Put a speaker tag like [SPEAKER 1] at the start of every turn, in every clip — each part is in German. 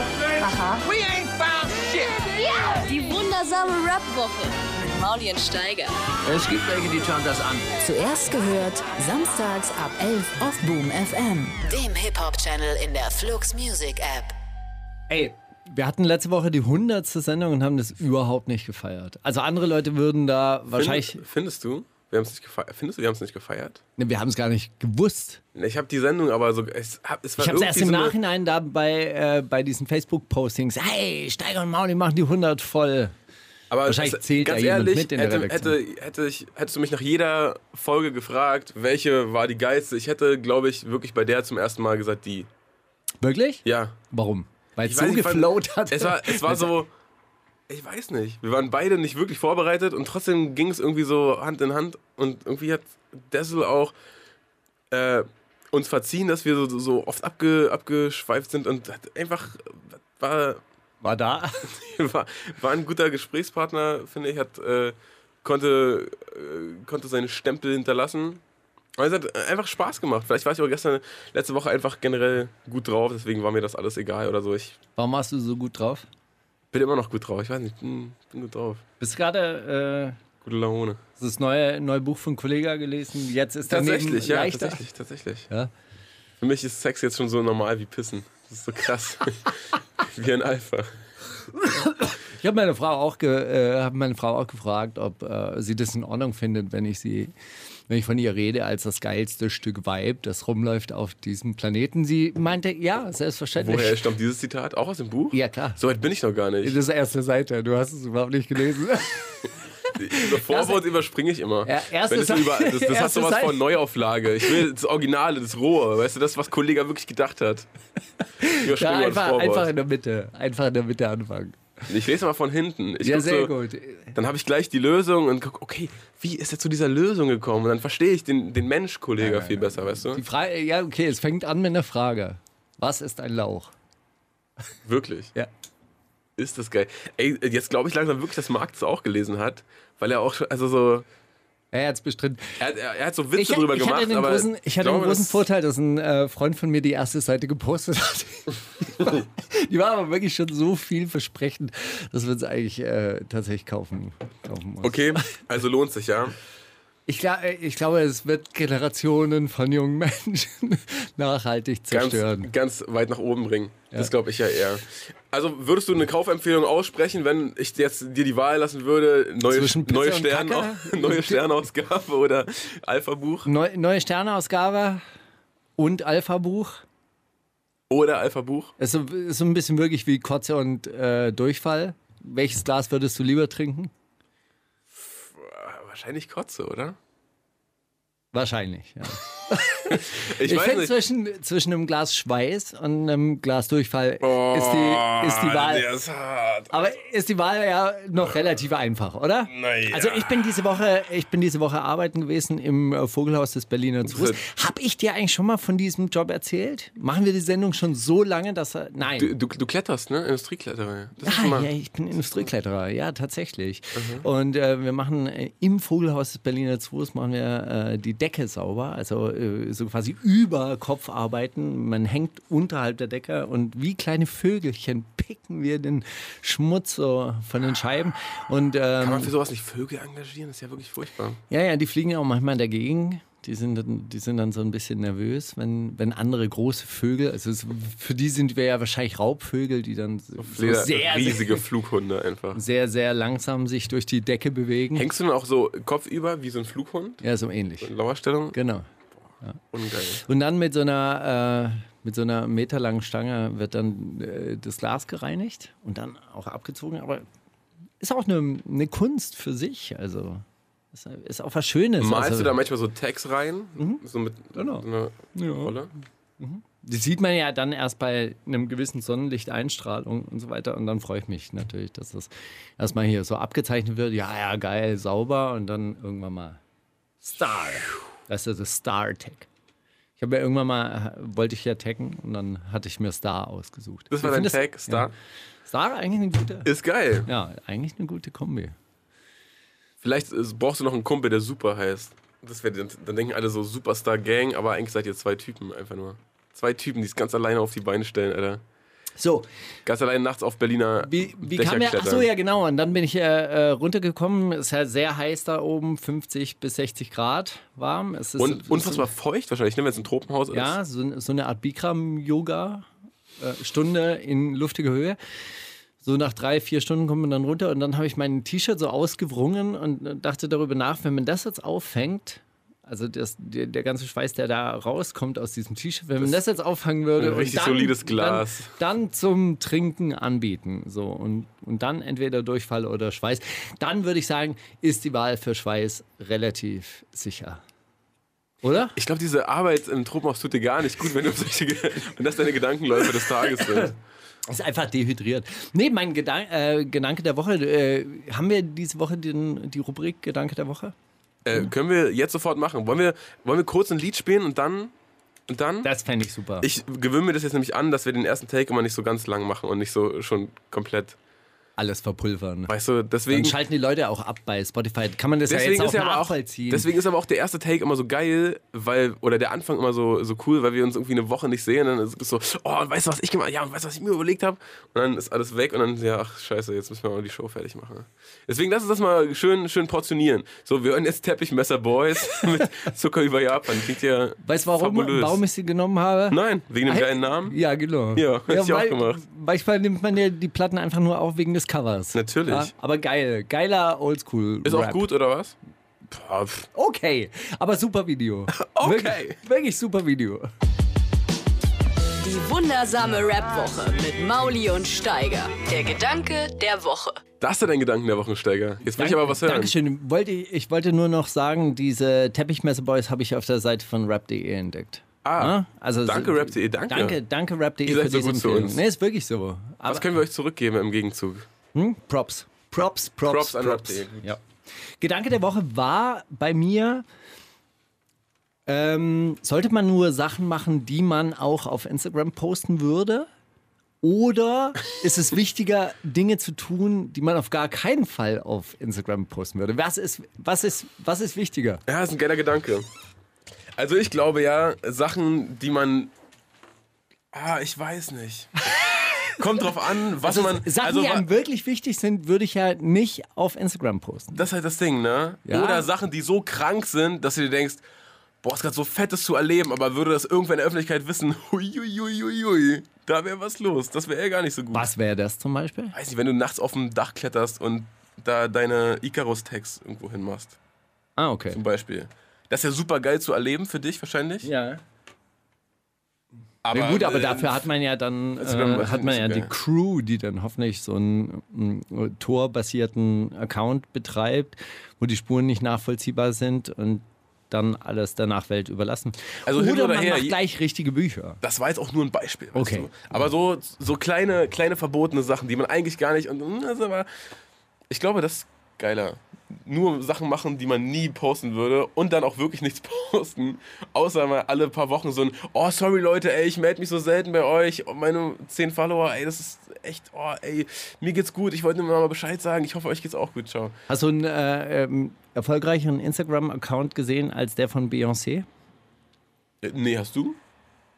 [SPEAKER 1] Macher.
[SPEAKER 2] We ain't found shit.
[SPEAKER 3] Die wundersame Rap-Woche mit Maulien Steiger.
[SPEAKER 4] Es gibt welche, die schauen das an.
[SPEAKER 5] Zuerst gehört, samstags ab 11 auf Boom FM.
[SPEAKER 6] Dem Hip-Hop-Channel in der Flux Music App.
[SPEAKER 7] Ey, wir hatten letzte Woche die 100. Sendung und haben das überhaupt nicht gefeiert. Also andere Leute würden da wahrscheinlich...
[SPEAKER 8] Find, findest du? Wir haben es nicht gefeiert. Findest du, wir haben es nicht gefeiert?
[SPEAKER 7] Ne, wir haben es gar nicht gewusst.
[SPEAKER 8] Ich habe die Sendung aber so. Es, hab- es war
[SPEAKER 7] Ich habe es
[SPEAKER 8] irgendwie
[SPEAKER 7] erst im
[SPEAKER 8] so eine-
[SPEAKER 7] Nachhinein da bei, äh, bei diesen Facebook-Postings. Hey, Steiger und Mauli machen die 100 voll.
[SPEAKER 8] Aber
[SPEAKER 7] Wahrscheinlich zählt
[SPEAKER 8] ganz
[SPEAKER 7] da jemand
[SPEAKER 8] ehrlich,
[SPEAKER 7] mit in der
[SPEAKER 8] hätte, hätte,
[SPEAKER 7] Redaktion.
[SPEAKER 8] hätte ich, hättest du mich nach jeder Folge gefragt, welche war die geilste, ich hätte, glaube ich, wirklich bei der zum ersten Mal gesagt, die.
[SPEAKER 7] Wirklich?
[SPEAKER 8] Ja.
[SPEAKER 7] Warum? Weil es
[SPEAKER 8] Ich
[SPEAKER 7] so
[SPEAKER 8] weiß nicht, weil-
[SPEAKER 7] geflowt hat. Also,
[SPEAKER 8] Es war, es war so. Ich weiß nicht. Wir waren beide nicht wirklich vorbereitet und trotzdem ging es irgendwie so Hand in Hand. Und irgendwie hat Dessel auch äh, uns verziehen, dass wir so, so oft abge, abgeschweift sind und hat einfach war,
[SPEAKER 7] war da.
[SPEAKER 8] war, war ein guter Gesprächspartner, finde ich, hat, äh, konnte, äh, konnte seine Stempel hinterlassen. Aber es hat einfach Spaß gemacht. Vielleicht war ich auch gestern, letzte Woche einfach generell gut drauf, deswegen war mir das alles egal oder so. Ich
[SPEAKER 7] Warum warst du so gut drauf?
[SPEAKER 8] bin immer noch gut drauf. Ich weiß nicht, bin, bin gut drauf.
[SPEAKER 7] Bist gerade äh,
[SPEAKER 8] Gute Laune.
[SPEAKER 7] hast du das neue, neue Buch von Kollega gelesen. Jetzt ist daneben
[SPEAKER 8] Tatsächlich, ja,
[SPEAKER 7] leichter.
[SPEAKER 8] tatsächlich, tatsächlich.
[SPEAKER 7] Ja.
[SPEAKER 8] Für mich ist Sex jetzt schon so normal wie Pissen. Das ist so krass. wie ein Alpha.
[SPEAKER 7] Ich habe meine, Frau auch ge- äh, hab meine Frau auch gefragt, ob äh, sie das in Ordnung findet, wenn ich sie, wenn ich von ihr rede als das geilste Stück Vibe, das rumläuft auf diesem Planeten. Sie meinte, ja, selbstverständlich.
[SPEAKER 8] Woher stammt dieses Zitat? Auch aus dem Buch?
[SPEAKER 7] Ja, klar. Also,
[SPEAKER 8] So weit bin ich noch gar
[SPEAKER 7] Das
[SPEAKER 8] nicht.
[SPEAKER 7] ist erste Seite, du hast es überhaupt nicht gelesen.
[SPEAKER 8] Über Vorwort überspringe ich immer.
[SPEAKER 7] Ja, erste
[SPEAKER 8] Wenn es
[SPEAKER 7] Seite-
[SPEAKER 8] über, das das hat
[SPEAKER 7] erste
[SPEAKER 8] sowas
[SPEAKER 7] Seite.
[SPEAKER 8] von Neuauflage. Ich will das Originale, das Rohe. Weißt du, das, was Kollega wirklich gedacht hat. Ich
[SPEAKER 7] Ja,
[SPEAKER 8] Überspringe mal das
[SPEAKER 7] einfach,
[SPEAKER 8] Vorwort.
[SPEAKER 7] einfach in der Mitte. Einfach in der Mitte anfangen.
[SPEAKER 8] Ich lese mal von hinten. Ich
[SPEAKER 7] ja,
[SPEAKER 8] guck
[SPEAKER 7] sehr
[SPEAKER 8] so,
[SPEAKER 7] gut.
[SPEAKER 8] Dann habe ich gleich die Lösung und guck, okay, wie ist er zu dieser Lösung gekommen? Und dann verstehe ich den, den Mensch, Kollege, viel besser, weißt du?
[SPEAKER 7] Die Frage, ja, okay, es fängt an mit einer Frage. Was ist ein Lauch?
[SPEAKER 8] Wirklich.
[SPEAKER 7] Ja.
[SPEAKER 8] Ist das geil. Ey, jetzt glaube ich langsam wirklich, dass Marc das auch gelesen hat, weil er auch schon, also so,
[SPEAKER 7] Er hat es bestritten.
[SPEAKER 8] er, hat- er hat so Witze
[SPEAKER 7] ich,
[SPEAKER 8] drüber
[SPEAKER 7] ich
[SPEAKER 8] gemacht.
[SPEAKER 7] hatte den
[SPEAKER 8] aber
[SPEAKER 7] großen, ich hatte
[SPEAKER 8] glaube,
[SPEAKER 7] den großen
[SPEAKER 8] das-
[SPEAKER 7] Vorteil, dass ein äh, Freund von mir die erste Seite gepostet hat. Die war- die war aber wirklich schon so vielversprechend, dass wir es eigentlich äh, tatsächlich kaufen, kaufen mussten.
[SPEAKER 8] Okay, also lohnt sich, ja.
[SPEAKER 7] Ich, gla- äh, ich glaube, es wird Generationen von jungen Menschen nachhaltig
[SPEAKER 8] Ganz,
[SPEAKER 7] zerstören.
[SPEAKER 8] ganz weit nach oben bringen. Das glaube ich ja eher. Also würdest du eine Kaufempfehlung aussprechen, wenn ich jetzt dir die Wahl lassen würde, neue,
[SPEAKER 7] Zwischen Pizza
[SPEAKER 8] neue,
[SPEAKER 7] und
[SPEAKER 8] Stern,
[SPEAKER 7] Kacke?
[SPEAKER 8] neue Sternausgabe oder Alpha-Buch?
[SPEAKER 7] Neu, neue Sterneausgabe und Alpha-Buch.
[SPEAKER 8] Oder Alpha-Buch?
[SPEAKER 7] Ist so, ist so ein bisschen wirklich wie Kotze und äh, Durchfall. Welches Glas würdest du lieber trinken?
[SPEAKER 8] Wahrscheinlich Kotze, oder?
[SPEAKER 7] Wahrscheinlich, ja.
[SPEAKER 8] Ich,
[SPEAKER 7] Ich,
[SPEAKER 8] weiß
[SPEAKER 7] finde,
[SPEAKER 8] nicht.
[SPEAKER 7] zwischen, zwischen einem Glas Schweiß und einem Glas Durchfall ist, die, ist die
[SPEAKER 8] Ah,
[SPEAKER 7] Wahl.
[SPEAKER 8] Der ist hart.
[SPEAKER 7] Aber ist die Wahl ja noch relativ einfach, oder?
[SPEAKER 8] Naja.
[SPEAKER 7] Also ich bin diese Woche, ich bin diese Woche arbeiten gewesen im äh, Vogelhaus des Berliner Zoos. Hab ich dir eigentlich schon mal von diesem Job erzählt? Machen wir die Sendung schon so lange, dass er. Nein.
[SPEAKER 8] Du, du, du kletterst, ne? Industriekletterer. Das ist schon
[SPEAKER 7] Ah,
[SPEAKER 8] mal Mhm.
[SPEAKER 7] ja, ich bin Industriekletterer, ja, tatsächlich. Und äh, wir machen äh, im Vogelhaus des Berliner Zoos machen wir äh, die Decke sauber, also äh, so quasi über Kopf arbeiten. Man hängt unterhalb der Decke und wie kleine Vögelchen picken wir den Schmutz so von den Scheiben. Und ähm,
[SPEAKER 8] Kann man für sowas nicht Vögel engagieren? Das ist ja wirklich furchtbar.
[SPEAKER 7] ja, ja, die fliegen ja auch manchmal dagegen. Die sind, dann- die sind dann so ein bisschen nervös, wenn, wenn andere große Vögel, also es, für die sind wir ja wahrscheinlich Raubvögel, die dann so, so
[SPEAKER 8] Leder,
[SPEAKER 7] sehr,
[SPEAKER 8] riesige
[SPEAKER 7] sehr,
[SPEAKER 8] Flughunde einfach.
[SPEAKER 7] sehr, sehr langsam sich durch die Decke bewegen.
[SPEAKER 8] Hängst du dann auch so kopfüber wie so ein Flughund?
[SPEAKER 7] Ja, so ähnlich.
[SPEAKER 8] In Lauerstellung?
[SPEAKER 7] Genau.
[SPEAKER 8] Ungeil.
[SPEAKER 7] Und dann mit so einer, äh, mit so einer meterlangen Stange wird dann äh, das Glas gereinigt und dann auch abgezogen. Aber ist auch eine, eine Kunst für sich. Also ist, ist auch was Schönes.
[SPEAKER 8] Malst
[SPEAKER 7] also,
[SPEAKER 8] du da manchmal so Tags rein? So mit
[SPEAKER 7] Genau.
[SPEAKER 8] so einer Rolle?
[SPEAKER 7] Das sieht man ja dann erst bei einem gewissen Sonnenlichteinstrahlung und so weiter. Und dann freue ich mich natürlich, dass das erstmal hier so abgezeichnet wird. Ja, ja, geil, sauber. Und dann irgendwann mal Star. Das ist das Star-Tag. Ich habe ja irgendwann mal, äh, wollte ich ja taggen und dann hatte ich mir Star ausgesucht.
[SPEAKER 8] Das
[SPEAKER 7] Ich
[SPEAKER 8] war dein
[SPEAKER 7] finde
[SPEAKER 8] Tag, Star.
[SPEAKER 7] Star eigentlich eine gute,
[SPEAKER 8] Ist geil.
[SPEAKER 7] ja, eigentlich eine gute Kombi.
[SPEAKER 8] Vielleicht äh, brauchst du noch einen Kumpel, der Super heißt. Das wär, dann, dann denken alle so Superstar Gang, aber eigentlich seid ihr zwei Typen einfach nur. Zwei Typen, die es ganz alleine auf die Beine stellen, Alter.
[SPEAKER 7] So,
[SPEAKER 8] Ganz allein nachts auf Berliner
[SPEAKER 7] wie, wie
[SPEAKER 8] Dächer
[SPEAKER 7] kam der? Ach so,
[SPEAKER 8] klettern.
[SPEAKER 7] ja, genau. Und dann bin ich äh, äh, runtergekommen. Es ist ja sehr heiß da oben, 50 bis 60 Grad warm. Es ist, es
[SPEAKER 8] Und
[SPEAKER 7] ist-
[SPEAKER 8] unfassbar feucht wahrscheinlich, ne, wenn es ein Tropenhaus ist.
[SPEAKER 7] Ja, so, so eine Art Bikram-Yoga-Stunde in luftige Höhe. So nach drei, vier Stunden kommt man dann runter und dann habe ich mein T-Shirt so ausgewrungen und äh, dachte darüber nach, wenn man das jetzt auffängt, also das, der, der ganze Schweiß, der da rauskommt aus diesem T-Shirt, wenn man das jetzt auffangen würde
[SPEAKER 8] ein richtig
[SPEAKER 7] und dann,
[SPEAKER 8] solides Glas.
[SPEAKER 7] Dann, dann zum Trinken anbieten so und, und dann entweder Durchfall oder Schweiß, dann würde ich sagen, ist die Wahl für Schweiß relativ sicher. Oder?
[SPEAKER 8] Ich glaube, diese Arbeit im Tropenhaus tut dir gar nicht gut, wenn, du solche, Ge- wenn das deine Gedankenläufe des Tages sind.
[SPEAKER 7] Ist einfach dehydriert. Nee, mein Gedan äh, Gedanke der Woche. Äh, haben wir diese Woche den, die Rubrik Gedanke der Woche?
[SPEAKER 8] Äh, können wir jetzt sofort machen. Wollen wir, wollen wir kurz ein Lied spielen und dann. Und dann?
[SPEAKER 7] Das fände ich super.
[SPEAKER 8] Ich gewöhne mir das jetzt nämlich an, dass wir den ersten Take immer nicht so ganz lang machen und nicht so schon komplett.
[SPEAKER 7] Alles verpulvern.
[SPEAKER 8] Weißt du, deswegen.
[SPEAKER 7] Dann schalten die Leute auch ab bei Spotify. Kann man das
[SPEAKER 8] Deswegen
[SPEAKER 7] ja
[SPEAKER 8] ist,
[SPEAKER 7] jetzt auch
[SPEAKER 8] ja aber auch,
[SPEAKER 7] nachvollziehen.
[SPEAKER 8] deswegen ist aber auch der erste Take immer so geil, weil, oder der Anfang immer so, so cool, weil wir uns irgendwie eine Woche nicht sehen. Dann ist es so, oh, und weißt du, was ich gemacht habe? Ja, und weißt du, was ich mir überlegt habe? Und dann ist alles weg und dann, ja, ach, scheiße, jetzt müssen wir mal die Show fertig machen. Deswegen lass uns das mal schön, schön portionieren. So, wir hören jetzt Teppichmesser Boys mit Zucker über Japan. Klingt ja.
[SPEAKER 7] weißt du, warum,
[SPEAKER 8] fabulös.
[SPEAKER 7] warum ich sie genommen habe?
[SPEAKER 8] Nein, wegen dem
[SPEAKER 7] Hey,
[SPEAKER 8] geilen Namen?
[SPEAKER 7] Ja, genau.
[SPEAKER 8] Ja, hätte ich auch
[SPEAKER 7] weil-
[SPEAKER 8] gemacht.
[SPEAKER 7] Manchmal nimmt man ja die Platten einfach nur auf wegen des Covers.
[SPEAKER 8] Natürlich.
[SPEAKER 7] Ja, aber geil. Geiler Oldschool.
[SPEAKER 8] Ist auch gut, oder was? Boah, pff.
[SPEAKER 7] Okay. Aber super Video.
[SPEAKER 8] Okay.
[SPEAKER 7] Wirklich, wirklich super Video.
[SPEAKER 3] Die wundersame Rap-Woche mit Mauli und Steiger. Der Gedanke der Woche.
[SPEAKER 8] Das ist ja dein Gedanken der Wochensteiger. Jetzt will ich aber was hören.
[SPEAKER 7] Dankeschön. Wollte, ich ich wollte nur noch sagen, diese Teppichmesse-Boys habe ich auf der Seite von rap.de entdeckt.
[SPEAKER 8] Ah,
[SPEAKER 7] Ja? also,
[SPEAKER 8] danke, rap.de, danke.
[SPEAKER 7] Danke, danke rap.de
[SPEAKER 8] Ihr seid
[SPEAKER 7] für
[SPEAKER 8] so
[SPEAKER 7] diese
[SPEAKER 8] gut zu
[SPEAKER 7] Empfehlung.
[SPEAKER 8] uns.
[SPEAKER 7] Nee, ist wirklich so. Aber
[SPEAKER 8] Was können wir euch zurückgeben im Gegenzug?
[SPEAKER 7] hm? Props. Props, Props,
[SPEAKER 8] Props
[SPEAKER 7] Props.
[SPEAKER 8] an rap.de.
[SPEAKER 7] Ja. Gedanke der Woche war bei mir, ähm, sollte man nur Sachen machen, die man auch auf Instagram posten würde? Oder ist es wichtiger, Dinge zu tun, die man auf gar keinen Fall auf Instagram posten würde? Was ist, was ist, was ist wichtiger?
[SPEAKER 8] Ja, ist ein geiler Gedanke. Also ich glaube ja, Sachen, die man. Ah, ich weiß nicht. Kommt drauf an, was man.
[SPEAKER 7] Sachen,
[SPEAKER 8] also,
[SPEAKER 7] die
[SPEAKER 8] wa-
[SPEAKER 7] einem wirklich wichtig sind, würde ich ja nicht auf Instagram posten.
[SPEAKER 8] das ist halt das Ding, ne?
[SPEAKER 7] Ja.
[SPEAKER 8] Oder Sachen, die so krank sind, dass du dir denkst, boah, ist gerade so fettes zu erleben, aber würde das irgendwer in der Öffentlichkeit wissen, huiuiuiui, da wäre was los. Das wäre eher gar nicht so gut.
[SPEAKER 7] Was wäre das zum Beispiel?
[SPEAKER 8] Weiß nicht, wenn du nachts auf dem Dach kletterst und da deine Icarus-Tags irgendwo hinmachst,
[SPEAKER 7] Ah, okay.
[SPEAKER 8] zum Beispiel. Das ist ja super geil zu erleben für dich wahrscheinlich.
[SPEAKER 7] Ja. Aber, gut, aber dafür hat man ja dann
[SPEAKER 8] Also wenn äh, man-
[SPEAKER 7] äh, hat man ja
[SPEAKER 8] ist
[SPEAKER 7] die
[SPEAKER 8] geil.
[SPEAKER 7] Crew, die dann hoffentlich so einen, einen Tor-basierten Account betreibt, wo die Spuren nicht nachvollziehbar sind und dann alles der Nachwelt überlassen.
[SPEAKER 8] Also hin
[SPEAKER 7] oder
[SPEAKER 8] oder
[SPEAKER 7] man
[SPEAKER 8] her,
[SPEAKER 7] macht
[SPEAKER 8] je-
[SPEAKER 7] gleich richtige Bücher.
[SPEAKER 8] Das war jetzt auch nur ein Beispiel. weißt
[SPEAKER 7] Okay.
[SPEAKER 8] Du? Aber so, so kleine, kleine verbotene Sachen, die man eigentlich gar nicht. Und, mm, das ist aber, ich glaube, das ist geiler. Nur Sachen machen, die man nie posten würde und dann auch wirklich nichts posten. Außer mal alle paar Wochen so ein, oh sorry Leute, ey, ich melde mich so selten bei euch. Oh, meine 10 Follower, ey, das ist echt, oh ey, mir geht's gut. Ich wollte nur mal Bescheid sagen. Ich hoffe, euch geht's auch gut. Ciao.
[SPEAKER 7] Hast du einen äh, ähm, erfolgreicheren Instagram-Account gesehen als der von Beyoncé?
[SPEAKER 8] Äh, Nee, hast du?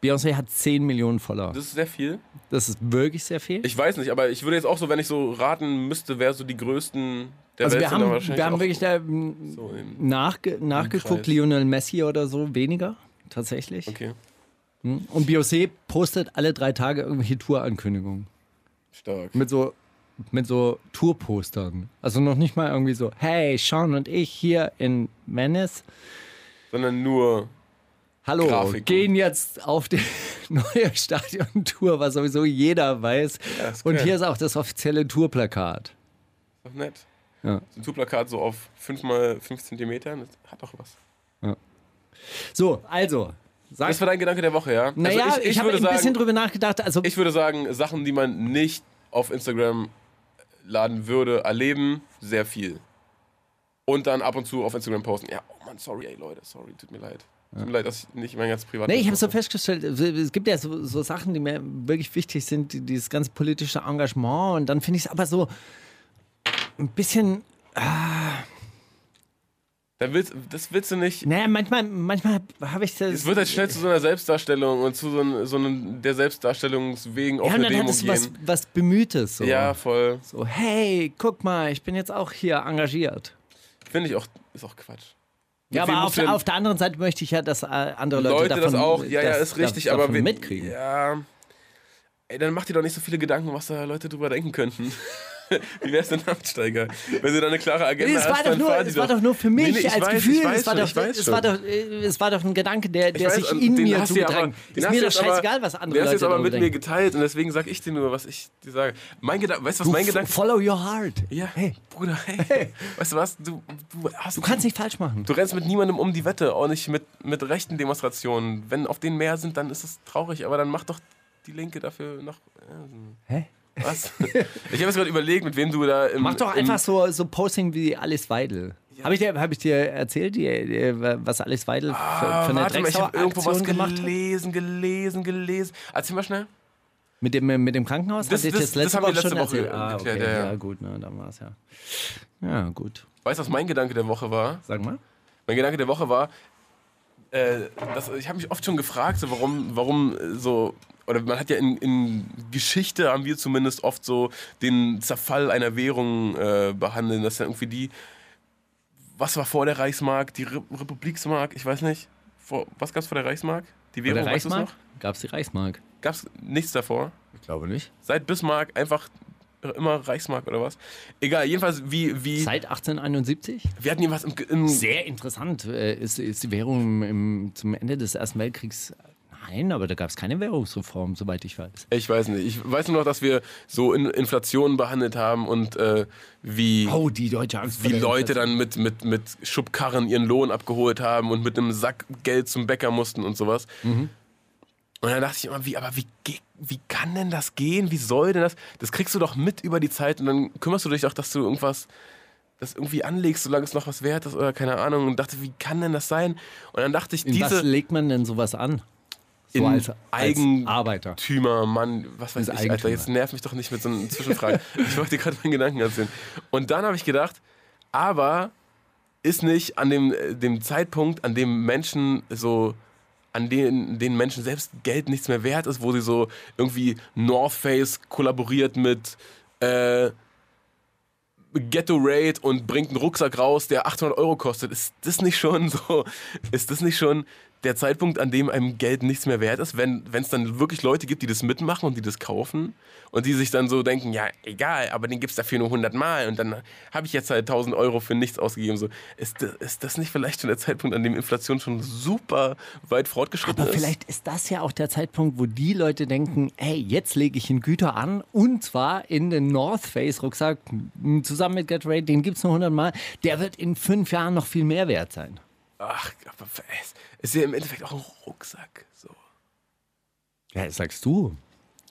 [SPEAKER 7] Beyoncé hat 10 Millionen Follower.
[SPEAKER 8] Das ist sehr viel.
[SPEAKER 7] Das ist wirklich sehr viel.
[SPEAKER 8] Ich weiß nicht, aber ich würde jetzt auch so, wenn ich so raten müsste, wer so die größten der
[SPEAKER 7] also
[SPEAKER 8] Welt
[SPEAKER 7] wir
[SPEAKER 8] sind, dann
[SPEAKER 7] haben,
[SPEAKER 8] wahrscheinlich
[SPEAKER 7] wir haben
[SPEAKER 8] auch
[SPEAKER 7] wirklich da, ähm,
[SPEAKER 8] so im-
[SPEAKER 7] nachge nachgeguckt,
[SPEAKER 8] Kreis.
[SPEAKER 7] Lionel Messi oder so, weniger tatsächlich.
[SPEAKER 8] Okay,
[SPEAKER 7] Und Beyoncé postet alle drei Tage irgendwelche Tourankündigungen.
[SPEAKER 8] stark.
[SPEAKER 7] Mit so, mit so Tourpostern. Also noch nicht mal irgendwie so, hey, Sean und ich hier in Venice.
[SPEAKER 8] Sondern nur.
[SPEAKER 7] Hallo,
[SPEAKER 8] Grafiken.
[SPEAKER 7] gehen jetzt auf die neue Stadiontour, was sowieso jeder weiß.
[SPEAKER 8] Ja, ist
[SPEAKER 7] und
[SPEAKER 8] geil.
[SPEAKER 7] hier ist auch das offizielle Tourplakat.
[SPEAKER 8] Doch nett.
[SPEAKER 7] Ja.
[SPEAKER 8] So Ein Tourplakat so auf 5 mal 5 Zentimetern, das hat doch was.
[SPEAKER 7] So, also, sag
[SPEAKER 8] Das war dein Gedanke der Woche, ja? Also
[SPEAKER 7] Naja, ich, habe
[SPEAKER 8] würde
[SPEAKER 7] ein bisschen
[SPEAKER 8] sagen,
[SPEAKER 7] drüber nachgedacht. Also,
[SPEAKER 8] ich würde sagen, Sachen, die man nicht auf Instagram laden würde, erleben, sehr viel. Und dann ab und zu auf Instagram posten. Ja, oh Mann, sorry, ey Leute, sorry, tut mir leid. Tut mir leid, dass ich nicht mein ganz privat.
[SPEAKER 7] nee, ich habe so festgestellt, es gibt ja so, so Sachen, die mir wirklich wichtig sind, die- dieses ganze politische Engagement. Und dann finde ich es aber so ein bisschen. ah,
[SPEAKER 8] Da willst, das willst du nicht.
[SPEAKER 7] Naja, manchmal, manchmal habe ich das.
[SPEAKER 8] Es wird halt schnell zu so einer Selbstdarstellung und zu so, einem- so einem der Selbstdarstellung wegen auf
[SPEAKER 7] ja, und
[SPEAKER 8] eine
[SPEAKER 7] dann
[SPEAKER 8] halt Demo
[SPEAKER 7] hat es
[SPEAKER 8] gehen.
[SPEAKER 7] was, was Bemühtes. So.
[SPEAKER 8] Ja, voll.
[SPEAKER 7] So, hey, guck mal, ich bin jetzt auch hier engagiert.
[SPEAKER 8] Finde ich auch, ist auch Quatsch.
[SPEAKER 7] Ja,
[SPEAKER 8] Wie
[SPEAKER 7] aber
[SPEAKER 8] muss
[SPEAKER 7] auf,
[SPEAKER 8] denn
[SPEAKER 7] auf der anderen Seite möchte ich ja, dass äh, andere Leute,
[SPEAKER 8] Leute
[SPEAKER 7] davon,
[SPEAKER 8] das auch, ja, ja,
[SPEAKER 7] das-
[SPEAKER 8] ist richtig,
[SPEAKER 7] da-
[SPEAKER 8] aber
[SPEAKER 7] davon
[SPEAKER 8] wenn-
[SPEAKER 7] mitkriegen.
[SPEAKER 8] Ja. Ey, dann mach dir doch nicht so viele Gedanken, was da Leute drüber denken könnten. Wie wär's denn Absteiger? Wenn sie da eine klare Agenda
[SPEAKER 7] Nee, es war
[SPEAKER 8] hast,
[SPEAKER 7] doch
[SPEAKER 8] dann
[SPEAKER 7] nur,
[SPEAKER 8] fahr die
[SPEAKER 7] es war doch nur für mich
[SPEAKER 8] Nee, nee, ich
[SPEAKER 7] als
[SPEAKER 8] weiß,
[SPEAKER 7] Gefühl.
[SPEAKER 8] ich weiß
[SPEAKER 7] es, war
[SPEAKER 8] schon,
[SPEAKER 7] doch,
[SPEAKER 8] ich weiß
[SPEAKER 7] es, war
[SPEAKER 8] schon.
[SPEAKER 7] doch, äh, es war doch ein Gedanke, der, der
[SPEAKER 8] Ich weiß,
[SPEAKER 7] sich
[SPEAKER 8] und
[SPEAKER 7] in
[SPEAKER 8] den
[SPEAKER 7] mir
[SPEAKER 8] hast du ja
[SPEAKER 7] zugetragen
[SPEAKER 8] aber- den
[SPEAKER 7] Ist
[SPEAKER 8] hast
[SPEAKER 7] mir
[SPEAKER 8] du
[SPEAKER 7] doch
[SPEAKER 8] jetzt aber-
[SPEAKER 7] scheißegal, was andere
[SPEAKER 8] Den hast du
[SPEAKER 7] Leute
[SPEAKER 8] jetzt aber mit
[SPEAKER 7] darüber
[SPEAKER 8] mir
[SPEAKER 7] denken.
[SPEAKER 8] geteilt und deswegen sag ich dir nur, was ich dir sage. Mein Gedanke, weißt du, was
[SPEAKER 7] Du
[SPEAKER 8] mein
[SPEAKER 7] f-
[SPEAKER 8] Gedanke
[SPEAKER 7] Follow your heart.
[SPEAKER 8] Ja, hey, Bruder, hey. Weißt du was? Du, du, hast,
[SPEAKER 7] Du kannst nicht falsch machen.
[SPEAKER 8] du rennst mit niemandem um die Wette, auch nicht mit, mit rechten Demonstrationen. Wenn auf denen mehr sind, dann ist es traurig, aber dann macht doch die Linke dafür noch. äh,
[SPEAKER 7] Hä?
[SPEAKER 8] Was? ich habe jetzt gerade überlegt, mit wem du da im.
[SPEAKER 7] Mach doch
[SPEAKER 8] im,
[SPEAKER 7] einfach so, so Posting wie Alice Weidel. Habe ich, dir- hab ich dir erzählt, die, die, was Alice Weidel für, für
[SPEAKER 8] Ah,
[SPEAKER 7] eine
[SPEAKER 8] warte mal, ich habe irgendwo was
[SPEAKER 7] Drecksau-Aktion gemacht hat?
[SPEAKER 8] gelesen, gelesen, gelesen. Erzähl mal schnell.
[SPEAKER 7] Mit dem, mit dem Krankenhaus?
[SPEAKER 8] Das-
[SPEAKER 7] Hatte ich
[SPEAKER 8] das- das haben wir letzte
[SPEAKER 7] schon
[SPEAKER 8] Woche
[SPEAKER 7] erzählt? Ah, okay.
[SPEAKER 8] geklärt, ja,
[SPEAKER 7] ja,
[SPEAKER 8] ja.
[SPEAKER 7] gut, ne, dann war es ja. Ja, gut.
[SPEAKER 8] Weißt du, was mein Gedanke der Woche war?
[SPEAKER 7] Sag mal.
[SPEAKER 8] Mein Gedanke der Woche war, äh, dass, ich habe mich oft schon gefragt, so warum, warum äh, so, oder man hat ja in, in Geschichte, haben wir zumindest oft so den Zerfall einer Währung äh, behandeln, dass dann irgendwie die, was war vor der Reichsmark, die Re Republiksmark, ich weiß nicht, vor, was gab es vor der Reichsmark? Die
[SPEAKER 7] Bei
[SPEAKER 8] Währung,
[SPEAKER 7] der
[SPEAKER 8] weißt du's
[SPEAKER 7] Reichsmark?
[SPEAKER 8] noch?
[SPEAKER 7] Gab es die Reichsmark?
[SPEAKER 8] Gab es nichts davor?
[SPEAKER 7] Ich glaube nicht.
[SPEAKER 8] Seit Bismarck einfach immer Reichsmark oder was? Egal, jedenfalls wie, wie,
[SPEAKER 7] Seit 1871?
[SPEAKER 8] wir hatten jedenfalls im, im
[SPEAKER 7] Sehr interessant. Äh, Ist, ist die Währung im, im, zum Ende des Ersten Weltkriegs. Nein, aber da gab es keine Währungsreform, soweit ich weiß.
[SPEAKER 8] Ich weiß nicht. Ich weiß nur noch, dass wir so in Inflation behandelt haben und äh, wie,
[SPEAKER 7] Oh, die deutsche Angst. vor
[SPEAKER 8] wie
[SPEAKER 7] der
[SPEAKER 8] Leute
[SPEAKER 7] Inflation.
[SPEAKER 8] dann mit, mit, mit Schubkarren ihren Lohn abgeholt haben und mit einem Sack Geld zum Bäcker mussten und sowas.
[SPEAKER 7] Mhm.
[SPEAKER 8] Und dann dachte ich immer, wie, aber wie, ge- wie kann denn das gehen? Wie soll denn das? Das kriegst du doch mit über die Zeit und dann kümmerst du dich doch, dass du irgendwas das irgendwie anlegst, solange es noch was wert ist oder keine Ahnung. Und dachte, wie kann denn das sein? Und dann dachte ich,
[SPEAKER 7] In was
[SPEAKER 8] diese
[SPEAKER 7] legt man denn sowas an? So
[SPEAKER 8] In
[SPEAKER 7] als, als
[SPEAKER 8] Eigen-
[SPEAKER 7] Arbeiter.
[SPEAKER 8] Eigentümer, Mann, was weiß
[SPEAKER 7] Als
[SPEAKER 8] ich, Alter,
[SPEAKER 7] Eigentümer.
[SPEAKER 8] jetzt nerv mich doch nicht mit so einer Zwischenfrage. ich wollte dir gerade meinen Gedanken erzählen. Und dann habe ich gedacht, aber ist nicht an dem, äh, dem Zeitpunkt, an dem Menschen so, an den, den Menschen selbst Geld nichts mehr wert ist, wo sie so irgendwie North Face kollaboriert mit äh, Ghetto Raid und bringt einen Rucksack raus, der 800 Euro kostet. Ist das nicht schon so? Ist das nicht schon der Zeitpunkt, an dem einem Geld nichts mehr wert ist, wenn wenn es dann wirklich Leute gibt, die das mitmachen und die das kaufen und die sich dann so denken, ja egal, aber den gibt's dafür nur 100 Mal und dann habe ich jetzt halt 1000 Euro für nichts ausgegeben. So ist das, ist das nicht vielleicht schon der Zeitpunkt, an dem Inflation schon super weit fortgeschritten
[SPEAKER 7] Aber
[SPEAKER 8] ist?
[SPEAKER 7] vielleicht ist das ja auch der Zeitpunkt, wo die Leute denken, hey, jetzt lege ich in Güter an und zwar in den North Face Rucksack m, zusammen mit Gatorade, den gibt es nur 100 Mal, der wird in fünf Jahren noch viel mehr wert sein.
[SPEAKER 8] Ach, aber es ist ja im Endeffekt auch ein Rucksack. So.
[SPEAKER 7] Ja, das sagst du.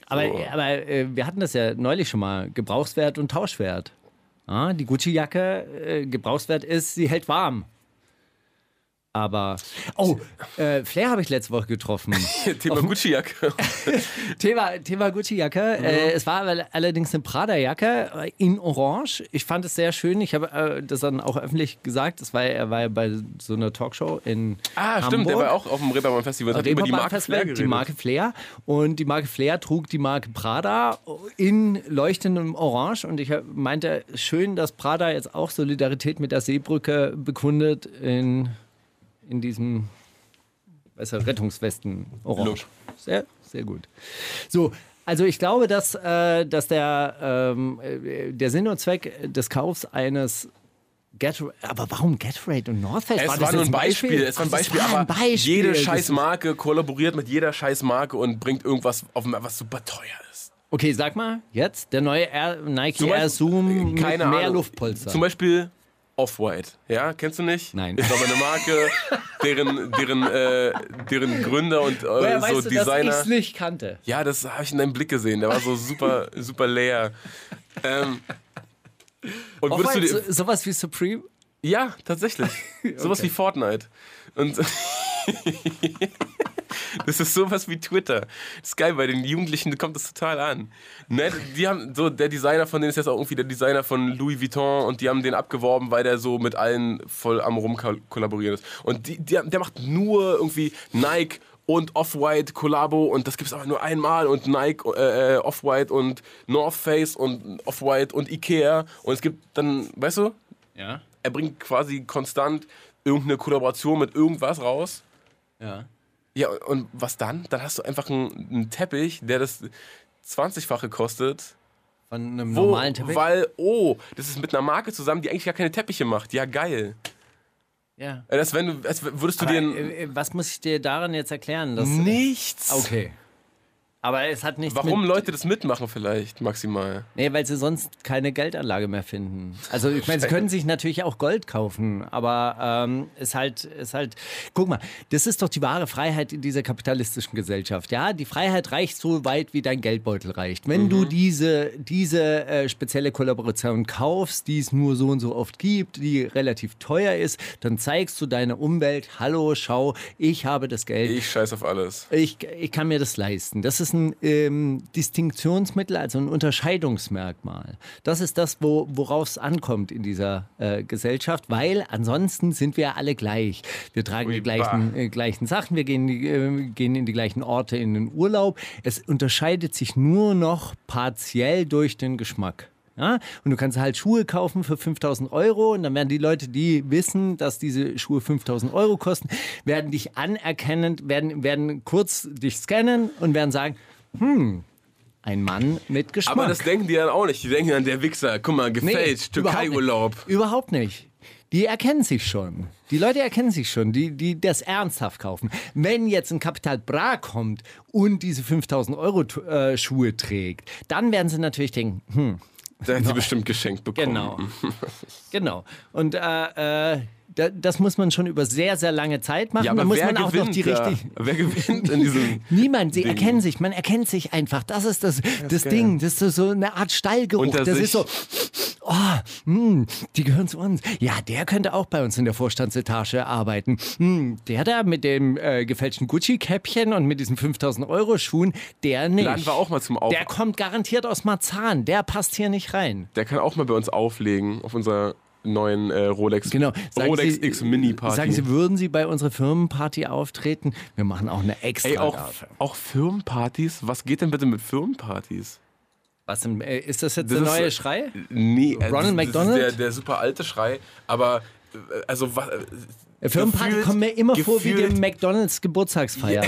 [SPEAKER 7] Aber, aber äh, wir hatten das ja neulich schon mal, Gebrauchswert und Tauschwert. Ah, die Gucci-Jacke, äh, Gebrauchswert ist, sie hält warm. Aber, oh, äh, Flair habe ich letzte Woche getroffen.
[SPEAKER 8] Thema Gucci-Jacke.
[SPEAKER 7] Thema, Thema Gucci-Jacke. Äh, es war aber allerdings eine Prada-Jacke äh, in Orange. Ich fand es sehr schön. Ich habe äh, das dann auch öffentlich gesagt. Das war, er war ja bei so einer Talkshow in
[SPEAKER 8] Ah,
[SPEAKER 7] Hamburg.
[SPEAKER 8] stimmt, der war auch auf dem Reeperbahn Festival und hat über die
[SPEAKER 7] Reeperbahn
[SPEAKER 8] Marke
[SPEAKER 7] Festival,
[SPEAKER 8] Flair geredet.
[SPEAKER 7] Die Marke Flair. Und die Marke Flair trug die Marke Prada in leuchtendem Orange. Und ich hab- meinte, schön, dass Prada jetzt auch Solidarität mit der Seebrücke bekundet in, in diesem weißt du, Rettungswesten Orange. Sehr, sehr gut. So, also ich glaube, dass, äh, dass der, ähm, äh, der Sinn und Zweck des Kaufs eines Gatorade, aber warum Gatorade und North Face?
[SPEAKER 8] Es war,
[SPEAKER 7] das
[SPEAKER 8] nur
[SPEAKER 7] jetzt
[SPEAKER 8] ein Beispiel, es war ein
[SPEAKER 7] Ach, das
[SPEAKER 8] Beispiel,
[SPEAKER 7] war ein
[SPEAKER 8] aber
[SPEAKER 7] Beispiel.
[SPEAKER 8] jede
[SPEAKER 7] Das
[SPEAKER 8] scheiß
[SPEAKER 7] ist-
[SPEAKER 8] Marke kollaboriert mit jeder scheiß Marke und bringt irgendwas auf, was super teuer ist.
[SPEAKER 7] Okay, sag mal, jetzt der neue Air, Nike
[SPEAKER 8] Zum
[SPEAKER 7] Air
[SPEAKER 8] Beispiel- äh,
[SPEAKER 7] Zoom mit
[SPEAKER 8] Keine
[SPEAKER 7] mehr
[SPEAKER 8] Ahnung.
[SPEAKER 7] Luftpolster.
[SPEAKER 8] Zum Beispiel Off-White, ja, kennst du nicht?
[SPEAKER 7] Nein.
[SPEAKER 8] Ist aber eine Marke, deren, deren, äh, deren Gründer und äh,
[SPEAKER 7] Woher
[SPEAKER 8] so
[SPEAKER 7] weißt du,
[SPEAKER 8] Designer.
[SPEAKER 7] dass ich es nicht kannte?
[SPEAKER 8] Ja, das habe ich in deinem Blick gesehen. Der war so super, super leer. Ähm, und würdest du
[SPEAKER 7] Off-White,
[SPEAKER 8] dir,
[SPEAKER 7] so, sowas wie Supreme?
[SPEAKER 8] Ja, tatsächlich. Sowas wie Fortnite. Und Das ist sowas wie Twitter. Das ist geil, bei den Jugendlichen kommt das total an. Ne? Die haben so, der Designer von denen ist jetzt auch irgendwie der Designer von Louis Vuitton und die haben den abgeworben, weil der so mit allen voll am rumkollaborieren ist. Und die, die, der macht nur irgendwie Nike und Off-White Kollabo und das gibt's aber nur einmal und Nike, äh, äh, Off-White und North Face und Off-White und Ikea und es gibt dann, weißt du,
[SPEAKER 7] Ja.
[SPEAKER 8] er bringt quasi konstant irgendeine Kollaboration mit irgendwas raus.
[SPEAKER 7] Ja.
[SPEAKER 8] Ja, und was dann? Dann hast du einfach einen, einen Teppich, der das 20-fache kostet.
[SPEAKER 7] Von einem
[SPEAKER 8] Wo,
[SPEAKER 7] normalen Teppich.
[SPEAKER 8] Weil, oh, das ist mit einer Marke zusammen, die eigentlich gar keine Teppiche macht. Ja, geil.
[SPEAKER 7] ja.
[SPEAKER 8] Äh, Das, wenn du, als würdest du
[SPEAKER 7] Aber,
[SPEAKER 8] dir ein-
[SPEAKER 7] äh, äh, was muss ich dir daran jetzt erklären? Dass,
[SPEAKER 8] nichts.
[SPEAKER 7] Okay. Aber es hat nichts
[SPEAKER 8] Warum
[SPEAKER 7] mit,
[SPEAKER 8] Leute das mitmachen vielleicht maximal?
[SPEAKER 7] Nee, weil sie sonst keine Geldanlage mehr finden. Also ich meine, sie können sich natürlich auch Gold kaufen, aber ähm, ist halt, ist halt. Guck mal, das ist doch die wahre Freiheit in dieser kapitalistischen Gesellschaft. Ja, die Freiheit reicht so weit, wie dein Geldbeutel reicht. Wenn du diese, diese äh, spezielle Kollaboration kaufst, die es nur so und so oft gibt, die relativ teuer ist, dann zeigst du deiner Umwelt, hallo, schau, ich habe das Geld.
[SPEAKER 8] Ich scheiß auf alles.
[SPEAKER 7] Ich, ich kann mir das leisten. Das ist ein ähm, Distinktionsmittel, also ein Unterscheidungsmerkmal. Das ist das, wo, worauf es ankommt in dieser äh, Gesellschaft, weil ansonsten sind wir alle gleich. Wir tragen
[SPEAKER 8] Ui,
[SPEAKER 7] die gleichen,
[SPEAKER 8] bah.
[SPEAKER 7] äh, gleichen Sachen, wir gehen, die, äh, gehen in die gleichen Orte in den Urlaub. Es unterscheidet sich nur noch partiell durch den Geschmack. Ja? Und du kannst halt Schuhe kaufen für 5000 Euro und dann werden die Leute, die wissen, dass diese Schuhe 5000 Euro kosten, werden dich anerkennend, werden, werden kurz dich scannen und werden sagen, hm, ein Mann mit Geschmack.
[SPEAKER 8] Aber das denken die dann auch nicht. Die denken dann, der Wichser, guck mal,
[SPEAKER 7] Nee,
[SPEAKER 8] gefälscht,
[SPEAKER 7] überhaupt
[SPEAKER 8] Türkei-Urlaub.
[SPEAKER 7] nicht. Überhaupt nicht. Die erkennen sich schon. Die Leute erkennen sich schon, die, die das ernsthaft kaufen. Wenn jetzt ein Kapital Bra kommt und diese 5000 Euro tu- äh, Schuhe trägt, dann werden sie natürlich denken, hm,
[SPEAKER 8] Da hat sie bestimmt geschenkt bekommen.
[SPEAKER 7] Genau. genau. Und äh, äh, da, das muss man schon über sehr, sehr lange Zeit machen.
[SPEAKER 8] Ja, aber
[SPEAKER 7] da muss
[SPEAKER 8] wer
[SPEAKER 7] man auch
[SPEAKER 8] gewinnt
[SPEAKER 7] noch die
[SPEAKER 8] da?
[SPEAKER 7] richtigen.
[SPEAKER 8] Wer gewinnt in diesem...
[SPEAKER 7] Niemand, sie
[SPEAKER 8] Ding.
[SPEAKER 7] erkennen sich, man erkennt sich einfach. Das ist das, das Ding, das ist so eine Art Stallgeruch.
[SPEAKER 8] Unter
[SPEAKER 7] Das
[SPEAKER 8] sich.
[SPEAKER 7] ist so, oh, hm, die gehören zu uns. Ja, der könnte auch bei uns in der Vorstandsetage arbeiten. Hm, der da mit dem äh, gefälschten Gucci-Käppchen und mit diesen 5000-Euro-Schuhen, der nicht.
[SPEAKER 8] Laden wir auch mal zum Auf...
[SPEAKER 7] der kommt garantiert aus Marzahn, der passt hier nicht rein.
[SPEAKER 8] Der kann auch mal bei uns auflegen auf unserer neuen äh, Rolex.
[SPEAKER 7] Genau.
[SPEAKER 8] Rolex X Mini Party.
[SPEAKER 7] Sagen Sie, würden Sie bei unserer Firmenparty auftreten? Wir machen auch eine extra.
[SPEAKER 8] Ey, auch,
[SPEAKER 7] dafür.
[SPEAKER 8] auch Firmenpartys? Was geht denn bitte mit Firmenpartys?
[SPEAKER 7] Was denn, äh, ist das jetzt
[SPEAKER 8] Das
[SPEAKER 7] der
[SPEAKER 8] ist-
[SPEAKER 7] neue Schrei?
[SPEAKER 8] Nee,
[SPEAKER 7] Ronald
[SPEAKER 8] äh, das- das ist
[SPEAKER 7] McDonald?
[SPEAKER 8] Der, der super alte Schrei, aber äh, also was. äh,
[SPEAKER 7] Firmenparty
[SPEAKER 8] gefühlt-
[SPEAKER 7] kommt mir immer vor wie
[SPEAKER 8] gefühlt-
[SPEAKER 7] dem McDonalds Geburtstagsfeier.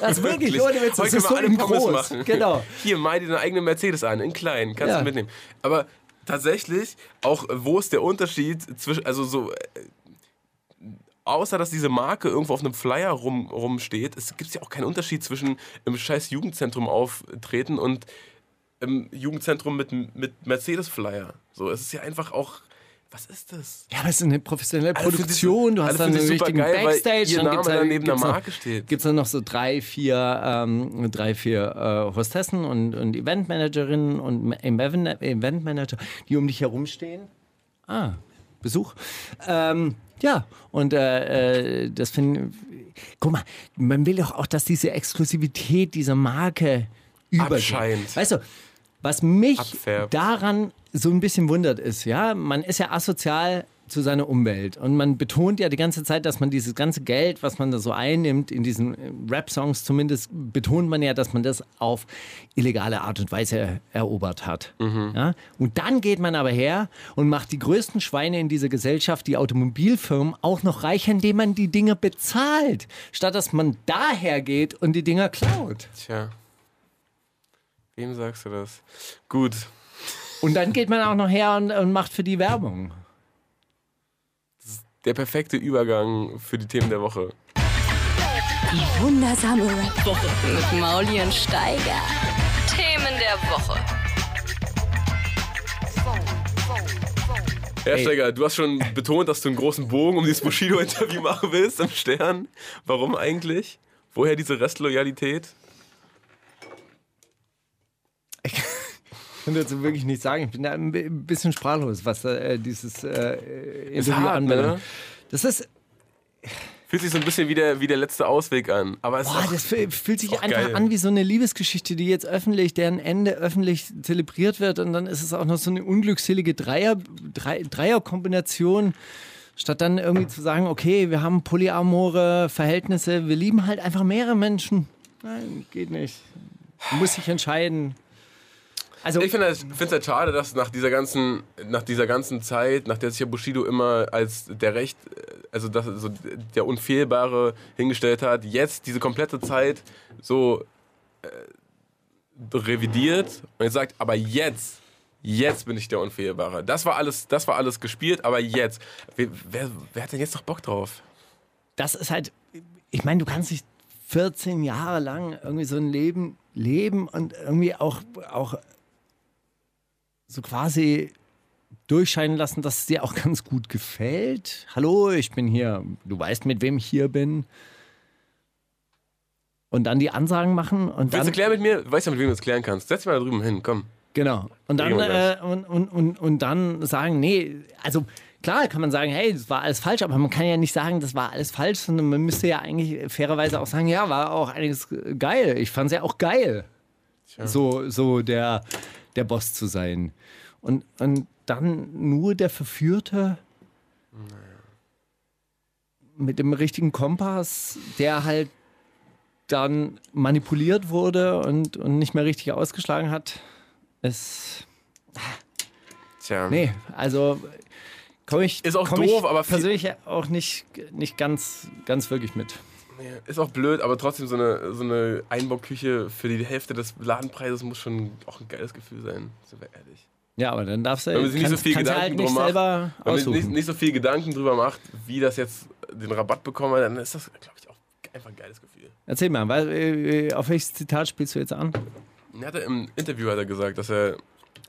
[SPEAKER 7] Das ist wirklich,
[SPEAKER 8] Wirklich.
[SPEAKER 7] ohne Witz, das
[SPEAKER 8] Heute
[SPEAKER 7] ist so
[SPEAKER 8] können
[SPEAKER 7] im
[SPEAKER 8] wir alle Pommes
[SPEAKER 7] Groß.
[SPEAKER 8] machen.
[SPEAKER 7] Genau.
[SPEAKER 8] Hier, mal dir deine eigene Mercedes an, in klein, kannst
[SPEAKER 7] Ja.
[SPEAKER 8] du mitnehmen. Aber tatsächlich, auch äh, wo ist der Unterschied zwischen, also so, äh, außer dass diese Marke irgendwo auf einem Flyer rum, rumsteht, es gibt ja auch keinen Unterschied zwischen im scheiß Jugendzentrum auftreten und im Jugendzentrum mit, mit Mercedes-Flyer. So, es ist ja einfach auch, was ist das?
[SPEAKER 7] Ja, aber es ist eine professionelle
[SPEAKER 8] Alle finden
[SPEAKER 7] Produktion.
[SPEAKER 8] sich-
[SPEAKER 7] Du hast
[SPEAKER 8] alle
[SPEAKER 7] dann
[SPEAKER 8] finden
[SPEAKER 7] einen
[SPEAKER 8] sich
[SPEAKER 7] richtigen
[SPEAKER 8] supergeil, weil
[SPEAKER 7] Backstage.
[SPEAKER 8] ihr
[SPEAKER 7] dann
[SPEAKER 8] Name
[SPEAKER 7] gibt's halt-
[SPEAKER 8] dann neben der
[SPEAKER 7] gibt's noch-
[SPEAKER 8] Marke steht.
[SPEAKER 7] Gibt's dann noch so drei, vier, ähm, drei, vier äh, Hostessen und, und Eventmanagerinnen und Ma- Event- Eventmanager, die um dich herumstehen. Ah, Besuch. Ähm, ja, und äh, äh, das finde Guck mal, man will doch auch, dass diese Exklusivität dieser Marke übergeht.
[SPEAKER 8] Abscheint.
[SPEAKER 7] Weißt du, was mich
[SPEAKER 8] Abfärbt.
[SPEAKER 7] daran so ein bisschen wundert ist, ja, man ist ja asozial zu seiner Umwelt und man betont ja die ganze Zeit, dass man dieses ganze Geld, was man da so einnimmt, in diesen äh, Rap-Songs zumindest, betont man ja, dass man das auf illegale Art und Weise erobert hat. Ja? Und dann geht man aber her und macht die größten Schweine in dieser Gesellschaft, die Automobilfirmen, auch noch reicher, indem man die Dinger bezahlt, statt dass man daher geht und die Dinger klaut.
[SPEAKER 8] Tja. Wem sagst du das? Gut.
[SPEAKER 7] Und dann geht man auch noch her und, und macht für die Werbung.
[SPEAKER 8] Der perfekte Übergang für die Themen der Woche.
[SPEAKER 5] Wundersame Rap.
[SPEAKER 3] Mit Mauli und Steiger. Themen der Woche.
[SPEAKER 8] Herr Steiger, du hast schon betont, dass du einen großen Bogen um dieses Bushido-Interview machen willst im Stern. Warum eigentlich? Woher diese Restloyalität?
[SPEAKER 7] Ich kann dazu wirklich nichts sagen. Ich bin da ein bi- bisschen sprachlos, was äh, dieses äh, Interview
[SPEAKER 8] hart,
[SPEAKER 7] anbelangt.
[SPEAKER 8] ne?
[SPEAKER 7] Das ist,
[SPEAKER 8] Für ne? Fühlt sich so ein bisschen wie der, wie der letzte Ausweg an. Aber es ist
[SPEAKER 7] Boah,
[SPEAKER 8] auch,
[SPEAKER 7] das fühl- fühlt sich
[SPEAKER 8] auch
[SPEAKER 7] einfach
[SPEAKER 8] geil.
[SPEAKER 7] an wie so eine Liebesgeschichte, die jetzt öffentlich, deren Ende öffentlich zelebriert wird. Und dann ist es auch noch so eine unglückselige Dreier, Drei, Dreierkombination. Statt dann irgendwie zu sagen, okay, wir haben polyamore Verhältnisse, wir lieben halt einfach mehrere Menschen. Nein, geht nicht. Muss sich entscheiden. Also,
[SPEAKER 8] Ich finde es find's halt schade, dass nach dieser ganzen, nach dieser ganzen Zeit, nach der sich ja Bushido immer als der Recht, also das, so der Unfehlbare hingestellt hat, jetzt diese komplette Zeit so äh, revidiert und jetzt sagt, aber jetzt, jetzt bin ich der Unfehlbare. Das war alles, das war alles gespielt, aber jetzt. Wer, wer, wer hat denn jetzt noch Bock drauf?
[SPEAKER 7] das ist halt, ich meine, du kannst nicht 14 Jahre lang irgendwie so ein Leben leben und irgendwie auch, auch so quasi durchscheinen lassen, dass es dir auch ganz gut gefällt. Hallo, ich bin hier, du weißt, mit wem ich hier bin. Und dann die Ansagen machen und
[SPEAKER 8] Willst
[SPEAKER 7] dann.
[SPEAKER 8] du klären mit mir? Weißt du, mit wem du das klären kannst? Setz dich mal da drüben hin, komm.
[SPEAKER 7] Genau. Und dann,
[SPEAKER 8] Gehen wir
[SPEAKER 7] äh,
[SPEAKER 8] gleich.
[SPEAKER 7] und, und, und, und dann sagen, nee, also klar kann man sagen, hey, das war alles falsch, aber man kann ja nicht sagen, das war alles falsch, sondern man müsste ja eigentlich fairerweise auch sagen, ja, war auch einiges geil. Ich fand es ja auch geil, so, so der, der Boss zu sein. Und, und dann nur der Verführte mit dem richtigen Kompass, der halt dann manipuliert wurde und, und nicht mehr richtig ausgeschlagen hat. Es
[SPEAKER 8] Tja.
[SPEAKER 7] Nee, also komme ich.
[SPEAKER 8] Ist auch
[SPEAKER 7] komm
[SPEAKER 8] doof,
[SPEAKER 7] ich
[SPEAKER 8] aber viel-
[SPEAKER 7] persönlich auch nicht, nicht ganz, ganz wirklich mit.
[SPEAKER 8] Ja, Ist auch blöd, aber trotzdem so eine, so eine Einbauküche für die Hälfte des Ladenpreises muss schon auch ein geiles Gefühl sein, sind wir ehrlich.
[SPEAKER 7] Ja, aber dann darfst du
[SPEAKER 8] Wenn man sich nicht so
[SPEAKER 7] kannst-
[SPEAKER 8] viel
[SPEAKER 7] kannst du
[SPEAKER 8] Gedanken
[SPEAKER 7] halt
[SPEAKER 8] drum
[SPEAKER 7] nicht
[SPEAKER 8] macht,
[SPEAKER 7] selber
[SPEAKER 8] Wenn man nicht,
[SPEAKER 7] aussuchen.
[SPEAKER 8] nicht so viel Gedanken drüber macht, wie das jetzt den Rabatt bekomme, dann ist das, glaube ich, auch einfach ein geiles Gefühl.
[SPEAKER 7] Erzähl mal, weil, äh, auf welches Zitat spielst du jetzt an?
[SPEAKER 8] Er hatte im Interview hat er gesagt, dass er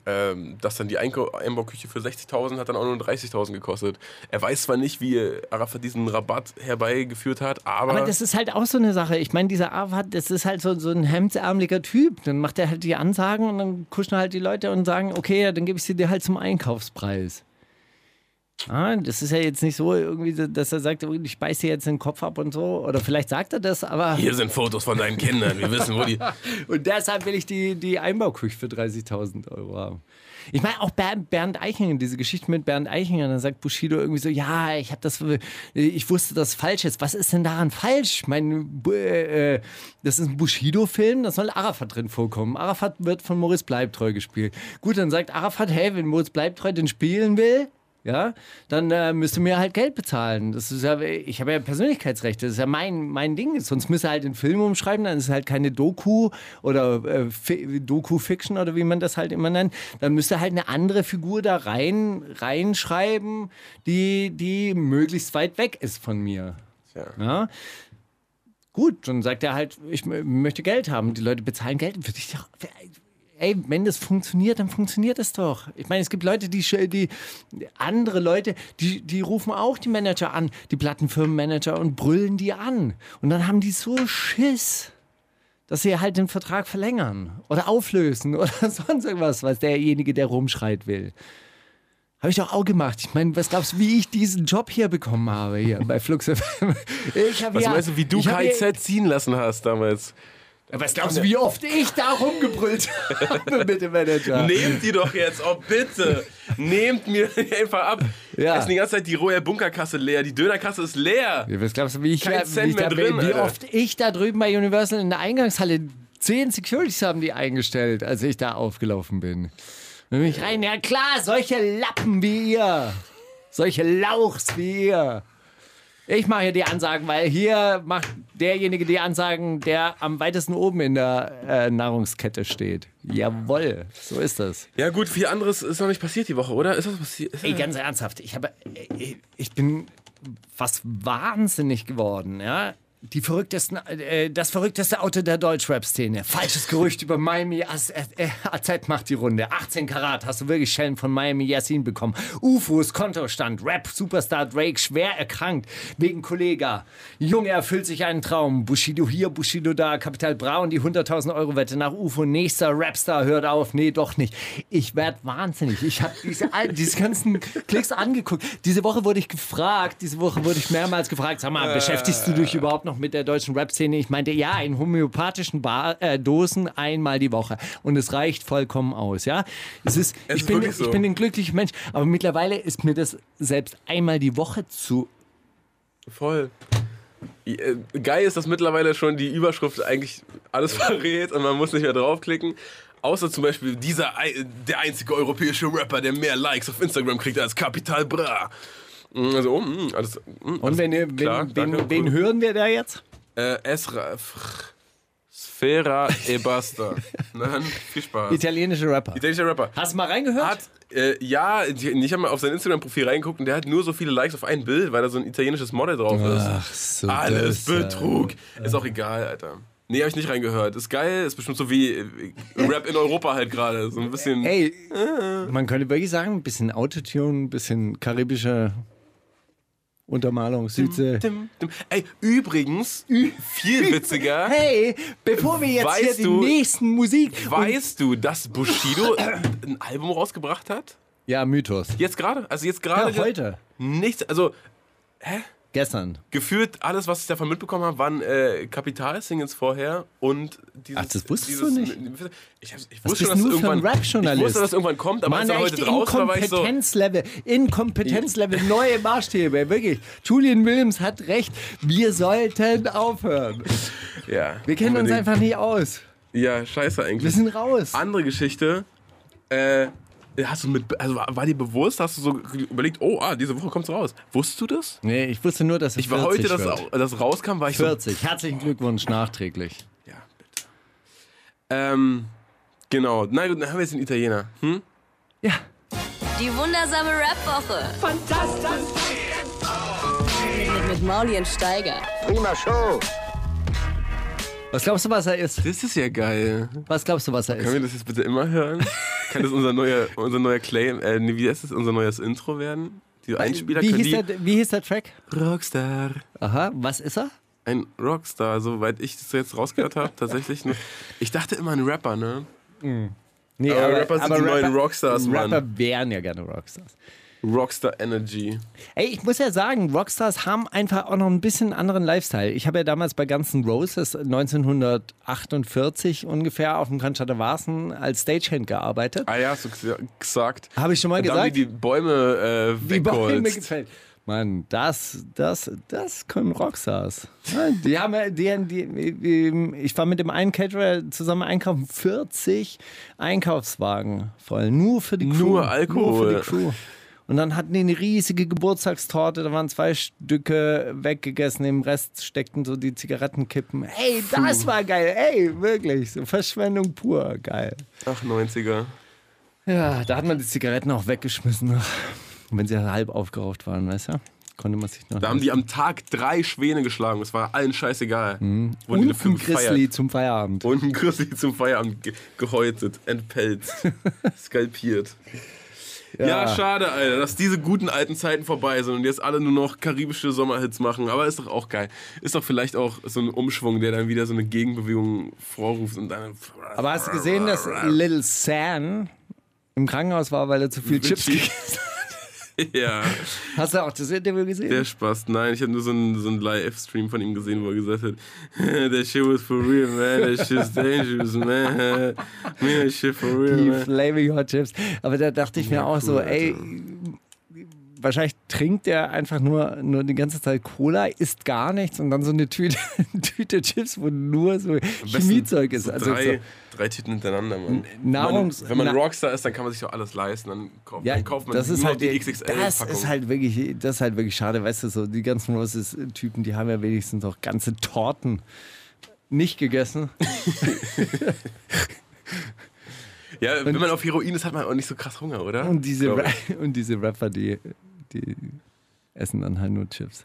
[SPEAKER 8] ähm, dass dann die Einkau Einbauküche für 60.000 hat dann auch nur 30.000 gekostet. Er weiß zwar nicht, wie Arafat diesen Rabatt herbeigeführt hat, aber,
[SPEAKER 7] Aber das ist halt auch so eine Sache. Ich meine, dieser Arafat, das ist halt so, so ein hemdsärmeliger Typ. Dann macht er halt die Ansagen und dann kuschen halt die Leute und sagen, okay, ja, dann gebe ich sie dir halt zum Einkaufspreis. Ah, das ist ja jetzt nicht so irgendwie, dass er sagt, ich beiß dir jetzt den Kopf ab und so. Oder vielleicht sagt er das, aber...
[SPEAKER 8] hier sind Fotos von deinen Kindern, wir wissen, wo die...
[SPEAKER 7] Und deshalb will ich die, die Einbauküche für 30.000 Euro haben. Ich meine, auch Ber- Bernd Eichinger, diese Geschichte mit Bernd Eichinger, dann sagt Bushido irgendwie so, ja, ich habe das, ich wusste, dass es falsch ist. Was ist denn daran falsch? Ich meine, Bu- äh, äh, das ist ein Bushido-Film, da soll Arafat drin vorkommen. Arafat wird von Moritz Bleibtreu gespielt. Gut, dann sagt Arafat, hey, wenn Moritz Bleibtreu den spielen will, ja, dann äh, müsste mir halt Geld bezahlen. Das ist ja, ich habe ja Persönlichkeitsrechte, das ist ja mein, mein Ding. Sonst müsste er halt den Film umschreiben, dann ist halt keine Doku oder äh, Fi- Doku-Fiction oder wie man das halt immer nennt. Dann müsste halt eine andere Figur da rein, reinschreiben, die, die möglichst weit weg ist von mir.
[SPEAKER 8] Tja.
[SPEAKER 7] Ja? Gut, dann sagt er halt, ich m- möchte Geld haben. Die Leute bezahlen Geld. Würde ich doch, ey, wenn das funktioniert, dann funktioniert es doch. Ich meine, es gibt Leute, die, sch- die andere Leute, die, die rufen auch die Manager an, die Plattenfirmenmanager und brüllen die an. Und dann haben die so Schiss, dass sie halt den Vertrag verlängern oder auflösen oder sonst irgendwas, was derjenige, der rumschreit will. Habe ich doch auch gemacht. Ich meine, was glaubst du, wie ich diesen Job hier bekommen habe hier bei Flux FM? Ich hab
[SPEAKER 8] Was
[SPEAKER 7] ja-
[SPEAKER 8] meinst du, wie du
[SPEAKER 7] ich hab ja-
[SPEAKER 8] KIZ ziehen lassen hast damals?
[SPEAKER 7] Was glaubst
[SPEAKER 8] Also,
[SPEAKER 7] du, wie oft ich da rumgebrüllt habe mit dem Manager?
[SPEAKER 8] Nehmt die doch jetzt, oh bitte. Nehmt mir die einfach ab.
[SPEAKER 7] Ja.
[SPEAKER 8] Essen die ganze Zeit die Royal Bunkerkasse leer, die Dönerkasse ist leer.
[SPEAKER 7] Ja, was glaubst du, wie, ich,
[SPEAKER 8] Kein
[SPEAKER 7] da-
[SPEAKER 8] Cent
[SPEAKER 7] wie, ich da,
[SPEAKER 8] mehr drin,
[SPEAKER 7] wie
[SPEAKER 8] Alter.
[SPEAKER 7] oft ich da drüben bei Universal in der Eingangshalle zehn Securities haben die eingestellt, als ich da aufgelaufen bin. Und mich rein, ja klar, solche Lappen wie ihr. Solche Lauchs wie ihr. Ich mache hier die Ansagen, weil hier macht derjenige die Ansagen, der am weitesten oben in der äh, Nahrungskette steht. Jawoll, so ist das.
[SPEAKER 8] Ja gut, viel anderes ist noch nicht passiert die Woche, oder? Ist das passiert? Ist
[SPEAKER 7] Ey, ganz äh, ernsthaft, ich habe, ich- ich bin was wahnsinnig geworden, ja. Die verrücktesten, äh, das verrückteste Auto der Deutschrap-Szene. Falsches Gerücht über Miami AZ, äh, AZ macht die Runde. 18 Karat, hast du wirklich Schellen von Miami Yassin bekommen. UFOs, Kontostand, Rap-Superstar Drake schwer erkrankt wegen Kollega. Junge erfüllt sich einen Traum. Bushido hier, Bushido da, Kapital Bra und die 100.000 Euro Wette nach UFO. Nächster Rapstar hört auf. Nee, doch nicht. Ich werd wahnsinnig. Ich habe diese, all- diese ganzen Klicks angeguckt. Diese Woche wurde ich gefragt, diese Woche wurde ich mehrmals gefragt, sag mal, beschäftigst du
[SPEAKER 8] Äh.
[SPEAKER 7] dich überhaupt noch mit der deutschen Rap-Szene? Ich meinte, ja, in homöopathischen Bar, äh, Dosen einmal die Woche. Und es reicht vollkommen aus, ja? Es ist,
[SPEAKER 8] Es
[SPEAKER 7] ich,
[SPEAKER 8] ist
[SPEAKER 7] bin,
[SPEAKER 8] wirklich so.
[SPEAKER 7] ich bin ein glücklicher Mensch. Aber mittlerweile ist mir das selbst einmal die Woche zu.
[SPEAKER 8] Voll. Äh, Geil ist, dass mittlerweile schon die Überschrift eigentlich alles verrät und man muss nicht mehr draufklicken. Außer zum Beispiel dieser, ei- der einzige europäische Rapper, der mehr Likes auf Instagram kriegt als Capital Bra. Also, oh, mm, alles, mm, alles
[SPEAKER 7] Und wenn, ihr-
[SPEAKER 8] klar,
[SPEAKER 7] wen, wen,
[SPEAKER 8] danke,
[SPEAKER 7] wen
[SPEAKER 8] cool.
[SPEAKER 7] hören wir da jetzt?
[SPEAKER 8] Äh, Esra, Fr- Sfera e basta. Nein, viel Spaß.
[SPEAKER 7] Italienische Rapper.
[SPEAKER 8] Italienischer Rapper.
[SPEAKER 7] Hast du mal reingehört?
[SPEAKER 8] Hat, äh, ja, die- ich habe mal auf sein Instagram-Profil reingeguckt und der hat nur so viele Likes auf ein Bild, weil da so ein italienisches Model drauf ist.
[SPEAKER 7] so,
[SPEAKER 8] Alles
[SPEAKER 7] das, äh,
[SPEAKER 8] Betrug. Ist auch egal, Alter. Nee, hab ich nicht reingehört. Ist geil, ist bestimmt so wie äh, Rap in Europa halt gerade. So ein bisschen.
[SPEAKER 7] Ey,
[SPEAKER 8] Äh.
[SPEAKER 7] man könnte wirklich sagen, ein bisschen Autotune, ein bisschen karibische Untermalung, Sitze.
[SPEAKER 8] Dim, dim. Ey, übrigens, viel witziger.
[SPEAKER 7] Hey, bevor wir jetzt hier
[SPEAKER 8] Weißt
[SPEAKER 7] die
[SPEAKER 8] du-
[SPEAKER 7] nächsten Musik...
[SPEAKER 8] Weißt du, dass Bushido ein Album rausgebracht hat?
[SPEAKER 7] ja, Mythos.
[SPEAKER 8] Jetzt gerade? Also jetzt gerade.
[SPEAKER 7] Ja, heute,
[SPEAKER 8] Nichts. Also
[SPEAKER 7] gestern.
[SPEAKER 8] gefühlt alles, was ich davon mitbekommen habe, waren äh, Kapital-Singles vorher und dieses.
[SPEAKER 7] Ach, das wusstest
[SPEAKER 8] dieses,
[SPEAKER 7] du nicht?
[SPEAKER 8] Ich, hab's- ich
[SPEAKER 7] Was
[SPEAKER 8] wusste,
[SPEAKER 7] bist
[SPEAKER 8] dass
[SPEAKER 7] du für ein
[SPEAKER 8] irgendwann.
[SPEAKER 7] Rap-Journalist?
[SPEAKER 8] Ich wusste, dass irgendwann kommt, aber als
[SPEAKER 7] Mann,
[SPEAKER 8] er
[SPEAKER 7] echt
[SPEAKER 8] heute draußen war, war ich so.
[SPEAKER 7] Inkompetenzlevel, Inkompetenzlevel, neue Maßstäbe, wirklich. Julian Williams hat recht, wir sollten aufhören.
[SPEAKER 8] Ja,
[SPEAKER 7] Wir kennen uns
[SPEAKER 8] unbedingt.
[SPEAKER 7] einfach nicht aus.
[SPEAKER 8] Ja, scheiße
[SPEAKER 7] Wir
[SPEAKER 8] eigentlich.
[SPEAKER 7] sind raus.
[SPEAKER 8] Andere Geschichte. Äh, hast du mit. Also war war dir bewusst, hast du so überlegt, oh, ah, diese Woche kommt's raus. Wusstest du das?
[SPEAKER 7] Nee, ich wusste nur, dass es
[SPEAKER 8] Ich war heute, dass au- das rauskam, war ich so.
[SPEAKER 7] 40. Herzlichen Glückwunsch nachträglich.
[SPEAKER 8] Ja, bitte. Ähm, genau. Na gut, dann haben wir jetzt einen Italiener. Hm?
[SPEAKER 7] Ja.
[SPEAKER 3] Die wundersame Rap-Woche. Fantastisch. Mit, mit Mauli und Steiger.
[SPEAKER 7] Was glaubst du, was er ist?
[SPEAKER 8] Das ist ja geil.
[SPEAKER 7] Was glaubst du, was er
[SPEAKER 8] Können wir
[SPEAKER 7] ist?
[SPEAKER 8] das jetzt bitte immer hören? Kann das unser neuer, unser neuer Claim, äh, nee, wie heißt das, unser neues Intro werden? Die Einspieler
[SPEAKER 7] Wie
[SPEAKER 8] können
[SPEAKER 7] hieß,
[SPEAKER 8] die,
[SPEAKER 7] der, wie hieß der Track?
[SPEAKER 8] Rockstar.
[SPEAKER 7] Aha, was ist er?
[SPEAKER 8] Ein Rockstar, soweit ich das jetzt rausgehört habe, tatsächlich. Nur, ich dachte immer ein Rapper, ne?
[SPEAKER 7] Nee,
[SPEAKER 8] Aber Rapper sind die neuen Rockstars, Mann.
[SPEAKER 7] Rapper wären ja gerne Rockstars.
[SPEAKER 8] Rockstar Energy.
[SPEAKER 7] Ey, ich muss ja sagen, Rockstars haben einfach auch noch ein bisschen anderen Lifestyle. Ich habe ja damals bei ganzen Roses 1948 ungefähr auf dem Kanchatawarsen als Stagehand gearbeitet.
[SPEAKER 8] Ah ja, hast du gesa- gesagt.
[SPEAKER 7] Habe ich schon mal
[SPEAKER 8] Da haben
[SPEAKER 7] gesagt.
[SPEAKER 8] die die Bäume äh,
[SPEAKER 7] Die Bäume
[SPEAKER 8] weggeholzt.
[SPEAKER 7] gefällt. Mann, das, das, das können Rockstars. Ja, Die haben, ja- die, die, die, ich war mit dem einen Caterer zusammen einkaufen, 40 Einkaufswagen voll, nur für die Crew.
[SPEAKER 8] Nur Alkohol.
[SPEAKER 7] Nur für die Crew. Und dann hatten die eine riesige Geburtstagstorte, da waren zwei Stücke weggegessen, im Rest steckten so die Zigarettenkippen. Ey, das war geil, ey, wirklich, so Verschwendung pur, geil.
[SPEAKER 8] Ach, 90er.
[SPEAKER 7] Ja, da hat man die Zigaretten auch weggeschmissen. Und wenn sie halb aufgeraucht waren, weißt du? Konnte man sich noch.
[SPEAKER 8] Da haben die am Tag drei Schwäne geschlagen. Das war allen scheißegal. Wurden
[SPEAKER 7] und
[SPEAKER 8] die
[SPEAKER 7] einen
[SPEAKER 8] fünf
[SPEAKER 7] Grizzly zum Feierabend.
[SPEAKER 8] Und ein Grizzly zum Feierabend ge gehäutet, entpelzt, skalpiert. Ja. schade, Alter, dass diese guten alten Zeiten vorbei sind und jetzt alle nur noch karibische Sommerhits machen. Aber ist doch auch geil. Ist doch vielleicht auch so ein Umschwung, der dann wieder so eine Gegenbewegung vorruft und dann.
[SPEAKER 7] Aber hast du gesehen, dass Little San im Krankenhaus war, weil er zu viel Chips gegessen
[SPEAKER 8] Ja,
[SPEAKER 7] hat? Hast du auch das Interview gesehen?
[SPEAKER 8] der Spaß. Nein, ich habe nur so einen, so einen Live-Stream von ihm gesehen, wo er gesagt hat: That shit was for real, man. That shit's dangerous, man. Man, that shit for real,
[SPEAKER 7] die
[SPEAKER 8] man.
[SPEAKER 7] Flaming Hot Chips. Aber da dachte ich mir auch so, ey, wahrscheinlich trinkt er einfach nur, nur die ganze Zeit Cola, isst gar nichts und dann so eine Tüte, Tüte Chips, wo nur so Chemiezeug ist.
[SPEAKER 8] So
[SPEAKER 7] also
[SPEAKER 8] drei,
[SPEAKER 7] so,
[SPEAKER 8] drei Tüten hintereinander, Mann.
[SPEAKER 7] Nahrungs-
[SPEAKER 8] wenn man, wenn man
[SPEAKER 7] Na-
[SPEAKER 8] Rockstar ist, dann kann man sich doch alles leisten. Dann, kauf,
[SPEAKER 7] Ja,
[SPEAKER 8] dann kauft man
[SPEAKER 7] das ist
[SPEAKER 8] nur
[SPEAKER 7] halt
[SPEAKER 8] die
[SPEAKER 7] Das
[SPEAKER 8] XXL-Packung.
[SPEAKER 7] ist halt wirklich, das ist halt wirklich schade, weißt du, so die ganzen Roses-Typen, die haben ja wenigstens auch ganze Torten nicht gegessen.
[SPEAKER 8] ja, wenn man auf Heroin ist, hat man auch nicht so krass Hunger, oder?
[SPEAKER 7] Und diese,
[SPEAKER 8] Glaub
[SPEAKER 7] Ra
[SPEAKER 8] ich.
[SPEAKER 7] und diese Rapper, die, die essen dann halt nur Chips.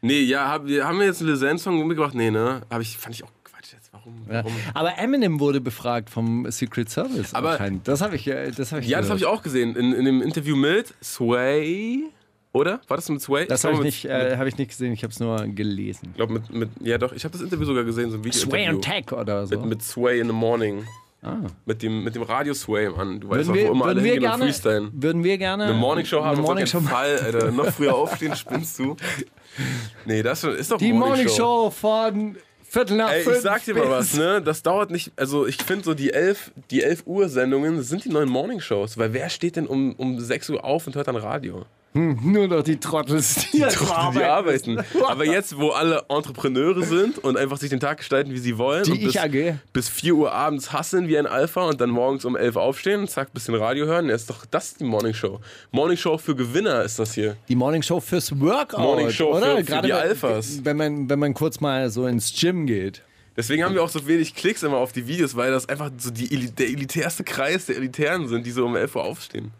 [SPEAKER 8] Nee, ja, hab, haben wir jetzt einen Lizenz-Song mitgebracht? Nee, ne? Hab ich, fand ich auch Quatsch jetzt. Warum?
[SPEAKER 7] Ja.
[SPEAKER 8] warum?
[SPEAKER 7] Aber Eminem wurde befragt vom Secret Service.
[SPEAKER 8] Aber-
[SPEAKER 7] anscheinend. das habe ich, äh, das habe ich.
[SPEAKER 8] Ja, das habe ich auch gesehen. In, in dem Interview mit Sway, oder? War das mit Sway?
[SPEAKER 7] Das habe ich
[SPEAKER 8] glaube,
[SPEAKER 7] nicht,
[SPEAKER 8] mit-
[SPEAKER 7] äh, habe ich nicht gesehen. Ich habe es nur gelesen.
[SPEAKER 8] Ich glaube, mit, mit, ja doch, ich habe das Interview sogar gesehen, so ein Video.
[SPEAKER 7] Sway and Tech oder so.
[SPEAKER 8] Mit, mit Sway in the Morning.
[SPEAKER 7] Ah.
[SPEAKER 8] Mit dem, mit dem Radio Sway, Mann. Du
[SPEAKER 7] würden
[SPEAKER 8] weißt doch, wo
[SPEAKER 7] wir,
[SPEAKER 8] immer alle
[SPEAKER 7] würden wir
[SPEAKER 8] hingehen und
[SPEAKER 7] gerne,
[SPEAKER 8] freestylen.
[SPEAKER 7] würden wir gerne
[SPEAKER 8] Eine Morningshow haben
[SPEAKER 7] eine
[SPEAKER 8] wir auf
[SPEAKER 7] Morningshow
[SPEAKER 8] gar keinen Fall, Alter. Noch früher aufstehen, spinnst du? Nee, das ist doch
[SPEAKER 7] Die
[SPEAKER 8] Morningshow.
[SPEAKER 7] Morningshow von Viertel nach
[SPEAKER 8] Ey,
[SPEAKER 7] fünf.
[SPEAKER 8] ich sag dir mal was, ne? Das dauert nicht. Also, ich finde so die 11, die 11 Uhr Sendungen das sind die neuen Morningshows. Weil wer steht denn um, um 6 Uhr auf und hört dann Radio?
[SPEAKER 7] Nur noch die Trottels, die, jetzt
[SPEAKER 8] Doch, die arbeiten. Aber jetzt, wo alle Entrepreneure sind und einfach sich den Tag gestalten, wie sie wollen.
[SPEAKER 7] Die
[SPEAKER 8] und bis,
[SPEAKER 7] Ich AG.
[SPEAKER 8] bis 4 Uhr abends hasseln wie ein Alpha und dann morgens um 11 aufstehen und zack, bisschen Radio hören. Ja, ist doch das ist die Morningshow. Morningshow für Gewinner ist das hier.
[SPEAKER 7] Die Morningshow fürs Workout,
[SPEAKER 8] Morningshow für-
[SPEAKER 7] oder?
[SPEAKER 8] für die
[SPEAKER 7] wenn-
[SPEAKER 8] Alphas.
[SPEAKER 7] Wenn man, wenn man kurz mal so ins Gym geht.
[SPEAKER 8] Deswegen haben wir auch so wenig Klicks immer auf die Videos, weil das einfach so die, Eli- der elitärste Kreis der Elitären sind, die so um 11 Uhr aufstehen.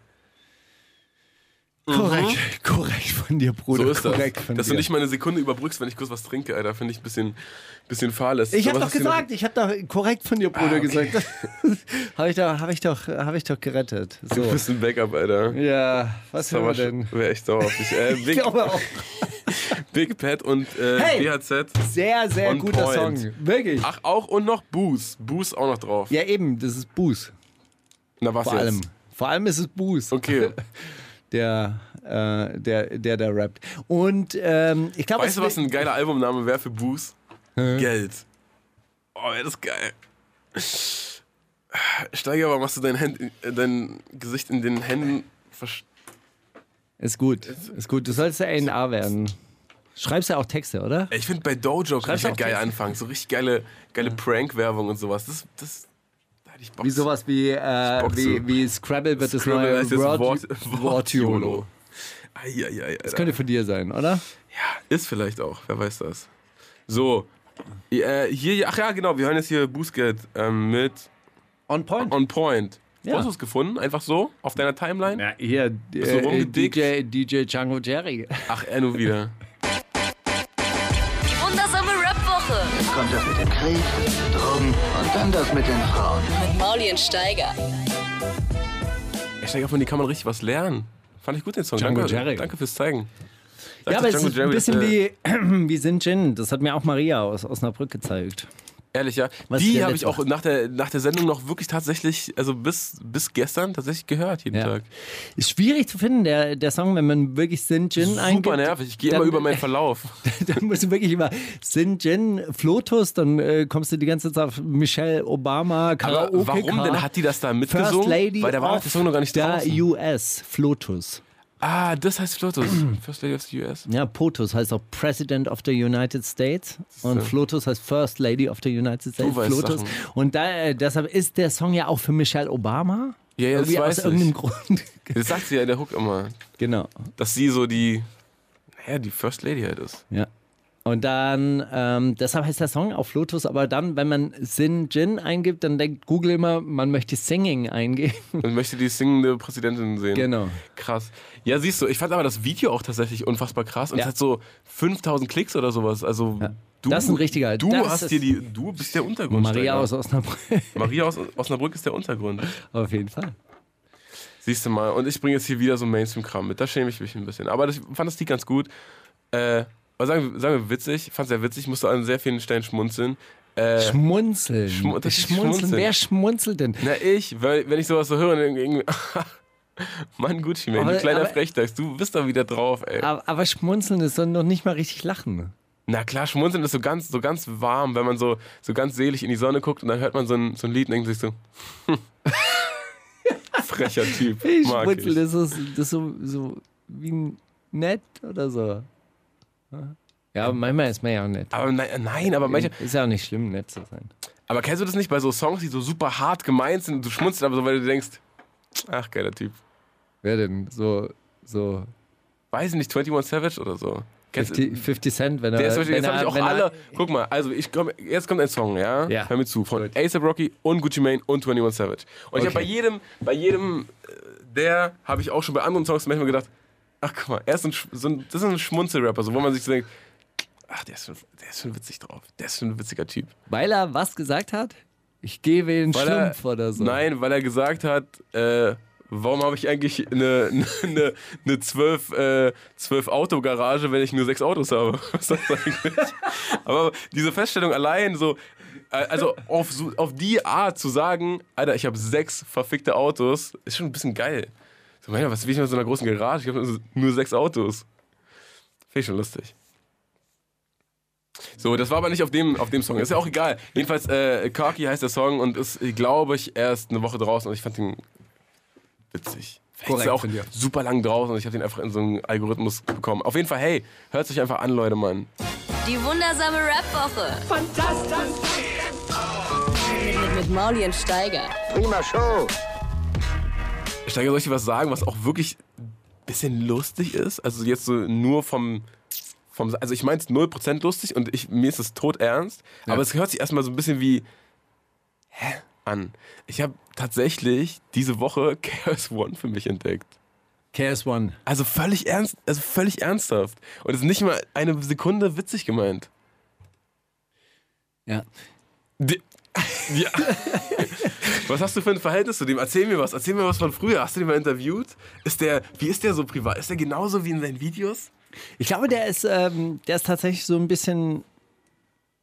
[SPEAKER 7] Korrekt, korrekt von dir, Bruder.
[SPEAKER 8] Mhm. So ist das.
[SPEAKER 7] korrekt Von
[SPEAKER 8] Dass
[SPEAKER 7] dir.
[SPEAKER 8] du nicht mal eine Sekunde überbrückst, wenn ich kurz was trinke, Alter, finde ich ein bisschen, bisschen fahrlässig.
[SPEAKER 7] ich habe
[SPEAKER 8] Sowas
[SPEAKER 7] doch
[SPEAKER 8] ist hier Ah,
[SPEAKER 7] gesagt, ich habe doch korrekt von dir, Bruder, gesagt. habe ich, doch- hab ich, doch- hab ich doch gerettet.
[SPEAKER 8] noch- Du
[SPEAKER 7] So.
[SPEAKER 8] bist ein Backup, Alter.
[SPEAKER 7] Ja, was hören wir denn?
[SPEAKER 8] Wäre echt sauer auf dich. Äh,
[SPEAKER 7] Ich
[SPEAKER 8] Big,
[SPEAKER 7] glaube auch.
[SPEAKER 8] Big Pat und äh,
[SPEAKER 7] Hey!
[SPEAKER 8] BHZ.
[SPEAKER 7] Sehr, sehr
[SPEAKER 8] On
[SPEAKER 7] guter
[SPEAKER 8] point.
[SPEAKER 7] Song. Wirklich.
[SPEAKER 8] Ach, auch und noch Boos. Boos auch noch drauf.
[SPEAKER 7] Ja, eben, das ist Buß.
[SPEAKER 8] Na, was
[SPEAKER 7] Vor
[SPEAKER 8] jetzt?
[SPEAKER 7] allem. Vor allem ist es Buß,
[SPEAKER 8] Okay.
[SPEAKER 7] der, äh, der, der da rappt. Und ähm, ich glaube,
[SPEAKER 8] Weißt du, was ein geiler Albumname wäre für Boos? Geld. Oh, wäre das geil. Steiger, warum hast du dein, Hand, äh, dein Gesicht in den Händen versteckt?
[SPEAKER 7] ist gut. Ist gut. Du sollst ja A&R werden. Schreibst ja auch Texte, oder?
[SPEAKER 8] Ich finde, bei Dojo kann
[SPEAKER 7] Schreib's
[SPEAKER 8] ich halt
[SPEAKER 7] auf
[SPEAKER 8] geil
[SPEAKER 7] Text.
[SPEAKER 8] anfangen. So richtig geile, geile Prank-Werbung und sowas. Das, das, da hätte ich Bock
[SPEAKER 7] Wie sowas wie, äh,
[SPEAKER 8] boxe.
[SPEAKER 7] wie, wie Scrabble wird das
[SPEAKER 8] Scribble heißt
[SPEAKER 7] neue Wort,
[SPEAKER 8] jetzt Wort-
[SPEAKER 7] Wortiolo.
[SPEAKER 8] Eieiei, Alter.
[SPEAKER 7] Das könnte von dir sein, oder?
[SPEAKER 8] Ist vielleicht auch, wer weiß das. So, äh, hier, ach ja, genau, wir hören jetzt hier Bußgeld ähm, mit
[SPEAKER 7] On point.
[SPEAKER 8] On Point.
[SPEAKER 7] Ja.
[SPEAKER 8] Hast du es gefunden? Einfach so? Auf deiner Timeline?
[SPEAKER 7] Ja, hier, äh,
[SPEAKER 8] rumgedickt?
[SPEAKER 7] DJ, DJ Django Jerry.
[SPEAKER 8] Ach, er nur wieder.
[SPEAKER 3] Die wundersame Rap-Woche
[SPEAKER 1] Kommt das mit dem Krieg, Drogen und dann das mit den Frauen.
[SPEAKER 3] mit Maulien Steiger.
[SPEAKER 8] Ich denke, von dir kann man richtig was lernen. Fand ich gut den Song.
[SPEAKER 7] Django
[SPEAKER 8] danke,
[SPEAKER 7] Jerry.
[SPEAKER 8] danke fürs Zeigen. Sag
[SPEAKER 7] Ja,
[SPEAKER 8] doch
[SPEAKER 7] aber es
[SPEAKER 8] Django
[SPEAKER 7] ist ein
[SPEAKER 8] Jerry,
[SPEAKER 7] bisschen wie,
[SPEAKER 8] äh,
[SPEAKER 7] wie Sin Jin. Das hat mir auch Maria aus Osnabrück gezeigt.
[SPEAKER 8] Ehrlich, ja.
[SPEAKER 7] Was
[SPEAKER 8] die
[SPEAKER 7] der
[SPEAKER 8] habe
[SPEAKER 7] nett
[SPEAKER 8] ich auch
[SPEAKER 7] macht.
[SPEAKER 8] nach der, nach der Sendung noch wirklich tatsächlich, also bis, bis gestern tatsächlich gehört jeden
[SPEAKER 7] Ja.
[SPEAKER 8] Tag.
[SPEAKER 7] Ist schwierig zu finden, der, der Song, wenn man wirklich Sin Jin eingibt.
[SPEAKER 8] Super nervig. Ich gehe
[SPEAKER 7] dann-
[SPEAKER 8] immer über meinen Verlauf.
[SPEAKER 7] Dann musst du wirklich immer Sin Jin, Flotus, dann äh, kommst du die ganze Zeit auf Michelle Obama,
[SPEAKER 8] Aber
[SPEAKER 7] Karaoke.
[SPEAKER 8] warum denn hat die das da mitgesungen?
[SPEAKER 7] First Lady
[SPEAKER 8] Weil da war
[SPEAKER 7] of
[SPEAKER 8] der Song noch gar nicht
[SPEAKER 7] der
[SPEAKER 8] draußen.
[SPEAKER 7] US, Flotus.
[SPEAKER 8] Ah, das heißt Flotus. First Lady of the US.
[SPEAKER 7] Ja, POTUS heißt auch President of the United States und Flotus heißt First Lady of the United States.
[SPEAKER 8] weißt
[SPEAKER 7] Flotus.
[SPEAKER 8] Sachen.
[SPEAKER 7] Und da, äh, deshalb ist der Song ja auch für Michelle Obama.
[SPEAKER 8] Ja, ja, das
[SPEAKER 7] Irgendwie aus
[SPEAKER 8] weiß ich.
[SPEAKER 7] irgendeinem Grund.
[SPEAKER 8] Das sagt sie ja in der Hook immer,
[SPEAKER 7] genau.
[SPEAKER 8] dass sie so die, naja, die First Lady halt ist.
[SPEAKER 7] Ja. Und dann, ähm, deshalb heißt der Song auch Flotus, aber dann, wenn man Sin Jin eingibt, dann denkt Google immer, man möchte Singing eingeben.
[SPEAKER 8] Und möchte die singende Präsidentin sehen.
[SPEAKER 7] Hm. Genau.
[SPEAKER 8] Krass. Ja, siehst du, ich fand aber das Video auch tatsächlich unfassbar krass und
[SPEAKER 7] Ja.
[SPEAKER 8] es hat so 5000 Klicks oder sowas. Also du,
[SPEAKER 7] Das ist ein richtiger-
[SPEAKER 8] Du
[SPEAKER 7] das
[SPEAKER 8] hast
[SPEAKER 7] ist-
[SPEAKER 8] dir die, du bist der Untergrund.
[SPEAKER 7] Maria
[SPEAKER 8] Steiger.
[SPEAKER 7] aus Osnabrück.
[SPEAKER 8] Maria aus Osnabrück ist der Untergrund.
[SPEAKER 7] Auf jeden Fall.
[SPEAKER 8] Siehst du mal. Und ich bringe jetzt hier wieder so Mainstream-Kram mit. Da schäme ich mich ein bisschen. Aber ich fand das Lied ganz gut. Äh, aber sagen, wir- sagen wir witzig. Ich fand sehr witzig. Musste an sehr vielen Stellen schmunzeln. Äh,
[SPEAKER 7] Schmunzeln.
[SPEAKER 8] Schmu- das ist Schmunzeln.
[SPEAKER 7] Wer schmunzelt denn?
[SPEAKER 8] na ich, weil, wenn ich sowas so höre, dann irgendwie... Mann, Gucci, man,
[SPEAKER 7] Aber-
[SPEAKER 8] du kleiner
[SPEAKER 7] aber- Ah.
[SPEAKER 8] Frechdachs, du bist da wieder drauf, ey.
[SPEAKER 7] Aber, aber Schmunzeln ist so noch nicht mal richtig lachen.
[SPEAKER 8] Na klar, Schmunzeln ist so ganz, so ganz warm, wenn man so, so ganz selig in die Sonne guckt und dann hört man so ein, so ein Lied und denkt sich so. Frecher Typ.
[SPEAKER 7] Ich
[SPEAKER 8] Mag
[SPEAKER 7] schmunzel,
[SPEAKER 8] ich.
[SPEAKER 7] das ist, das ist so, so wie nett oder so. Ja, manchmal ist man ja auch nett.
[SPEAKER 8] Aber nein, nein, aber manche.
[SPEAKER 7] Ist ja auch nicht schlimm, nett zu sein.
[SPEAKER 8] Aber kennst du das nicht bei so Songs, die so super hart gemeint sind und du schmunzelst aber so, weil du denkst, ach, geiler Typ.
[SPEAKER 7] Wer denn? So, so
[SPEAKER 8] Weiß ich nicht, 21 Savage oder so. Kennst du?
[SPEAKER 7] 50, 50 Cent, wenn er.
[SPEAKER 8] Der ist zum Beispiel,
[SPEAKER 7] äh, wenn
[SPEAKER 8] jetzt habe
[SPEAKER 7] er,
[SPEAKER 8] ich auch
[SPEAKER 7] wenn er-
[SPEAKER 8] alle. Guck mal, also ich komm, jetzt kommt ein Song, ja?
[SPEAKER 7] Ja.
[SPEAKER 8] Hör mir zu. Von
[SPEAKER 7] Gut.
[SPEAKER 8] ASAP Rocky und Gucci Mane und 21 Savage. Und ich habe
[SPEAKER 7] Okay.
[SPEAKER 8] bei jedem, bei jedem, äh, der habe ich auch schon bei anderen Songs manchmal gedacht, ach guck mal, er ist ein, Sch- so ein das ist ein Schmunzelrapper, so wo man sich so denkt, ach, der ist, schon, der ist schon witzig drauf. Der ist schon ein witziger Typ.
[SPEAKER 7] Weil er was gesagt hat? Ich gebe in
[SPEAKER 8] Weil er-
[SPEAKER 7] Schlumpf oder so.
[SPEAKER 8] Nein, weil er gesagt hat, äh, warum habe ich eigentlich eine, eine, eine 12, äh, 12 Autogarage, wenn ich nur sechs Autos habe? Was ist das eigentlich? Aber diese Feststellung allein so, äh, also auf, so, auf die Art zu sagen, Alter, ich habe sechs verfickte Autos, ist schon ein bisschen geil. So, Alter, was will ich mit so einer großen Garage? Ich habe nur sechs Autos. Finde ich schon lustig. So, das war aber nicht auf dem, auf dem Song. Ist ja auch egal. Jedenfalls, äh, Kaki heißt der Song und ist, glaube ich, erst eine Woche draußen und ich fand den witzig. Vielleicht
[SPEAKER 7] Korrekt
[SPEAKER 8] ist er auch
[SPEAKER 7] von dir.
[SPEAKER 8] super lang draußen und ich habe den einfach in so einen Algorithmus bekommen. Auf jeden Fall, hey, hört euch einfach an, Leute, Mann.
[SPEAKER 3] Die wundersame Rap-Woche. Fantastisch. Mit, mit, mit Mauli und Steiger.
[SPEAKER 1] Prima Show.
[SPEAKER 8] Steiger, soll ich dir was sagen, was auch wirklich ein bisschen lustig ist? Also jetzt so nur vom... vom also ich meine es 0% lustig und ich, mir ist es tot ernst. Aber es hört sich erstmal so ein bisschen wie... Hä? An. Ich habe tatsächlich diese Woche Chaos One für mich entdeckt.
[SPEAKER 7] KS1.
[SPEAKER 8] Also völlig ernst, also völlig ernsthaft. Und es ist nicht mal eine Sekunde witzig gemeint.
[SPEAKER 7] Ja.
[SPEAKER 8] Die- Ja. was hast du für ein Verhältnis zu dem? Erzähl mir was. Erzähl mir was von früher. Hast du den mal interviewt? Ist der, wie ist der so privat? Ist der genauso wie in seinen Videos?
[SPEAKER 7] Ich glaube, der ist, ähm, der ist tatsächlich so ein bisschen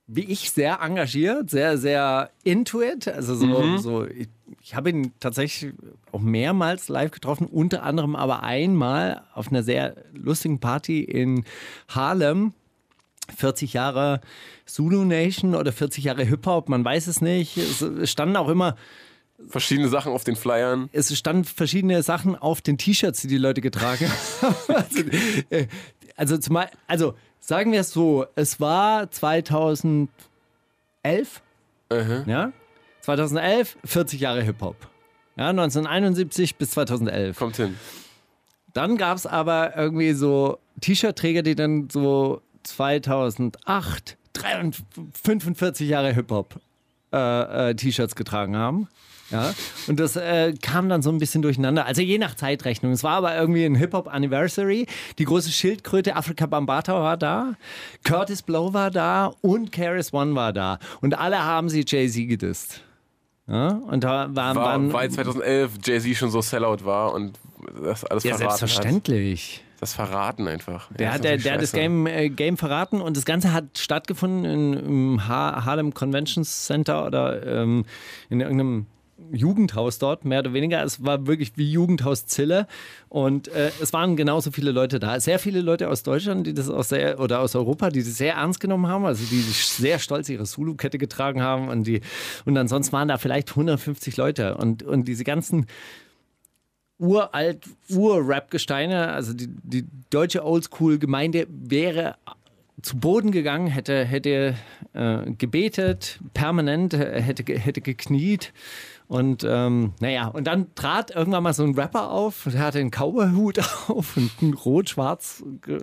[SPEAKER 7] wie ich sehr engagiert, sehr, sehr into it. Also so,
[SPEAKER 8] Mhm.
[SPEAKER 7] so ich, ich habe ihn tatsächlich auch mehrmals live getroffen, unter anderem aber einmal auf einer sehr lustigen Party in Harlem. 40 Jahre Zulu Nation oder 40 Jahre Hip-Hop, man weiß es nicht. Es standen auch immer
[SPEAKER 8] Verschiedene Sachen auf den Flyern.
[SPEAKER 7] es standen verschiedene Sachen auf den T-Shirts, die die Leute getragen haben. also, äh, also, zumal, also sagen wir es so, es war 2011, ja? 2011, 40 Jahre Hip-Hop. Ja, 1971 bis 2011.
[SPEAKER 8] Kommt hin.
[SPEAKER 7] Dann gab es aber irgendwie so T-Shirt-Träger, die dann so 2008 43 45 Jahre Hip-Hop äh, äh, T-Shirts getragen haben. Ja, und das äh, kam dann so ein bisschen durcheinander. Also je nach Zeitrechnung. Es war aber irgendwie ein Hip-Hop-Anniversary. Die große Schildkröte Afrika Bambata war da, Curtis Blow war da und Karis One war da. Und alle haben sie Jay-Z gedisst. Ja, und da waren,
[SPEAKER 8] War,
[SPEAKER 7] waren
[SPEAKER 8] weil 2011 Jay-Z schon so Sellout war und das alles
[SPEAKER 7] ja,
[SPEAKER 8] verraten hat.
[SPEAKER 7] selbstverständlich.
[SPEAKER 8] Das Verraten einfach.
[SPEAKER 7] Der,
[SPEAKER 8] Ja,
[SPEAKER 7] hat,
[SPEAKER 8] ist
[SPEAKER 7] der,
[SPEAKER 8] natürlich
[SPEAKER 7] der hat das
[SPEAKER 8] scheiße.
[SPEAKER 7] Game, äh, Game verraten und das Ganze hat stattgefunden in, im ha Harlem Convention Center oder ähm, in irgendeinem Jugendhaus dort, mehr oder weniger. Es war wirklich wie Jugendhaus Zille und äh, es waren genauso viele Leute da. Sehr viele Leute aus Deutschland, die das auch sehr, oder aus Europa, die das sehr ernst genommen haben, also die sehr stolz ihre Zulu-Kette getragen haben und die, und ansonsten waren da vielleicht 150 Leute und, und diese ganzen uralt, ur-Rap-Gesteine, also die, die deutsche Oldschool-Gemeinde wäre zu Boden gegangen, hätte, hätte äh, gebetet, permanent, äh, hätte, ge- hätte gekniet. Und ähm, naja, und dann trat irgendwann mal so ein Rapper auf, der hatte einen Cowboy-Hut auf und ein rot-schwarz, ge-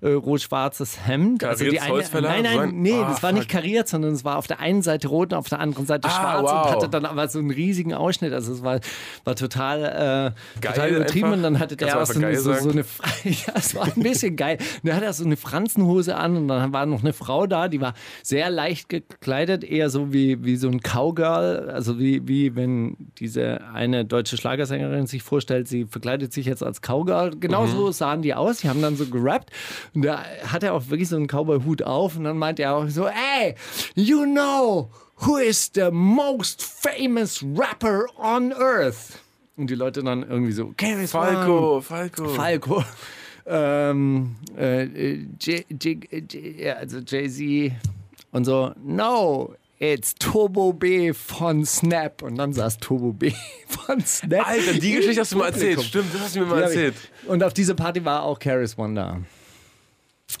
[SPEAKER 7] äh, rot-schwarzes Hemd. Also
[SPEAKER 8] Kariertes Holzfäller?
[SPEAKER 7] nein,
[SPEAKER 8] So
[SPEAKER 7] nein,
[SPEAKER 8] ein-
[SPEAKER 7] nee,
[SPEAKER 8] Ah,
[SPEAKER 7] das war nicht
[SPEAKER 8] fuck.
[SPEAKER 7] kariert, sondern es war auf der einen Seite rot und auf der anderen Seite
[SPEAKER 8] Ah,
[SPEAKER 7] schwarz und
[SPEAKER 8] wow.
[SPEAKER 7] hatte dann aber so einen riesigen Ausschnitt. Also es war, war total, äh,
[SPEAKER 8] Geil
[SPEAKER 7] total übertrieben.
[SPEAKER 8] einfach.
[SPEAKER 7] Und dann hatte der auch
[SPEAKER 8] Kannst
[SPEAKER 7] so,
[SPEAKER 8] du einfach
[SPEAKER 7] eine- so,
[SPEAKER 8] geil
[SPEAKER 7] so eine, ja, es war ein bisschen geil. Und dann hatte er so eine Franzenhose an und dann war noch eine Frau da, die war sehr leicht gekleidet, eher so wie, wie so ein Cowgirl. Also wie, wie wenn diese eine deutsche Schlagersängerin sich vorstellt, sie verkleidet sich jetzt als Cowgirl. Genau so sahen die aus. Die haben dann so gerappt und da hat er auch wirklich so einen Cowboy-Hut auf und dann meinte er auch so, ey, you know who is the most famous rapper on earth? Und die Leute dann irgendwie so, Karis
[SPEAKER 8] Falco, Falco.
[SPEAKER 7] Falco. Ähm, äh, äh, J, J, J, ja, also Jay-Z und so, no, it's Turbo B von Snap. Und dann saß Turbo B von Snap.
[SPEAKER 8] Alter, die
[SPEAKER 7] im
[SPEAKER 8] Geschichte hast du mal erzählt.
[SPEAKER 7] Publikum.
[SPEAKER 8] Stimmt, das hast du mir
[SPEAKER 7] Die
[SPEAKER 8] mal
[SPEAKER 7] hab ich-
[SPEAKER 8] erzählt.
[SPEAKER 7] Und auf diese Party war auch Caris One da.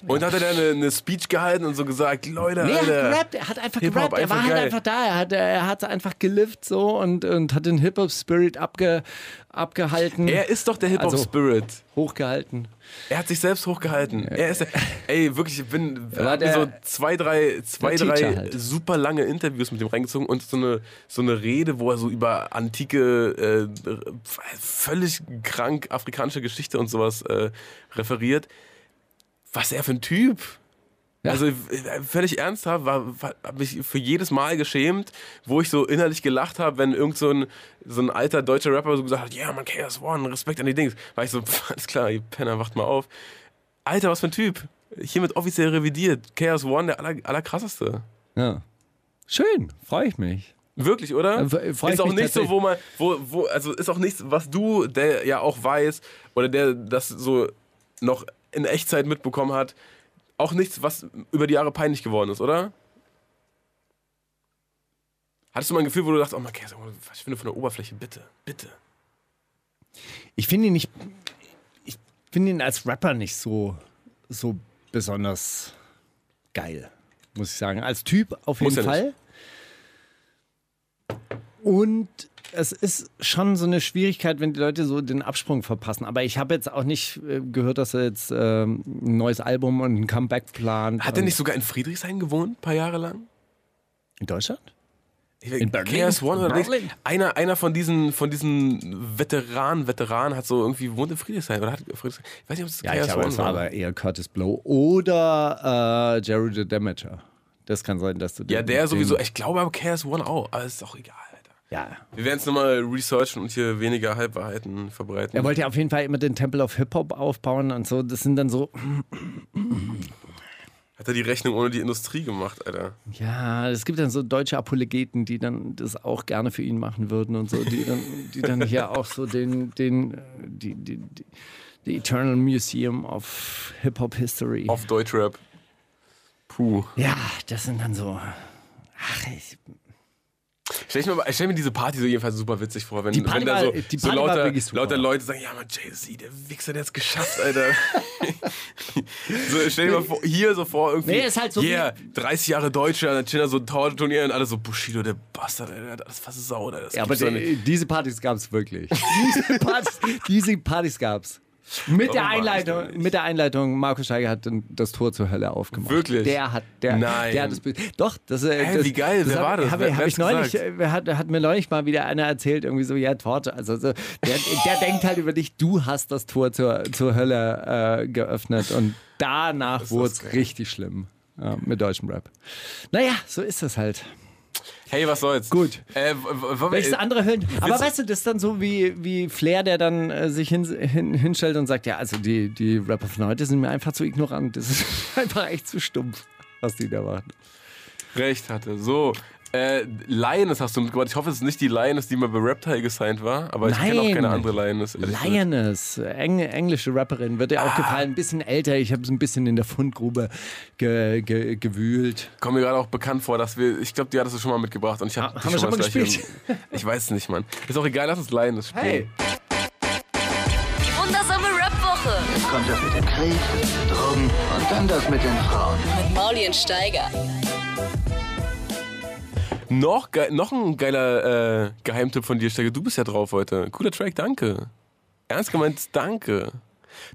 [SPEAKER 8] Und hat er dann eine, eine Speech gehalten und so gesagt, Leute,
[SPEAKER 7] Nee, er hat
[SPEAKER 8] Alter.
[SPEAKER 7] gerappt, er hat einfach
[SPEAKER 8] Hip-Hop
[SPEAKER 7] gerappt, er war
[SPEAKER 8] einfach
[SPEAKER 7] halt
[SPEAKER 8] geil.
[SPEAKER 7] einfach da, er hat, er hat einfach gelived so und, und hat den Hip-Hop-Spirit abge, abgehalten,
[SPEAKER 8] Er ist doch der
[SPEAKER 7] Also-
[SPEAKER 8] Hip-Hop-Spirit.
[SPEAKER 7] hochgehalten.
[SPEAKER 8] Er hat sich selbst hochgehalten. Er ist, ey, wirklich, ich bin
[SPEAKER 7] war
[SPEAKER 8] hab mir
[SPEAKER 7] der-
[SPEAKER 8] so zwei, drei, zwei,
[SPEAKER 7] der
[SPEAKER 8] drei
[SPEAKER 7] Teacher halt.
[SPEAKER 8] super lange Interviews mit ihm reingezogen und so eine, so eine Rede, wo er so über antike, äh, völlig krank afrikanische Geschichte und sowas äh, referiert. Was er für ein Typ. Also äh, völlig ernsthaft, war, war, habe ich für jedes Mal geschämt, wo ich so innerlich gelacht habe, wenn irgend so ein, so ein alter deutscher Rapper so gesagt hat, ja, yeah, man, KS1, Respekt an die Dings. War ich so, pff, alles klar, ihr Penner, wacht mal auf. Alter, was für ein Typ. Hiermit offiziell revidiert. KS1, der aller, allerkrasseste.
[SPEAKER 7] Ja. Schön, freue ich mich.
[SPEAKER 8] Wirklich, oder?
[SPEAKER 7] Äh, fre- freu ich
[SPEAKER 8] ist auch
[SPEAKER 7] mich
[SPEAKER 8] nicht so,
[SPEAKER 7] tatsächlich.
[SPEAKER 8] wo man, wo, wo, also ist auch nichts, was du, der ja auch weiß, oder der das so noch in Echtzeit mitbekommen hat, auch nichts, was über die Jahre peinlich geworden ist, oder? Hattest du mal ein Gefühl, wo du dachtest, oh mein Gott, was ich finde von der Oberfläche, bitte, bitte.
[SPEAKER 7] Ich finde ihn nicht. Ich finde ihn als Rapper nicht so, so besonders geil, muss ich sagen. Als Typ auf
[SPEAKER 8] Muss
[SPEAKER 7] jeden
[SPEAKER 8] ja
[SPEAKER 7] Fall. Und es ist schon so eine Schwierigkeit, wenn die Leute so den Absprung verpassen. Aber ich habe jetzt auch nicht äh, gehört, dass er jetzt ähm, ein neues Album und ein Comeback plant. Ähm,
[SPEAKER 8] Hat er
[SPEAKER 7] Und-
[SPEAKER 8] nicht sogar in Friedrichshain gewohnt, ein paar Jahre lang?
[SPEAKER 7] in Deutschland?
[SPEAKER 8] Ich-
[SPEAKER 7] In Berlin?
[SPEAKER 8] KS1 oder
[SPEAKER 7] In
[SPEAKER 8] nichts?
[SPEAKER 7] Berlin?
[SPEAKER 8] Einer, einer von diesen, von diesen Veteranen, Veteranen hat so irgendwie wohnt in Friedrichshain oder hat Friedrichshain. Ich weiß nicht, ob es
[SPEAKER 7] Ja,
[SPEAKER 8] KS1
[SPEAKER 7] ich glaube, es war
[SPEAKER 8] war.
[SPEAKER 7] aber eher Curtis Blow oder äh, Jerry the Damager. Das kann sein, dass du
[SPEAKER 8] Ja,
[SPEAKER 7] den-
[SPEAKER 8] der
[SPEAKER 7] den-
[SPEAKER 8] sowieso. Ich glaube aber KS1 auch. Aber ist auch egal, Alter.
[SPEAKER 7] Ja,
[SPEAKER 8] Wir werden es nochmal researchen und hier weniger Halbwahrheiten verbreiten.
[SPEAKER 7] Er wollte ja auf jeden Fall immer den Temple of Hip-Hop aufbauen und so. Das sind dann so,
[SPEAKER 8] Hat er die Rechnung ohne die Industrie gemacht, Alter.
[SPEAKER 7] ja, es gibt dann so deutsche Apologeten, die dann das auch gerne für ihn machen würden und so, die dann, die dann hier auch so den, den, äh, die, die, die, die Eternal Museum of Hip-Hop History.
[SPEAKER 8] Auf Deutschrap. Puh.
[SPEAKER 7] Ja, das sind dann so, ach, ich,
[SPEAKER 8] Stell, ich mir, mal- ich stell mir diese Party so jedenfalls super witzig vor, wenn,
[SPEAKER 7] Die Party
[SPEAKER 8] wenn da so,
[SPEAKER 7] war- die
[SPEAKER 8] so
[SPEAKER 7] Party war
[SPEAKER 8] lauter,
[SPEAKER 7] wirklich super.
[SPEAKER 8] lauter Leute sagen, ja, man, Jay-Z, der Wichser, der hat's geschafft, Alter. so, stell dir mal vor, hier so vor, irgendwie,
[SPEAKER 7] Nee, ist halt so
[SPEAKER 8] yeah, 30 Jahre Deutscher, dann chillen da so ein Torturnier und alle so, Bushido, der Bastard, Alter, der hat alles fast Sau, Alter. Das
[SPEAKER 7] ja, aber
[SPEAKER 8] gibt's doch nicht.
[SPEAKER 7] die, diese Partys gab's wirklich. diese Partys, diese Partys gab's. Mit der,
[SPEAKER 8] Warum weiß ich
[SPEAKER 7] Einleitung,
[SPEAKER 8] nicht?
[SPEAKER 7] mit der Einleitung, Markus Steiger hat dann das Tor zur Hölle aufgemacht.
[SPEAKER 8] Wirklich?
[SPEAKER 7] Der hat, der,
[SPEAKER 8] Nein.
[SPEAKER 7] der hat das, Bild- doch, das, äh,
[SPEAKER 8] Hä,
[SPEAKER 7] das,
[SPEAKER 8] wie geil, wer
[SPEAKER 7] hab-
[SPEAKER 8] war das?
[SPEAKER 7] Hab,
[SPEAKER 8] Wer-
[SPEAKER 7] hab
[SPEAKER 8] wer
[SPEAKER 7] ich
[SPEAKER 8] hat's
[SPEAKER 7] neulich,
[SPEAKER 8] gesagt?
[SPEAKER 7] äh, hat, hat mir neulich mal wieder einer erzählt, irgendwie so, ja, Torte, also so, der, der denkt halt über dich, du hast das Tor zur, zur Hölle äh, geöffnet und danach wurde es richtig schlimm. Ja, mit deutschem Rap. Naja, so ist das halt.
[SPEAKER 8] Hey, was soll's?
[SPEAKER 7] Gut.
[SPEAKER 8] Äh, w- w- wollen wir-
[SPEAKER 7] Welches andere hören? Aber
[SPEAKER 8] willst-
[SPEAKER 7] weißt du, das ist dann so wie, wie Flair, der dann äh, sich hin, hin, hinstellt und sagt, ja, also die, die Rapper von heute sind mir einfach zu ignorant. Das ist einfach echt zu stumpf, was die da machen.
[SPEAKER 8] recht hatte. So. Äh, Lioness hast du mitgebracht. Ich hoffe, es ist nicht die Lioness, die mal bei Reptile gesigned war, aber ich kenne auch
[SPEAKER 7] Nein.
[SPEAKER 8] keine andere Lioness. Äh, ehrlich gesagt.
[SPEAKER 7] Lioness, eng, englische Rapperin, wird
[SPEAKER 8] Ah.
[SPEAKER 7] dir auch gefallen. Ein bisschen älter, ich habe es ein bisschen in der Fundgrube ge, ge, gewühlt.
[SPEAKER 8] Kommt mir gerade auch bekannt vor, dass wir. Ich glaube, die hattest du schon mal mitgebracht und ich habe
[SPEAKER 7] Ah, haben wir schon mal gespielt?
[SPEAKER 8] Ich weiß es nicht, Mann. Ist auch egal, lass uns Lioness spielen.
[SPEAKER 3] Die wundersame Rap-Woche
[SPEAKER 1] Kommt das mit dem Krieg, Drogen und dann das mit den Frauen.
[SPEAKER 3] mit Mauli und Steiger.
[SPEAKER 8] Noch, ge noch ein geiler äh, Geheimtipp von dir, Steiger. Du bist ja drauf heute. Cooler Track, danke. Ernst gemeint, danke.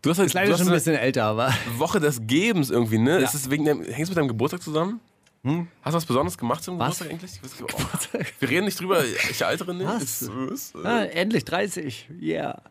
[SPEAKER 8] Du hast halt du
[SPEAKER 7] Leider
[SPEAKER 8] hast
[SPEAKER 7] schon ein
[SPEAKER 8] so eine
[SPEAKER 7] bisschen älter, aber.
[SPEAKER 8] Woche des Gebens irgendwie, ne? Ist es wegen deinem, hängst du mit deinem Geburtstag zusammen? Hast du was Besonderes gemacht zum
[SPEAKER 7] Hm? Was?
[SPEAKER 8] Geburtstag eigentlich? Ich weiß nicht, oh. Wir reden nicht drüber, ich altere nicht.
[SPEAKER 7] Was?
[SPEAKER 8] Ist- ist-
[SPEAKER 7] Ah, endlich 30, yeah.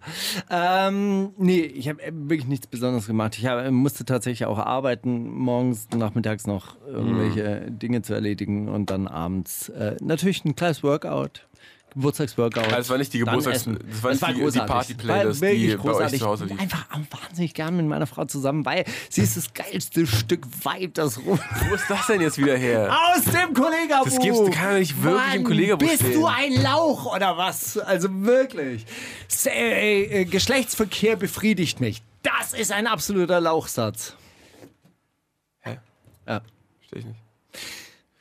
[SPEAKER 7] Ähm, nee, ich habe wirklich nichts Besonderes gemacht. Ich hab, äh, musste tatsächlich auch arbeiten, morgens, nachmittags noch irgendwelche
[SPEAKER 8] Mhm.
[SPEAKER 7] Dinge zu erledigen und dann abends äh, natürlich ein kleines Workout. Geburtstagsworkout.
[SPEAKER 8] Ah, das war nicht die
[SPEAKER 7] dann
[SPEAKER 8] Geburtstags-
[SPEAKER 7] essen.
[SPEAKER 8] das war nicht die- die
[SPEAKER 7] großartig.
[SPEAKER 8] Party-Playlist,
[SPEAKER 7] War
[SPEAKER 8] die
[SPEAKER 7] wirklich
[SPEAKER 8] bei euch
[SPEAKER 7] großartig.
[SPEAKER 8] zu Hause
[SPEAKER 7] Ich bin
[SPEAKER 8] lief.
[SPEAKER 7] einfach auch wahnsinnig gern mit meiner Frau zusammen, weil sie ist das geilste Stück Weib, das rum.
[SPEAKER 8] Wo ist das denn jetzt wieder her?
[SPEAKER 7] Aus dem Kollegabuch!
[SPEAKER 8] Das gibt's- kann doch nicht wirklich im Kollegabuch
[SPEAKER 7] Bist
[SPEAKER 8] stehen.
[SPEAKER 7] du ein Lauch oder was? Also wirklich. Se- äh, äh, Geschlechtsverkehr befriedigt mich. Das ist ein absoluter Lauchsatz.
[SPEAKER 8] Verstehe ich nicht.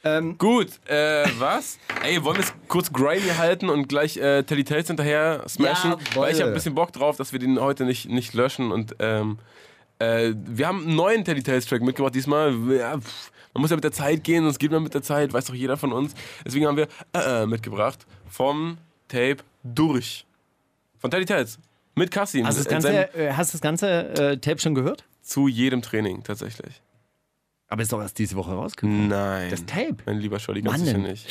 [SPEAKER 7] Ähm.
[SPEAKER 8] Gut, äh, was? Ey, wollen wir es kurz grindy halten und gleich äh, Telly Tales hinterher smashen?
[SPEAKER 7] Jawohl.
[SPEAKER 8] weil ich habe ein bisschen Bock drauf, dass wir den heute nicht, nicht löschen. Und ähm, äh, wir haben einen neuen Telly Tales Track mitgebracht diesmal. Ja, pff, man muss ja mit der Zeit gehen, sonst geht man mit der Zeit, weiß doch jeder von uns. Deswegen haben wir äh, äh, mitgebracht vom Tape durch. Von Telly Tales. Mit Kassim.
[SPEAKER 7] Hast du das
[SPEAKER 8] In seinem-
[SPEAKER 7] ganze, äh, hast du das ganze äh, Tape schon gehört?
[SPEAKER 8] zu jedem Training tatsächlich.
[SPEAKER 7] Aber ist doch erst diese Woche rausgekommen.
[SPEAKER 8] Nein.
[SPEAKER 7] Das Tape?
[SPEAKER 8] Mein lieber Scholli, ganz
[SPEAKER 7] Mann,
[SPEAKER 8] sicher
[SPEAKER 7] denn.
[SPEAKER 8] nicht.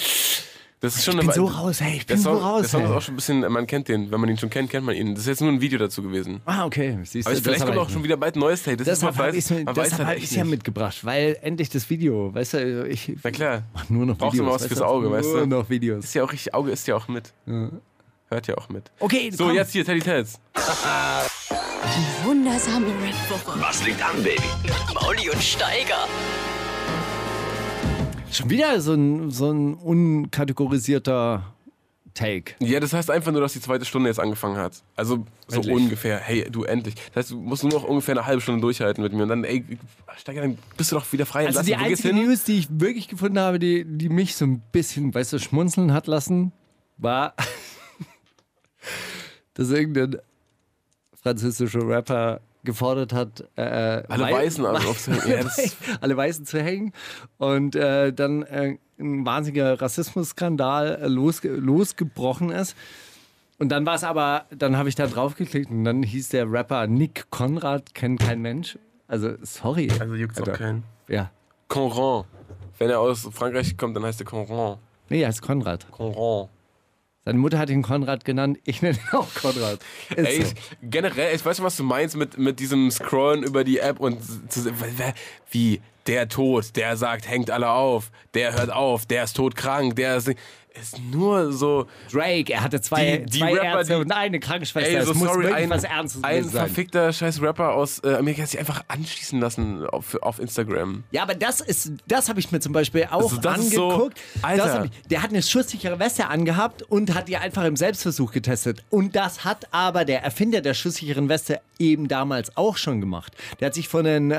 [SPEAKER 8] Das ist schon
[SPEAKER 7] Ich
[SPEAKER 8] eine
[SPEAKER 7] bin
[SPEAKER 8] Wei-
[SPEAKER 7] so raus, hey, ich
[SPEAKER 8] Der
[SPEAKER 7] bin so
[SPEAKER 8] Song, der
[SPEAKER 7] raus.
[SPEAKER 8] Song ist
[SPEAKER 7] hey.
[SPEAKER 8] auch schon ein bisschen, man kennt den, wenn man ihn schon kennt, kennt man ihn. Das ist jetzt nur ein Video dazu gewesen.
[SPEAKER 7] Ah, okay. Siehst
[SPEAKER 8] Aber
[SPEAKER 7] du, das
[SPEAKER 8] vielleicht
[SPEAKER 7] hab
[SPEAKER 8] kommt
[SPEAKER 7] ich
[SPEAKER 8] auch schon
[SPEAKER 7] nicht.
[SPEAKER 8] wieder bald ein neues Tape. Das ist,
[SPEAKER 7] Deshalb
[SPEAKER 8] man
[SPEAKER 7] habe
[SPEAKER 8] weiß,
[SPEAKER 7] ich es
[SPEAKER 8] man weiß halt echt
[SPEAKER 7] ja
[SPEAKER 8] nicht.
[SPEAKER 7] mitgebracht, weil endlich das Video, weißt du, ich
[SPEAKER 8] Na klar,
[SPEAKER 7] mach nur noch
[SPEAKER 8] Brauchst du
[SPEAKER 7] Videos.
[SPEAKER 8] mal was fürs Auge, weißt du?
[SPEAKER 7] Nur noch Videos.
[SPEAKER 8] ist ja auch richtig, Auge ist ja auch mit. Hört ja auch mit.
[SPEAKER 7] Okay,
[SPEAKER 8] So, jetzt hier, Teddy Tels.
[SPEAKER 5] Wundersame Red
[SPEAKER 4] Was liegt an, Baby?
[SPEAKER 3] Mit Mauli und Steiger.
[SPEAKER 7] Schon wieder so ein, so ein unkategorisierter Take.
[SPEAKER 8] Ja, das heißt einfach nur, dass die zweite Stunde jetzt angefangen hat. Also so
[SPEAKER 7] Endlich.
[SPEAKER 8] ungefähr. Hey, du endlich. Das heißt, du musst nur noch ungefähr eine halbe Stunde durchhalten mit mir. Und dann, ey, Steiger, dann bist du doch wieder frei.
[SPEAKER 7] Also
[SPEAKER 8] entlassen.
[SPEAKER 7] die
[SPEAKER 8] Wo geht's
[SPEAKER 7] einzige News, die ich wirklich gefunden habe, die, die mich so ein bisschen, weißt du, schmunzeln hat lassen, war, dass irgendein französischer Rapper gefordert hat, äh,
[SPEAKER 8] Alle
[SPEAKER 7] Wei-
[SPEAKER 8] Weißen also aufzuhängen. Ja, das-
[SPEAKER 7] alle Weißen zu hängen. Und äh, dann äh, ein wahnsinniger Rassismusskandal äh, losge losgebrochen ist. Und dann war es aber, dann habe ich da drauf geklickt und dann hieß der Rapper Nick Konrad, kennt kein Mensch. Also, sorry.
[SPEAKER 8] Also juckt's auch
[SPEAKER 7] Alter.
[SPEAKER 8] keinen.
[SPEAKER 7] Ja.
[SPEAKER 8] Conran. Wenn er aus Frankreich kommt, dann heißt er Conran.
[SPEAKER 7] Nee, er heißt Konrad.
[SPEAKER 8] Conran.
[SPEAKER 7] Seine Mutter hat ihn Konrad genannt. Ich nenne ihn auch Konrad. Ist
[SPEAKER 8] Ey,
[SPEAKER 7] so.
[SPEAKER 8] ich, generell, ich weiß schon, was du meinst mit, mit diesem Scrollen über die App und zu, wer- wer- wie der Tod, der sagt, hängt alle auf, der hört auf, der ist todkrank, der ist, ist nur so.
[SPEAKER 7] Drake, er hatte zwei,
[SPEAKER 8] Die- die
[SPEAKER 7] zwei
[SPEAKER 8] Rapper,
[SPEAKER 7] Ärzte
[SPEAKER 8] die-
[SPEAKER 7] und eine Krankenschwester.
[SPEAKER 8] Ey, so
[SPEAKER 7] es muss
[SPEAKER 8] sorry,
[SPEAKER 7] wirklich
[SPEAKER 8] ein,
[SPEAKER 7] was Ernstes
[SPEAKER 8] ein
[SPEAKER 7] gewesen sein.
[SPEAKER 8] verfickter scheiß Rapper aus äh, Amerika hat sich einfach anschießen lassen auf, auf Instagram.
[SPEAKER 7] Ja, aber das ist, das habe ich mir zum Beispiel auch
[SPEAKER 8] Also das ist so-
[SPEAKER 7] angeguckt.
[SPEAKER 8] Alter.
[SPEAKER 7] Das hab ich, der hat eine schusssichere Weste angehabt und hat die einfach im Selbstversuch getestet. Und das hat aber der Erfinder der schusssicheren Weste eben damals auch schon gemacht. Der hat sich von einem äh,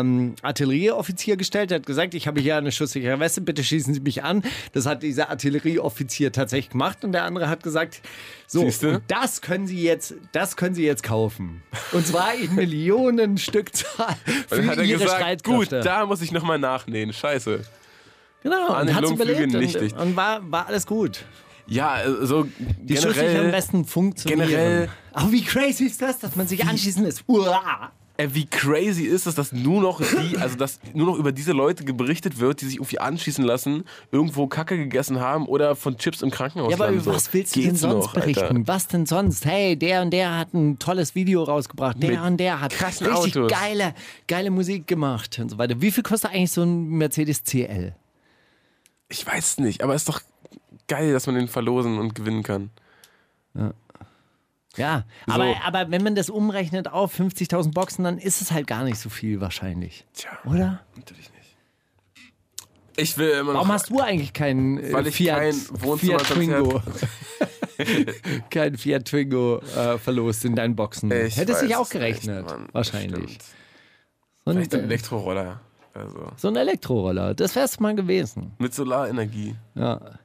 [SPEAKER 7] ähm, Artillerieoffizier gestellt, der hat gesagt, ich habe hier eine schusssichere Weste, bitte schießen Sie mich an. Das hat dieser Artillerieoffizier tatsächlich gemacht und der andere hat gesagt, so,
[SPEAKER 8] Siehste?
[SPEAKER 7] und das können Sie jetzt, das können Sie jetzt kaufen. Und zwar in Millionen Stückzahl für
[SPEAKER 8] Und dann hat er
[SPEAKER 7] ihre
[SPEAKER 8] gesagt, gut,
[SPEAKER 7] Streitkräfte.
[SPEAKER 8] da muss ich nochmal nachnähen. Scheiße.
[SPEAKER 7] Genau,
[SPEAKER 8] An
[SPEAKER 7] und
[SPEAKER 8] den
[SPEAKER 7] hat's
[SPEAKER 8] Lungenflügeln
[SPEAKER 7] überlebt
[SPEAKER 8] nichtig.
[SPEAKER 7] und, und war, war alles gut.
[SPEAKER 8] Ja, äh, so
[SPEAKER 7] Die Schusssicher am
[SPEAKER 8] generell.
[SPEAKER 7] besten funktionieren.
[SPEAKER 8] generell-
[SPEAKER 7] Aber wie crazy ist das, dass man sich anschießen lässt? Uah.
[SPEAKER 8] Ey, Äh, wie crazy ist es, dass nur noch die, also dass nur noch über diese Leute berichtet wird, die sich irgendwie anschießen lassen, irgendwo Kacke gegessen haben oder von Chips im Krankenhaus
[SPEAKER 7] Ja, aber
[SPEAKER 8] landen.
[SPEAKER 7] über was
[SPEAKER 8] So,
[SPEAKER 7] willst du denn
[SPEAKER 8] geht's
[SPEAKER 7] sonst
[SPEAKER 8] noch,
[SPEAKER 7] berichten?
[SPEAKER 8] Alter?
[SPEAKER 7] Was denn sonst? Hey, der und der hat ein tolles Video rausgebracht. Der
[SPEAKER 8] Mit
[SPEAKER 7] und der hat
[SPEAKER 8] krassen
[SPEAKER 7] richtig
[SPEAKER 8] Autos.
[SPEAKER 7] geile, geile Musik gemacht und so weiter. Wie viel kostet eigentlich so ein Mercedes CL?
[SPEAKER 8] Ich weiß nicht, aber ist doch geil, dass man den verlosen und gewinnen kann.
[SPEAKER 7] Ja, aber, aber wenn man das umrechnet auf 50.000 Boxen, dann ist es halt gar nicht so viel wahrscheinlich.
[SPEAKER 8] Tja,
[SPEAKER 7] Oder?
[SPEAKER 8] natürlich nicht. Ich will immer noch.
[SPEAKER 7] Warum hast du eigentlich keinen äh,
[SPEAKER 8] Weil ich
[SPEAKER 7] Fiat,
[SPEAKER 8] kein Wohnzimmer-
[SPEAKER 7] Fiat Twingo? kein Fiat Twingo äh, verlost in deinen Boxen.
[SPEAKER 8] Ich
[SPEAKER 7] Hättest
[SPEAKER 8] weiß
[SPEAKER 7] dich auch
[SPEAKER 8] es nicht,
[SPEAKER 7] gerechnet.
[SPEAKER 8] Mann.
[SPEAKER 7] wahrscheinlich.
[SPEAKER 8] Stimmt.
[SPEAKER 7] So ein,
[SPEAKER 8] Vielleicht ein Elektroroller. Also.
[SPEAKER 7] so ein Elektroroller. Das wär's mal gewesen.
[SPEAKER 8] Mit Solarenergie.
[SPEAKER 7] Ja.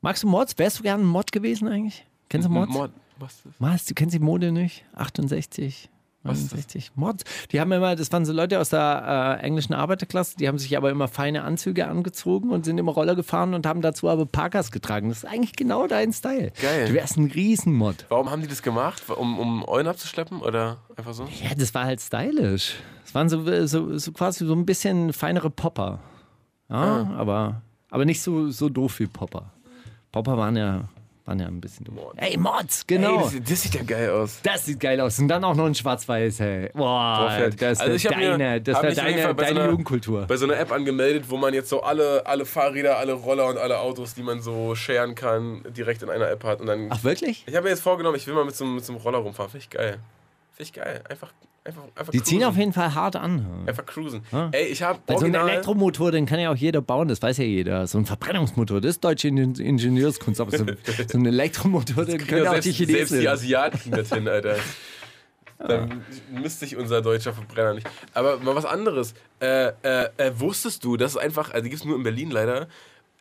[SPEAKER 7] Magst du Mods? Wärst du gern ein Mod gewesen eigentlich? Kennst du Mods?
[SPEAKER 8] Mod. Was ist
[SPEAKER 7] Was? Du kennst die Mode nicht? 68.
[SPEAKER 8] Was ist das?
[SPEAKER 7] 69. Mods. Die haben immer, das waren so Leute aus der äh, englischen Arbeiterklasse, die haben sich aber immer feine Anzüge angezogen und sind immer Roller gefahren und haben dazu aber Parkas getragen. Das ist eigentlich genau dein Style.
[SPEAKER 8] Geil.
[SPEAKER 7] Du wärst ein Riesenmod.
[SPEAKER 8] Warum haben die das gemacht? Um, um Eulen abzuschleppen oder einfach so?
[SPEAKER 7] Ja, das war halt stylisch. Das waren so, so, so quasi so ein bisschen feinere Popper. Ja,
[SPEAKER 8] Ah.
[SPEAKER 7] aber, aber nicht so, so doof wie Popper. Popper waren ja, waren ja ein bisschen doof. Ey, Mods, genau.
[SPEAKER 8] Ey, das, das sieht ja geil aus.
[SPEAKER 7] Das sieht geil aus. Und dann auch noch ein schwarz-weiß, hey. Boah,
[SPEAKER 8] Vorfeld.
[SPEAKER 7] das
[SPEAKER 8] Also
[SPEAKER 7] also
[SPEAKER 8] ich hab mir-
[SPEAKER 7] deine, das
[SPEAKER 8] hab
[SPEAKER 7] wär
[SPEAKER 8] mich auf jeden
[SPEAKER 7] deine,
[SPEAKER 8] Fall bei so
[SPEAKER 7] deine
[SPEAKER 8] einer-
[SPEAKER 7] Jugendkultur.
[SPEAKER 8] Bei so einer App angemeldet, wo man jetzt so alle, alle Fahrräder, alle Roller und alle Autos, die man so sharen kann, direkt in einer App hat. Und dann.
[SPEAKER 7] Ach, wirklich?
[SPEAKER 8] Ich habe mir jetzt vorgenommen, ich will mal mit so, einem- mit so einem Roller rumfahren. Finde ich geil. Finde ich geil. Einfach, einfach, einfach
[SPEAKER 7] Die ziehen
[SPEAKER 8] cruisen.
[SPEAKER 7] auf jeden Fall hart an.
[SPEAKER 8] Einfach cruisen. Ey, ich habe
[SPEAKER 7] Bei so einem
[SPEAKER 8] original.
[SPEAKER 7] Elektromotor, den kann ja auch jeder bauen, das weiß ja jeder. So ein Verbrennungsmotor, das ist deutsche Ingen- Ingenieurskunst. Aber so, so ein Elektromotor, den
[SPEAKER 8] Ja,
[SPEAKER 7] können auch
[SPEAKER 8] selbst,
[SPEAKER 7] die
[SPEAKER 8] selbst
[SPEAKER 7] Chinesen.
[SPEAKER 8] die Asiaten kriegen das hin, Alter. Dann müsste ich unser deutscher Verbrenner nicht. Aber mal was anderes. Äh, äh, äh, wusstest du, das ist einfach, also die gibt es nur in Berlin leider.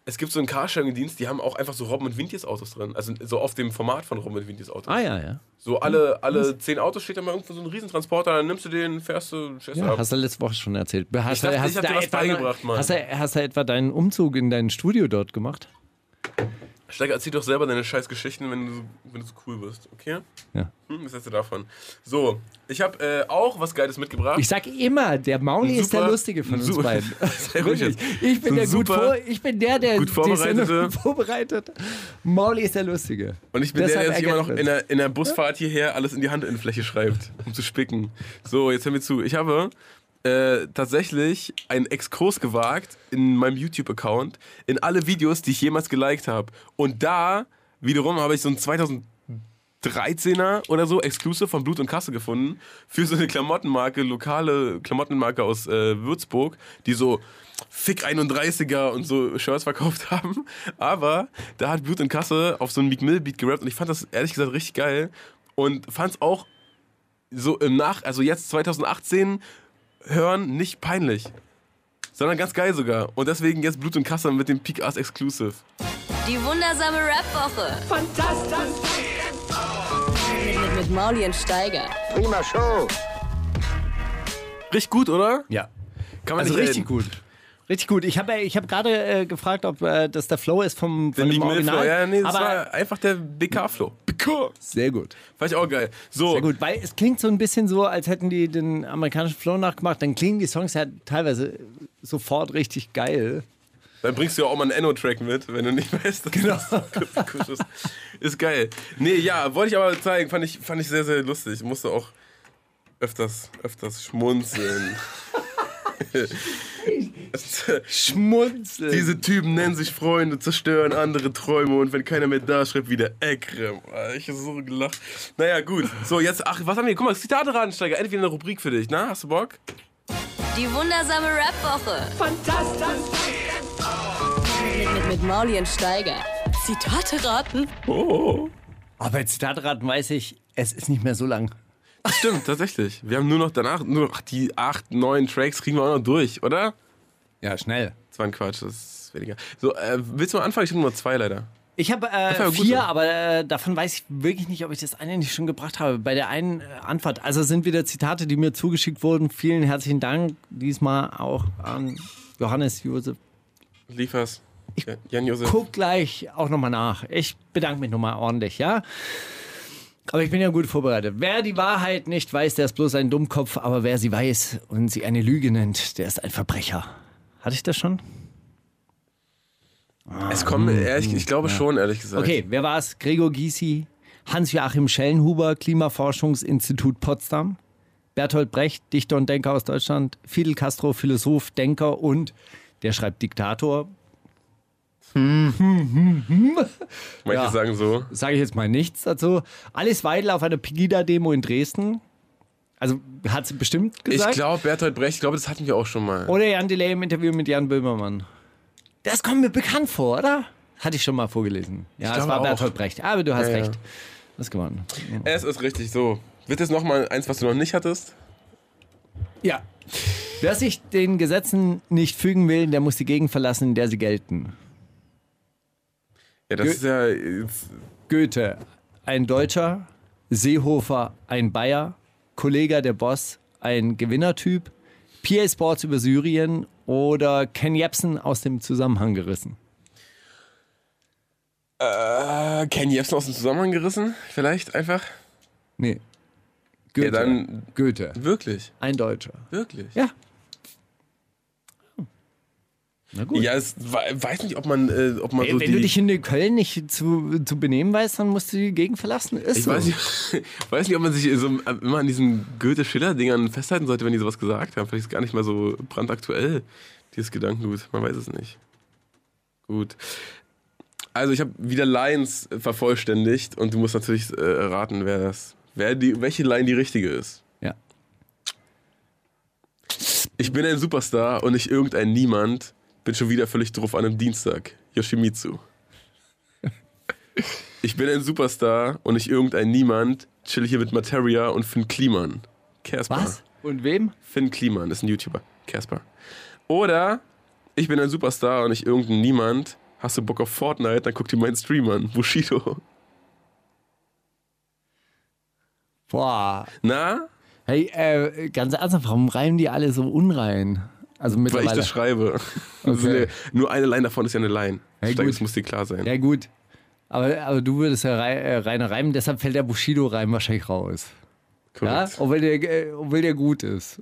[SPEAKER 8] Es gibt so einen Carsharing-Dienst, die haben auch einfach so Robben und Vintis Autos drin. Also so auf dem Format von Robben und Vintis Autos.
[SPEAKER 7] Ah, ja, ja.
[SPEAKER 8] So alle, alle zehn Autos steht da mal irgendwo so ein Riesentransporter, dann nimmst du den, fährst du, fährst du
[SPEAKER 7] ja
[SPEAKER 8] ab.
[SPEAKER 7] hast du letzte Woche schon erzählt. Hast,
[SPEAKER 8] dachte,
[SPEAKER 7] du- hast
[SPEAKER 8] ich hab
[SPEAKER 7] du
[SPEAKER 8] dir was
[SPEAKER 7] etwa-
[SPEAKER 8] beigebracht, Mann.
[SPEAKER 7] Hast du, hast du etwa deinen Umzug in dein Studio dort gemacht?
[SPEAKER 8] Steiger, erzähl doch selber deine scheiß Geschichten, wenn du, so- wenn du so cool wirst, okay?
[SPEAKER 7] Ja.
[SPEAKER 8] Hm, was hast du davon? So, ich habe äh, auch was Geiles mitgebracht.
[SPEAKER 7] Ich sag immer, der Mauli
[SPEAKER 8] Ein
[SPEAKER 7] ist der
[SPEAKER 8] super-
[SPEAKER 7] Lustige von
[SPEAKER 8] ein
[SPEAKER 7] uns
[SPEAKER 8] super-
[SPEAKER 7] beiden.
[SPEAKER 8] Sehr gut
[SPEAKER 7] Wirklich.
[SPEAKER 8] jetzt.
[SPEAKER 7] Ich bin der
[SPEAKER 8] Ein
[SPEAKER 7] gut
[SPEAKER 8] super-
[SPEAKER 7] vor, ich bin der, der
[SPEAKER 8] gut
[SPEAKER 7] die Sendung
[SPEAKER 8] vorbereitete-
[SPEAKER 7] vorbereitet. Mauli ist der Lustige.
[SPEAKER 8] Und ich bin
[SPEAKER 7] Deshalb
[SPEAKER 8] der, der sich immer
[SPEAKER 7] ärgert
[SPEAKER 8] noch in
[SPEAKER 7] uns.
[SPEAKER 8] der, in der Busfahrt hierher alles in die Handinnenfläche schreibt, um zu spicken. So, jetzt hören wir zu. Ich habe äh, tatsächlich einen Exkurs gewagt in meinem YouTube-Account in alle Videos, die ich jemals geliked habe. Und da wiederum habe ich so ein 2013er oder so Exclusive von Blut und Kasse gefunden für so eine Klamottenmarke, lokale Klamottenmarke aus äh, Würzburg, die so Fick 31er und so Shirts verkauft haben. Aber da hat Blut und Kasse auf so einen Meek Mill Beat gerappt und ich fand das ehrlich gesagt richtig geil und fand es auch so im Nach, also jetzt 2018 hören nicht peinlich, sondern ganz geil sogar. Und deswegen jetzt Blut und Kasse mit dem Peak Ass Exclusive.
[SPEAKER 3] Die wundersame Rap-Woche. Fantastisch. Mit, mit Mauli und Steiger.
[SPEAKER 1] Prima Show.
[SPEAKER 8] Richtig gut, oder?
[SPEAKER 7] Ja.
[SPEAKER 8] Kann
[SPEAKER 7] Also
[SPEAKER 8] nicht
[SPEAKER 7] richtig
[SPEAKER 8] reden.
[SPEAKER 7] gut. Richtig gut. Ich habe ich hab gerade äh, gefragt, ob äh, das der Flow ist vom,
[SPEAKER 8] Der
[SPEAKER 7] von
[SPEAKER 8] Meek
[SPEAKER 7] dem
[SPEAKER 8] Mill Flow.
[SPEAKER 7] Original.
[SPEAKER 8] Ja, nee, das
[SPEAKER 7] aber
[SPEAKER 8] war einfach der BK-Flow. BK!
[SPEAKER 7] sehr gut.
[SPEAKER 8] Fand ich auch geil. So,
[SPEAKER 7] Sehr gut, weil es klingt so ein bisschen so, als hätten die den amerikanischen Flow nachgemacht. Dann klingen die Songs ja teilweise sofort richtig geil.
[SPEAKER 8] Dann bringst du ja auch mal einen Enno-Track mit, wenn du nicht weißt, dass genau. das ist. Ist geil. Nee, ja, wollte ich aber zeigen. Fand ich, fand ich sehr, sehr lustig. Musste auch öfters, öfters schmunzeln.
[SPEAKER 7] Schmunzeln.
[SPEAKER 8] Diese Typen nennen sich Freunde, zerstören andere Träume und wenn keiner mehr da schreibt, wieder Ekrem. Ah, Ich hab so gelacht. Naja, gut. So, jetzt, ach, was haben wir? Guck mal, Zitate Radensteiger. Entweder eine Rubrik für dich, ne? Hast du Bock?
[SPEAKER 3] Die wundersame Rap-Woche. Fantastisch. Mit, mit, mit Mauli und Steiger. Zitate raten.
[SPEAKER 7] Aber Zitatraten weiß ich, es ist nicht mehr so lang.
[SPEAKER 8] Stimmt, tatsächlich. Wir haben nur noch danach, nur noch die acht, neun Tracks kriegen wir auch noch durch, oder?
[SPEAKER 7] Ja, schnell.
[SPEAKER 8] Das war ein Quatsch, das ist weniger. So, äh, willst du mal anfangen? Ich habe nur zwei leider.
[SPEAKER 7] Ich habe
[SPEAKER 8] war
[SPEAKER 7] äh,
[SPEAKER 8] ja gut
[SPEAKER 7] vier,
[SPEAKER 8] so.
[SPEAKER 7] aber äh, davon weiß ich wirklich nicht, ob ich das eine nicht schon gebracht habe. Bei der einen äh, Antwort, also sind wieder Zitate, die mir zugeschickt wurden. Vielen herzlichen Dank diesmal auch an Johannes Josef.
[SPEAKER 8] Liefers. Ja, Jan-Josef.
[SPEAKER 7] Guck gleich auch nochmal nach. Ich bedanke mich nochmal ordentlich, ja? Aber ich bin ja gut vorbereitet. Wer die Wahrheit nicht weiß, der ist bloß ein Dummkopf, aber wer sie weiß und sie eine Lüge nennt, der ist ein Verbrecher. Hatte ich das schon?
[SPEAKER 8] Es kommen, ehrlich, ich glaube schon, ehrlich gesagt.
[SPEAKER 7] Hm, Okay, wer war es? Gregor Gysi, Hans-Joachim Schellenhuber, Klimaforschungsinstitut Potsdam, Bertolt Brecht, Dichter und Denker aus Deutschland, Fidel Castro, Philosoph, Denker und der schreibt Diktator.
[SPEAKER 8] Manche
[SPEAKER 7] ja.
[SPEAKER 8] sagen so.
[SPEAKER 7] Sage ich jetzt mal nichts dazu. Alice Weidel auf einer Pegida-Demo in Dresden. Also hat sie bestimmt gesagt.
[SPEAKER 8] Ich glaube, Bertolt Brecht, ich glaube, das hatten wir auch schon mal.
[SPEAKER 7] Oder Jan Delay im Interview mit Jan Böhmermann. Das kommt mir bekannt vor, oder? Hatte ich schon mal vorgelesen. Ja, es
[SPEAKER 8] glaube
[SPEAKER 7] war
[SPEAKER 8] auch.
[SPEAKER 7] Bertolt Brecht. Aber du hast
[SPEAKER 8] Ja, ja.
[SPEAKER 7] recht. Das gewonnen.
[SPEAKER 8] Es ist richtig so. Wird jetzt nochmal eins, was du noch nicht hattest?
[SPEAKER 7] Ja. Wer sich den Gesetzen nicht fügen will, der muss die Gegend verlassen, in der sie gelten.
[SPEAKER 8] Ja, das
[SPEAKER 7] Gö-
[SPEAKER 8] ist ja. äh, Jetzt,
[SPEAKER 7] Goethe, ein Deutscher, Seehofer, ein Bayer, Kollega der Boss, ein Gewinnertyp, PA Sports über Syrien oder Ken Jebsen aus dem Zusammenhang gerissen.
[SPEAKER 8] äh, Ken Jebsen aus dem Zusammenhang gerissen? Vielleicht einfach?
[SPEAKER 7] Nee. Goethe.
[SPEAKER 8] Ja, dann-
[SPEAKER 7] Goethe.
[SPEAKER 8] Wirklich,
[SPEAKER 7] Ein Deutscher.
[SPEAKER 8] wirklich.
[SPEAKER 7] Ja. Na gut.
[SPEAKER 8] Ja, es we- weiß nicht, ob man, äh, ob man so
[SPEAKER 7] Ey, Wenn
[SPEAKER 8] die.
[SPEAKER 7] du dich in Köln nicht zu, zu benehmen weißt, dann musst du die Gegend verlassen. Ist
[SPEAKER 8] ich
[SPEAKER 7] so.
[SPEAKER 8] weiß nicht, weiß nicht, ob man sich so immer an diesen Goethe-Schiller-Dingern festhalten sollte, wenn die sowas gesagt haben. Vielleicht ist gar nicht mal so brandaktuell, dieses Gedankengut. Man weiß es nicht. Gut. Also, ich habe wieder Lines äh, vervollständigt und du musst natürlich äh, raten, wer das, wer die, welche Line die richtige ist.
[SPEAKER 7] Ja.
[SPEAKER 8] Ich bin ein Superstar und nicht irgendein Niemand. Bin schon wieder völlig drauf an einem Dienstag. Yoshimitsu. Ich bin ein Superstar und nicht irgendein Niemand. Chill hier mit Materia und Finn Kliman. Casper.
[SPEAKER 7] Was? Und wem?
[SPEAKER 8] Finn Kliman ist ein YouTuber. Casper. Oder ich bin ein Superstar und nicht irgendein Niemand. Hast du Bock auf Fortnite? Dann guck dir meinen Stream an. Bushido.
[SPEAKER 7] Boah.
[SPEAKER 8] Na?
[SPEAKER 7] Hey, äh, ganz ernsthaft, warum reimen die alle so unrein? Also
[SPEAKER 8] Weil ich
[SPEAKER 7] mittlerweile.
[SPEAKER 8] das schreibe. Also Das ist
[SPEAKER 7] Okay.
[SPEAKER 8] eine, nur eine Line davon ist ja eine Line.
[SPEAKER 7] Hey,
[SPEAKER 8] Steig,
[SPEAKER 7] gut.
[SPEAKER 8] das muss dir klar sein.
[SPEAKER 7] ja, gut. Aber, aber du würdest ja rei äh, reiner reimen, deshalb fällt der Bushido-Reim wahrscheinlich raus. Ja?
[SPEAKER 8] Korrekt.
[SPEAKER 7] Obwohl, der, äh, obwohl der gut ist.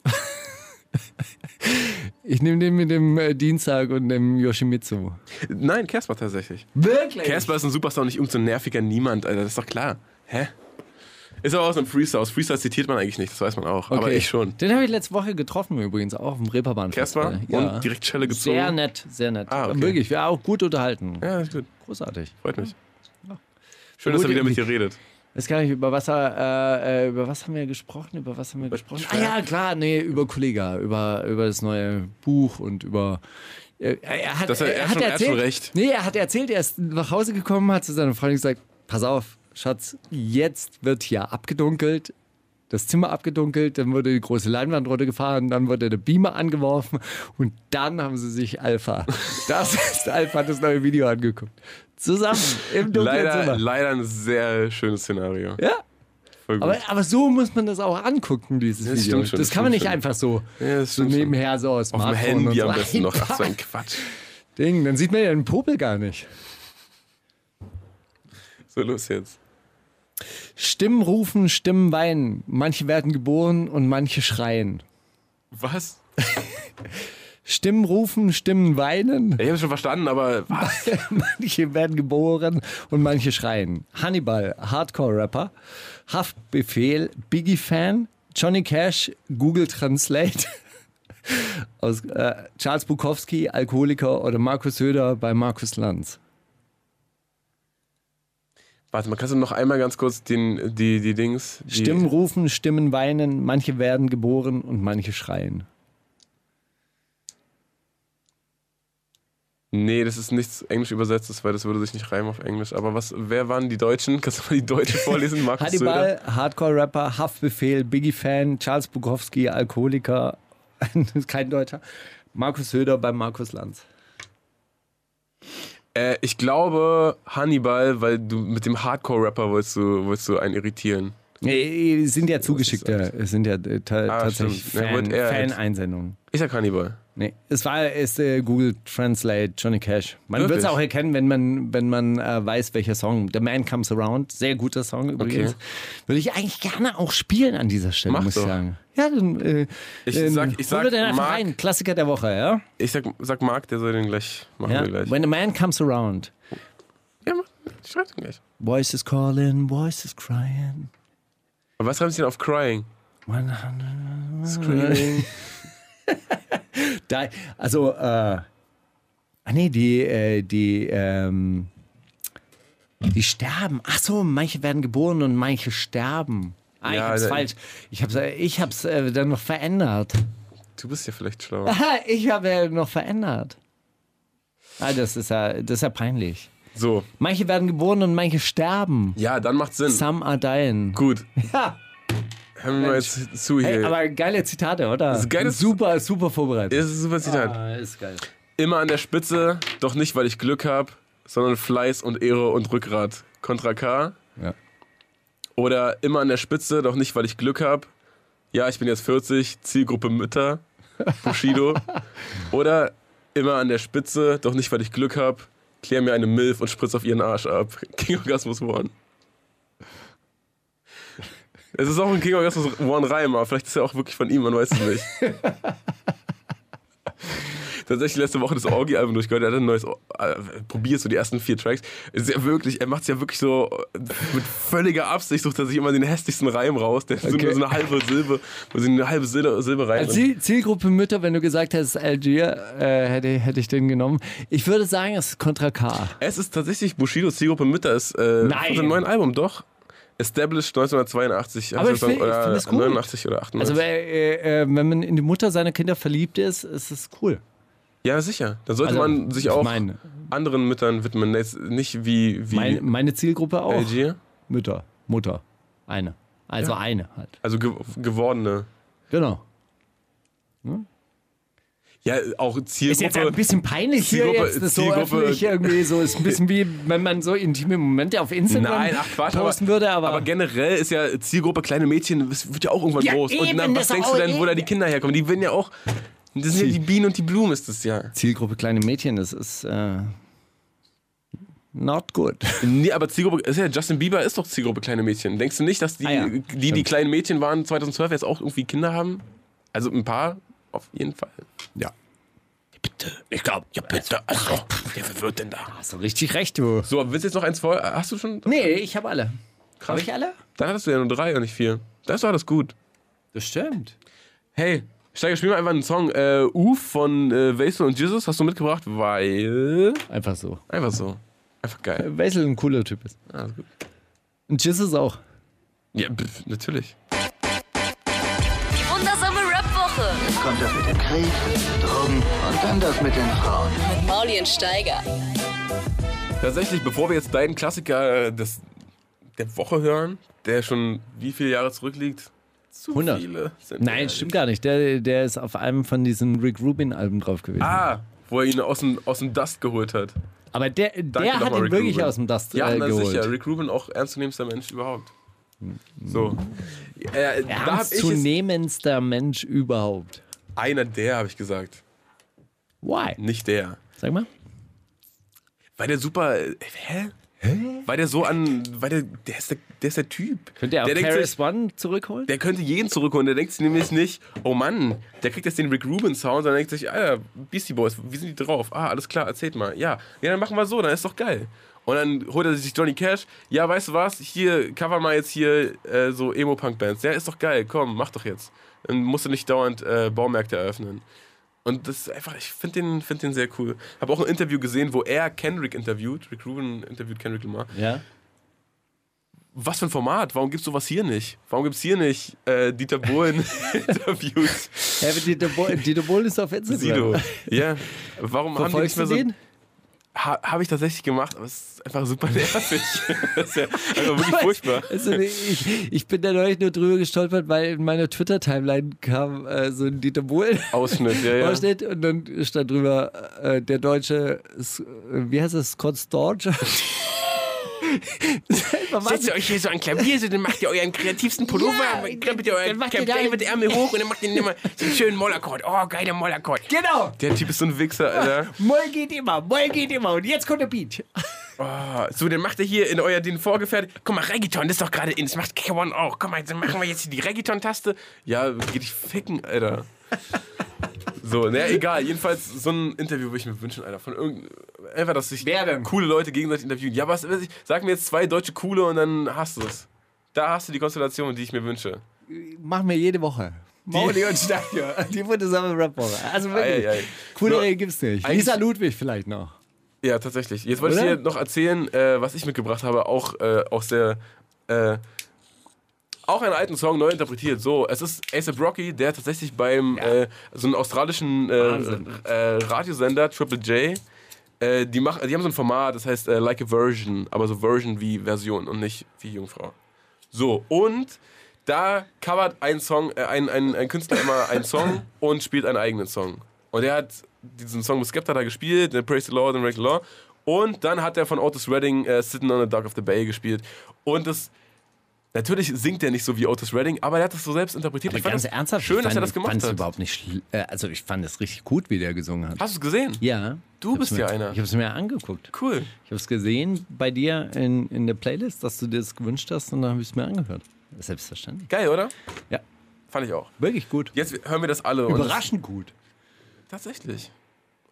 [SPEAKER 7] ich nehme den mit dem äh, Dienstag und dem Yoshimitsu.
[SPEAKER 8] Nein, Casper tatsächlich.
[SPEAKER 7] Wirklich?
[SPEAKER 8] Casper ist ein Superstar und nicht irgendein so ein nerviger Niemand, Alter. Das ist doch klar. Hä? Ist aber aus einem Freestyle. Aus Freestyle zitiert man eigentlich nicht, das weiß man auch. Aber ich schon.
[SPEAKER 7] Den habe ich letzte Woche getroffen übrigens, auch auf dem Reeperbahn.
[SPEAKER 8] Casper
[SPEAKER 7] Ja.
[SPEAKER 8] und direkt Schelle gezogen.
[SPEAKER 7] Sehr nett, sehr nett.
[SPEAKER 8] Ah, okay.
[SPEAKER 7] Wirklich, wir haben auch gut unterhalten.
[SPEAKER 8] Ja, ist gut.
[SPEAKER 7] Großartig.
[SPEAKER 8] Freut mich. Schön, dass
[SPEAKER 7] Gut,
[SPEAKER 8] er wieder mit dir redet.
[SPEAKER 7] Weiß gar nicht, über was, äh, äh, über was haben wir gesprochen? Über was haben wir gesprochen? Ah ja, klar, nee, über Kollega, über, über das neue Buch und über. äh, Er, er hat,
[SPEAKER 8] Das hat- er hat
[SPEAKER 7] hat
[SPEAKER 8] schon- er hat schon
[SPEAKER 7] erzählt,
[SPEAKER 8] recht.
[SPEAKER 7] Nee, er hat erzählt, er ist nach Hause gekommen, hat zu seiner Freundin gesagt: Pass auf, Schatz, jetzt wird hier abgedunkelt. Das Zimmer abgedunkelt, dann wurde die große Leinwand runtergefahren, dann wurde der Beamer angeworfen und dann haben sie sich Alpha, das ist Alpha, das neue Video angeguckt. Zusammen im dunklen
[SPEAKER 8] Leider,
[SPEAKER 7] Zimmer.
[SPEAKER 8] leider ein sehr schönes Szenario.
[SPEAKER 7] Ja.
[SPEAKER 8] Voll gut.
[SPEAKER 7] Aber, aber so muss man das auch angucken, dieses
[SPEAKER 8] Das
[SPEAKER 7] Video.
[SPEAKER 8] stimmt schon,
[SPEAKER 7] das
[SPEAKER 8] das
[SPEAKER 7] kann man
[SPEAKER 8] stimmt
[SPEAKER 7] nicht
[SPEAKER 8] schon.
[SPEAKER 7] einfach so,
[SPEAKER 8] Ja, das
[SPEAKER 7] so
[SPEAKER 8] stimmt schon.
[SPEAKER 7] nebenher so aus
[SPEAKER 8] Auf dem
[SPEAKER 7] Smartphone
[SPEAKER 8] Handy
[SPEAKER 7] und
[SPEAKER 8] am
[SPEAKER 7] so.
[SPEAKER 8] besten noch. Ach, so ein
[SPEAKER 7] Einfach
[SPEAKER 8] Quatsch.
[SPEAKER 7] Ding, dann sieht man ja den Popel gar nicht.
[SPEAKER 8] So, los jetzt.
[SPEAKER 7] Stimmen rufen, Stimmen weinen. Manche werden geboren und manche schreien.
[SPEAKER 8] Was?
[SPEAKER 7] Stimmen rufen, Stimmen weinen.
[SPEAKER 8] Ich habe es schon verstanden, aber was?
[SPEAKER 7] Manche werden geboren und manche schreien. Hannibal, Hardcore-Rapper. Haftbefehl, Biggie-Fan. Johnny Cash, Google Translate. Aus, äh, Charles Bukowski, Alkoholiker oder Markus Söder bei Markus Lanz.
[SPEAKER 8] Warte mal, kannst du noch einmal ganz kurz den, die, die Dings. Die,
[SPEAKER 7] Stimmen rufen, Stimmen weinen. Manche werden geboren und manche schreien.
[SPEAKER 8] Nee, das ist nichts Englisch übersetztes, weil das würde sich nicht reimen auf Englisch. Aber was, wer waren die Deutschen? Kannst du mal die Deutschen vorlesen, Markus Söder?
[SPEAKER 7] Hannibal, Hardcore-Rapper, Haftbefehl, Biggie-Fan, Charles Bukowski, Alkoholiker. ist kein Deutscher. Markus Söder bei Markus Lanz.
[SPEAKER 8] Äh, ich glaube Hannibal, weil du mit dem Hardcore-Rapper wolltest du, wolltest du einen irritieren.
[SPEAKER 7] Nee, es sind ja zugeschickte, es sind ja äh, ta
[SPEAKER 8] Ah,
[SPEAKER 7] tatsächlich
[SPEAKER 8] stimmt. Ja,
[SPEAKER 7] Fan,
[SPEAKER 8] gut, er jetzt.
[SPEAKER 7] Fan-Einsendungen.
[SPEAKER 8] Ich sag Hannibal.
[SPEAKER 7] Nee, es war es, äh, Google Translate, Johnny Cash. Man wird es
[SPEAKER 8] Wirklich?
[SPEAKER 7] auch erkennen, wenn man, wenn man äh, weiß, welcher Song. The Man Comes Around, sehr guter Song übrigens. Würde ich eigentlich gerne auch spielen an dieser Stelle,
[SPEAKER 8] Mach
[SPEAKER 7] muss
[SPEAKER 8] doch.
[SPEAKER 7] ich sagen. Ja, dann äh,
[SPEAKER 8] Ich
[SPEAKER 7] ähm,
[SPEAKER 8] sag- ich
[SPEAKER 7] hol
[SPEAKER 8] sag,
[SPEAKER 7] mir den einfach
[SPEAKER 8] Marc-
[SPEAKER 7] rein. Klassiker der Woche, ja?
[SPEAKER 8] Ich sag, sag Marc, der soll den gleich machen.
[SPEAKER 7] ja?
[SPEAKER 8] Wir gleich.
[SPEAKER 7] When a Man Comes Around.
[SPEAKER 8] ja, mach, ich schreib den gleich.
[SPEAKER 7] Voices calling, voices crying.
[SPEAKER 8] Aber was haben sie denn auf Crying?
[SPEAKER 7] 100.
[SPEAKER 8] Screaming.
[SPEAKER 7] Da, also, äh, ah nee, die, äh, die, ähm, die sterben. Ach so, manche werden geboren und manche sterben. Ah, ich
[SPEAKER 8] Ja,
[SPEAKER 7] hab's
[SPEAKER 8] da-
[SPEAKER 7] falsch. Ich hab's, äh, ich hab's äh, dann noch verändert.
[SPEAKER 8] Du bist ja vielleicht schlau.
[SPEAKER 7] Aha, ich habe äh, noch verändert. Ah, das ist ja, das ist ja peinlich.
[SPEAKER 8] So,
[SPEAKER 7] Manche werden geboren und manche sterben.
[SPEAKER 8] ja, dann macht Sinn.
[SPEAKER 7] Some are dying.
[SPEAKER 8] Gut,
[SPEAKER 7] Ja.
[SPEAKER 8] hören wir mal jetzt zu hier.
[SPEAKER 7] Hey, aber geile Zitate, oder?
[SPEAKER 8] ist geiles-
[SPEAKER 7] super, super vorbereitet.
[SPEAKER 8] das ist ein super Zitat.
[SPEAKER 7] Ah, ist geil.
[SPEAKER 8] Immer an der Spitze, doch nicht, weil ich Glück habe, sondern Fleiß und Ehre und Rückgrat. Contra K.
[SPEAKER 7] Ja.
[SPEAKER 8] Oder immer an der Spitze, doch nicht, weil ich Glück habe. Ja, ich bin jetzt 40, Zielgruppe Mütter, Bushido. Oder immer an der Spitze, doch nicht, weil ich Glück habe. Klär mir eine Milf und spritz auf ihren Arsch ab. King Orgasmus One. Es ist auch ein King Orgasmus One Reim, aber vielleicht ist er auch wirklich von ihm, man weiß es nicht. Tatsächlich letzte Woche das Orgi-Album durchgehört, er hat ein neues, Or- äh, probierst du die ersten vier Tracks. Ist ja wirklich, er macht es ja wirklich so äh, mit völliger Absicht, sucht er sich immer den hässlichsten Reim raus, der so,
[SPEAKER 7] Okay.
[SPEAKER 8] eine, so eine halbe Silbe, wo sie eine halbe Silbe, Silbe rein.
[SPEAKER 7] Als Ziel, Zielgruppe Mütter, wenn du gesagt hättest Algier, äh, hätte, hätte ich den genommen. Ich würde sagen, es ist Contra K.
[SPEAKER 8] Es ist tatsächlich Bushidos Zielgruppe Mütter ist äh,
[SPEAKER 7] Nein.
[SPEAKER 8] von seinem neuen Album, doch. Established 1982.
[SPEAKER 7] Aber
[SPEAKER 8] Also
[SPEAKER 7] ich find- ich
[SPEAKER 8] oder
[SPEAKER 7] find das gut.
[SPEAKER 8] 89 oder 98.
[SPEAKER 7] Also äh, äh, wenn man in die Mutter seiner Kinder verliebt ist, ist es cool.
[SPEAKER 8] ja, sicher. Da sollte
[SPEAKER 7] Also,
[SPEAKER 8] man sich
[SPEAKER 7] ich
[SPEAKER 8] auch
[SPEAKER 7] meine-
[SPEAKER 8] anderen Müttern widmen. Jetzt nicht wie, wie
[SPEAKER 7] Meine, meine Zielgruppe auch.
[SPEAKER 8] LG.
[SPEAKER 7] Mütter, Mutter, eine. Also eine halt.
[SPEAKER 8] Also ge gewordene.
[SPEAKER 7] Genau.
[SPEAKER 8] Ja, auch
[SPEAKER 7] Ist jetzt ein
[SPEAKER 8] Zielgruppe.
[SPEAKER 7] bisschen peinlich hier
[SPEAKER 8] Zielgruppe-
[SPEAKER 7] jetzt, das so
[SPEAKER 8] Zielgruppe-
[SPEAKER 7] öffentlich irgendwie so. Ist ein bisschen wie, wenn man so intime Momente auf Instagram
[SPEAKER 8] Nein, ach Quatsch,
[SPEAKER 7] posten würde, aber,
[SPEAKER 8] aber generell ist ja Zielgruppe kleine Mädchen, das wird ja auch irgendwann
[SPEAKER 7] Ja,
[SPEAKER 8] groß. und
[SPEAKER 7] eben,
[SPEAKER 8] na, was
[SPEAKER 7] das
[SPEAKER 8] denkst
[SPEAKER 7] auch
[SPEAKER 8] du denn, wo da
[SPEAKER 7] eben.
[SPEAKER 8] die Kinder herkommen? Die werden ja auch. Das sind ja die Bienen und die Blumen, ist das ja.
[SPEAKER 7] Zielgruppe kleine Mädchen, das ist äh, Not good.
[SPEAKER 8] Nee, aber Zielgruppe, ist ja, Justin Bieber ist doch Zielgruppe kleine Mädchen. Denkst du nicht, dass die,
[SPEAKER 7] Ah ja,
[SPEAKER 8] die, die
[SPEAKER 7] stimmt.
[SPEAKER 8] kleinen Mädchen waren 2012 jetzt auch irgendwie Kinder haben? Also ein paar, auf jeden Fall.
[SPEAKER 7] Ja.
[SPEAKER 8] Ich glaube, ja bitte. Also, wer wird denn da?
[SPEAKER 7] Hast du richtig recht, du.
[SPEAKER 8] So, willst du jetzt noch eins vor? äh, Hast du schon?
[SPEAKER 7] Nee, ich habe alle. Habe ich alle?
[SPEAKER 8] Dann hattest du ja nur drei und nicht vier. Das war alles gut.
[SPEAKER 7] Das stimmt.
[SPEAKER 8] Hey, Steiger, spiel mal einfach einen Song. Äh, Uf von äh, Wesel und Jesus hast du mitgebracht, weil...
[SPEAKER 7] Einfach so.
[SPEAKER 8] Einfach so. Einfach geil.
[SPEAKER 7] Wessel ein cooler Typ ist.
[SPEAKER 8] Alles gut.
[SPEAKER 7] Und Jesus auch.
[SPEAKER 8] Ja, pf, natürlich.
[SPEAKER 3] Die wundersame Rap-Woche
[SPEAKER 1] Kommt das mit dem Krieg, Drogen und dann das mit den Frauen.
[SPEAKER 3] mit Mauli und Steiger.
[SPEAKER 8] Tatsächlich, bevor wir jetzt deinen Klassiker äh, des, der Woche hören, der schon wie viele Jahre zurückliegt? Zu
[SPEAKER 7] 100.
[SPEAKER 8] viele. Sind
[SPEAKER 7] Nein, stimmt gar nicht. Der, der ist auf einem von diesen Rick Rubin-Alben drauf gewesen.
[SPEAKER 8] Ah, wo er ihn aus dem, aus dem Dust geholt hat.
[SPEAKER 7] Aber der,
[SPEAKER 8] Danke
[SPEAKER 7] der hat
[SPEAKER 8] nochmal,
[SPEAKER 7] ihn
[SPEAKER 8] Rick
[SPEAKER 7] wirklich
[SPEAKER 8] Rubin.
[SPEAKER 7] aus dem Dust
[SPEAKER 8] Ja,
[SPEAKER 7] äh,
[SPEAKER 8] na
[SPEAKER 7] geholt. Mm,
[SPEAKER 8] sicher. Rick Rubin auch ernstzunehmendster Mensch überhaupt. So. Äh, da hab ich
[SPEAKER 7] ne-
[SPEAKER 8] jetzt,
[SPEAKER 7] Ernstzunehmendster Mensch überhaupt.
[SPEAKER 8] einer der, habe ich gesagt.
[SPEAKER 7] Why?
[SPEAKER 8] Nicht der.
[SPEAKER 7] Sag mal.
[SPEAKER 8] Weil der super. äh, Hä? Hä? Weil der so an. Weil der. Der ist der, der, ist der Typ.
[SPEAKER 7] Könnte er auch
[SPEAKER 8] der denkt sich,
[SPEAKER 7] Paris One zurückholen?
[SPEAKER 8] der könnte jeden zurückholen. Der denkt sich nämlich nicht, oh Mann, der kriegt jetzt den Rick Rubin-Sound, sondern denkt sich, Alter, Beastie Boys, wie sind die drauf? Ah, alles klar, erzählt mal. Ja, ja, dann machen wir so, dann ist doch geil. Und dann holt er sich Johnny Cash. Ja, weißt du was? Hier, cover mal jetzt hier äh, so Emo-Punk-Bands. Ja, ist doch geil, komm, mach doch jetzt. Dann musst du nicht dauernd äh, Baumärkte eröffnen. Und das ist einfach, ich finde den, find den sehr cool. Habe auch ein Interview gesehen, wo er Kendrick interviewt. Rick Rubin interviewt Kendrick Lamar
[SPEAKER 7] Ja.
[SPEAKER 8] was für ein Format? Warum gibt's sowas hier nicht? Warum gibt's hier nicht äh, Dieter Bohlen Interviews?
[SPEAKER 7] ja aber Dieter Bohlen Dieter Bohlen ist auf Instagram.
[SPEAKER 8] Sido. Ja. Warum haben die nicht
[SPEAKER 7] Verfolgst du
[SPEAKER 8] mehr so.
[SPEAKER 7] den?
[SPEAKER 8] Ha, Habe ich tatsächlich gemacht, aber es ist einfach super nervig. das ist ja einfach wirklich furchtbar.
[SPEAKER 7] Also, ich, ich bin da neulich nur drüber gestolpert, weil in meiner Twitter-Timeline kam äh, so ein Dieter Bohlen.
[SPEAKER 8] Ausschnitt, Oh, ja, ja.
[SPEAKER 7] Ausschnitt und dann stand drüber äh, der deutsche, S- äh, wie heißt das, Scott Storch? Selber Mann.
[SPEAKER 8] Setzt ihr euch hier so an Klavier, so, dann macht ihr euren kreativsten Pullover,
[SPEAKER 7] Ja,
[SPEAKER 8] krempelt ihr
[SPEAKER 7] dann
[SPEAKER 8] euren
[SPEAKER 7] macht ihr da-
[SPEAKER 8] David Ärmel hoch und dann macht ihr immer so einen schönen Mollakkord. Oh, geiler Mollakkord.
[SPEAKER 7] Genau,
[SPEAKER 8] Der Typ ist so ein Wichser, Alter.
[SPEAKER 7] Moll geht immer, Moll geht immer und jetzt kommt der Beat.
[SPEAKER 8] Ah, So, dann macht er hier in euer den vorgefertigt. Guck mal, Reggaeton ist doch gerade in. Das macht K1 auch. Guck mal, dann machen wir jetzt hier die Reggaeton-Taste. Ja, geh dich ficken, Alter. So, naja, egal. Jedenfalls, so ein Interview würde ich mir wünschen, Alter. Von irgend Einfach, dass sich
[SPEAKER 7] Wer denn?
[SPEAKER 8] coole Leute gegenseitig interviewen. Ja, was weiß ich. Sag mir jetzt zwei deutsche coole und dann hast du es. Da hast du die Konstellation, die ich mir wünsche.
[SPEAKER 7] Machen wir jede Woche. Mauli und Schneider, die wundersame Rap-Woche. Also wirklich,
[SPEAKER 8] Ei, ei, ei.
[SPEAKER 7] coole
[SPEAKER 8] So,
[SPEAKER 7] Regeln gibt's nicht.
[SPEAKER 8] eigentlich-
[SPEAKER 7] Lisa Ludwig vielleicht noch.
[SPEAKER 8] Ja, tatsächlich. Jetzt wollte
[SPEAKER 7] Oder?
[SPEAKER 8] ich dir noch erzählen, äh, was ich mitgebracht habe, auch äh, aus der. Äh, auch einen alten Song neu interpretiert. So, es ist A$AP Rocky, der tatsächlich beim äh, so einen australischen äh, äh, Radiosender Triple J, äh, die, machen, die haben so ein Format, das heißt äh, Like a Version, aber so Version wie Version und nicht wie Jungfrau. So, und da covert ein Song, äh, ein, ein, ein Künstler immer einen Song und spielt einen eigenen Song. Und er hat diesen Song mit Skepta da gespielt, äh, Praise the Lord und Break the Law. Und dann hat er von Otis Redding äh, Sitting on the Dock of the Bay gespielt. Und das, natürlich singt er nicht so wie Otis Redding, aber er hat das so selbst interpretiert.
[SPEAKER 7] Aber
[SPEAKER 8] Ich fand
[SPEAKER 7] ganz
[SPEAKER 8] das
[SPEAKER 7] ernsthaft,
[SPEAKER 8] schön,
[SPEAKER 7] ich
[SPEAKER 8] dass
[SPEAKER 7] fand,
[SPEAKER 8] er das gemacht
[SPEAKER 7] fand's
[SPEAKER 8] hat.
[SPEAKER 7] überhaupt nicht, schl- äh, also ich fand es richtig gut, wie der gesungen hat.
[SPEAKER 8] Hast du es gesehen?
[SPEAKER 7] Ja.
[SPEAKER 8] Du bist
[SPEAKER 7] mir,
[SPEAKER 8] ja einer.
[SPEAKER 7] Ich habe es mir angeguckt.
[SPEAKER 8] Cool.
[SPEAKER 7] Ich habe es gesehen bei dir in, in der Playlist, dass du dir das gewünscht hast und dann habe ich es mir angehört. Selbstverständlich.
[SPEAKER 8] Geil, oder?
[SPEAKER 7] Ja.
[SPEAKER 8] Fand ich auch.
[SPEAKER 7] Wirklich gut.
[SPEAKER 8] Jetzt hören wir das alle. und
[SPEAKER 7] Überraschend gut.
[SPEAKER 8] das- Tatsächlich.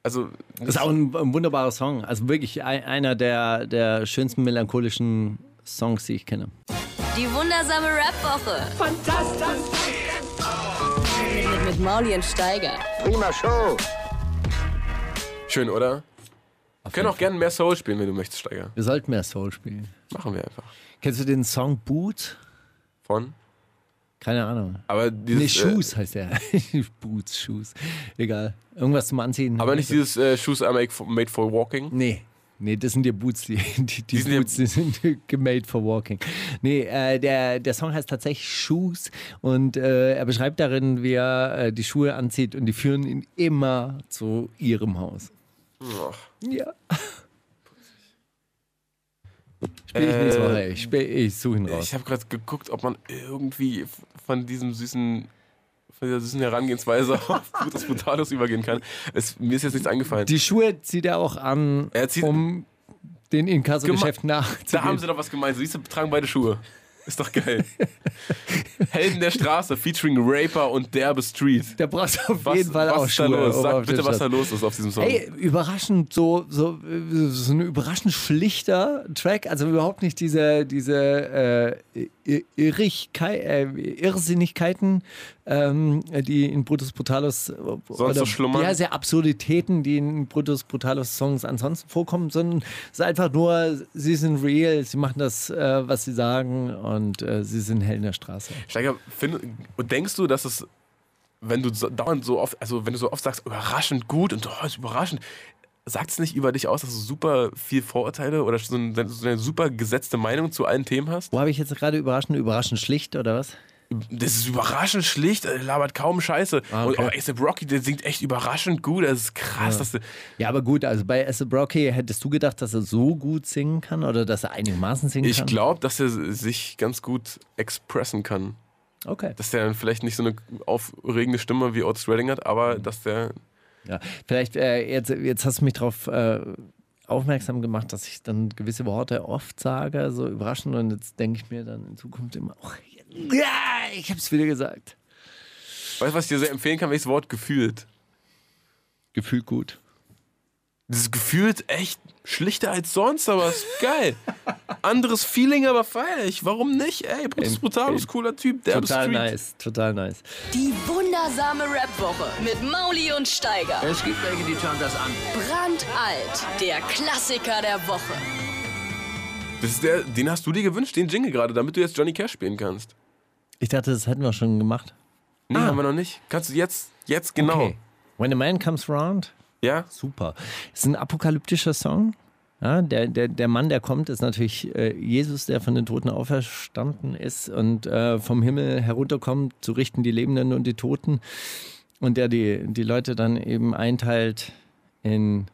[SPEAKER 8] Also,
[SPEAKER 7] Das ist auch ein, ein wunderbarer Song. Also wirklich ein, einer der, der schönsten melancholischen Songs, die ich kenne.
[SPEAKER 3] Die wundersame Rap-Woche. Fantastisch. Mit, mit Mauli und Steiger.
[SPEAKER 1] Prima Show.
[SPEAKER 8] schön, oder? Wir können auch gerne mehr Soul spielen, wenn du möchtest, Steiger.
[SPEAKER 7] Wir sollten mehr Soul spielen.
[SPEAKER 8] Machen wir einfach.
[SPEAKER 7] Kennst du den Song Boot?
[SPEAKER 8] Von.
[SPEAKER 7] Keine Ahnung.
[SPEAKER 8] Aber
[SPEAKER 7] Nee,
[SPEAKER 8] dieses. äh,
[SPEAKER 7] Shoes heißt der. Boots, Shoes. Egal. Irgendwas zum Anziehen.
[SPEAKER 8] aber nicht dieses äh, Shoes are make for, made for walking.
[SPEAKER 7] Nee. Nee, das sind die Boots, die, die, die,
[SPEAKER 8] sind ja-
[SPEAKER 7] Boots, die sind gemade for walking. Nee, äh, der, der Song heißt tatsächlich Shoes und äh, er beschreibt darin, wie er äh, die Schuhe anzieht und die führen ihn immer zu ihrem Haus.
[SPEAKER 8] Ach,
[SPEAKER 7] Ja. Spiel ich nächste Woche, ich, spiel, ich suche ihn raus.
[SPEAKER 8] Äh, ich habe gerade geguckt, ob man irgendwie f- von diesem süßen. Von dieser süßen Herangehensweise auf Brutus Brutalus übergehen kann. Es, mir ist jetzt nichts eingefallen.
[SPEAKER 7] Die Schuhe zieht er auch an,
[SPEAKER 8] Er zieht-
[SPEAKER 7] um den Inkassogeschäften nachzugehen.
[SPEAKER 8] Da haben sie doch was gemeint. Siehst du, tragen beide Schuhe. Ist doch geil. Helden der Straße featuring Raper und Derbe Street.
[SPEAKER 7] da brauchst du auf
[SPEAKER 8] Was,
[SPEAKER 7] jeden Fall
[SPEAKER 8] was
[SPEAKER 7] auch
[SPEAKER 8] ist da
[SPEAKER 7] Schuhe,
[SPEAKER 8] los?
[SPEAKER 7] um
[SPEAKER 8] Sag
[SPEAKER 7] auf den
[SPEAKER 8] bitte, was da
[SPEAKER 7] Platz.
[SPEAKER 8] los ist auf diesem Song.
[SPEAKER 7] Ey, überraschend, so, so, so ein überraschend schlichter Track, also überhaupt nicht diese, diese äh, Ir- Irrigkeit, äh, Irrsinnigkeiten, ähm, die in Brutus Brutalus äh,
[SPEAKER 8] so schlummern.
[SPEAKER 7] diverse Absurditäten, die in Brutus Brutalus Songs ansonsten vorkommen, sondern es ist einfach nur, sie sind real, sie machen das, äh, was sie sagen und äh, sie sind hell in der Straße.
[SPEAKER 8] Steiger, find, und denkst du, dass es, wenn du so, dauernd so oft, also wenn du so oft sagst, überraschend gut und oh, ist überraschend, sagt es nicht über dich aus, dass du super viel Vorurteile oder so eine, so eine super gesetzte Meinung zu allen Themen hast?
[SPEAKER 7] Wo habe ich jetzt gerade überraschend, überraschend schlicht oder was?
[SPEAKER 8] Das ist überraschend schlicht, äh, labert kaum Scheiße.
[SPEAKER 7] Ah,
[SPEAKER 8] Und
[SPEAKER 7] okay.
[SPEAKER 8] auch A$AP Rocky, der singt echt überraschend gut. Das ist krass. Dass du,
[SPEAKER 7] Ja, aber gut, also bei Acid Rocky hättest du gedacht, dass er so gut singen kann oder dass er einigermaßen singen
[SPEAKER 8] ich
[SPEAKER 7] kann?
[SPEAKER 8] glaube, dass er sich ganz gut expressen kann.
[SPEAKER 7] Okay.
[SPEAKER 8] Dass der vielleicht nicht so eine aufregende Stimme wie Otis Redding hat,
[SPEAKER 7] Mhm.
[SPEAKER 8] aber dass der.
[SPEAKER 7] Ja. Vielleicht, äh, jetzt, jetzt hast du mich darauf äh, aufmerksam gemacht, dass ich dann gewisse Worte oft sage, so überraschend. Und jetzt denke ich mir dann in Zukunft immer, oh, ja, ich habe es wieder gesagt.
[SPEAKER 8] Weißt du, was ich dir sehr empfehlen kann? Welches Wort gefühlt?
[SPEAKER 7] Gefühlt gut.
[SPEAKER 8] Dieses gefühlt echt schlichter als sonst, aber ist geil. Anderes Feeling, aber feier ich. Warum nicht? Ey, Brutus
[SPEAKER 7] Ey,
[SPEAKER 8] Brutalus,
[SPEAKER 7] ey,
[SPEAKER 8] cooler Typ. Der
[SPEAKER 7] Total
[SPEAKER 8] Street.
[SPEAKER 7] nice, total nice.
[SPEAKER 3] Die wundersame Rap-Woche mit Mauli und Steiger.
[SPEAKER 4] Es gibt welche, die schauen das an.
[SPEAKER 3] Brandalt, der Klassiker der Woche.
[SPEAKER 8] Das ist der, den hast du dir gewünscht, den Jingle gerade, damit du jetzt Johnny Cash spielen kannst.
[SPEAKER 7] Ich dachte, das hätten wir schon gemacht.
[SPEAKER 8] Nee, haben wir noch nicht. Kannst du jetzt, jetzt genau.
[SPEAKER 7] Ah. Okay. When a man comes round,
[SPEAKER 8] Ja?
[SPEAKER 7] Super. Es ist ein apokalyptischer Song. Ja, der, der, der Mann, der kommt, ist natürlich äh, Jesus, der von den Toten auferstanden ist und äh, vom Himmel herunterkommt, zu richten die Lebenden und die Toten. Und der die, die Leute dann eben einteilt in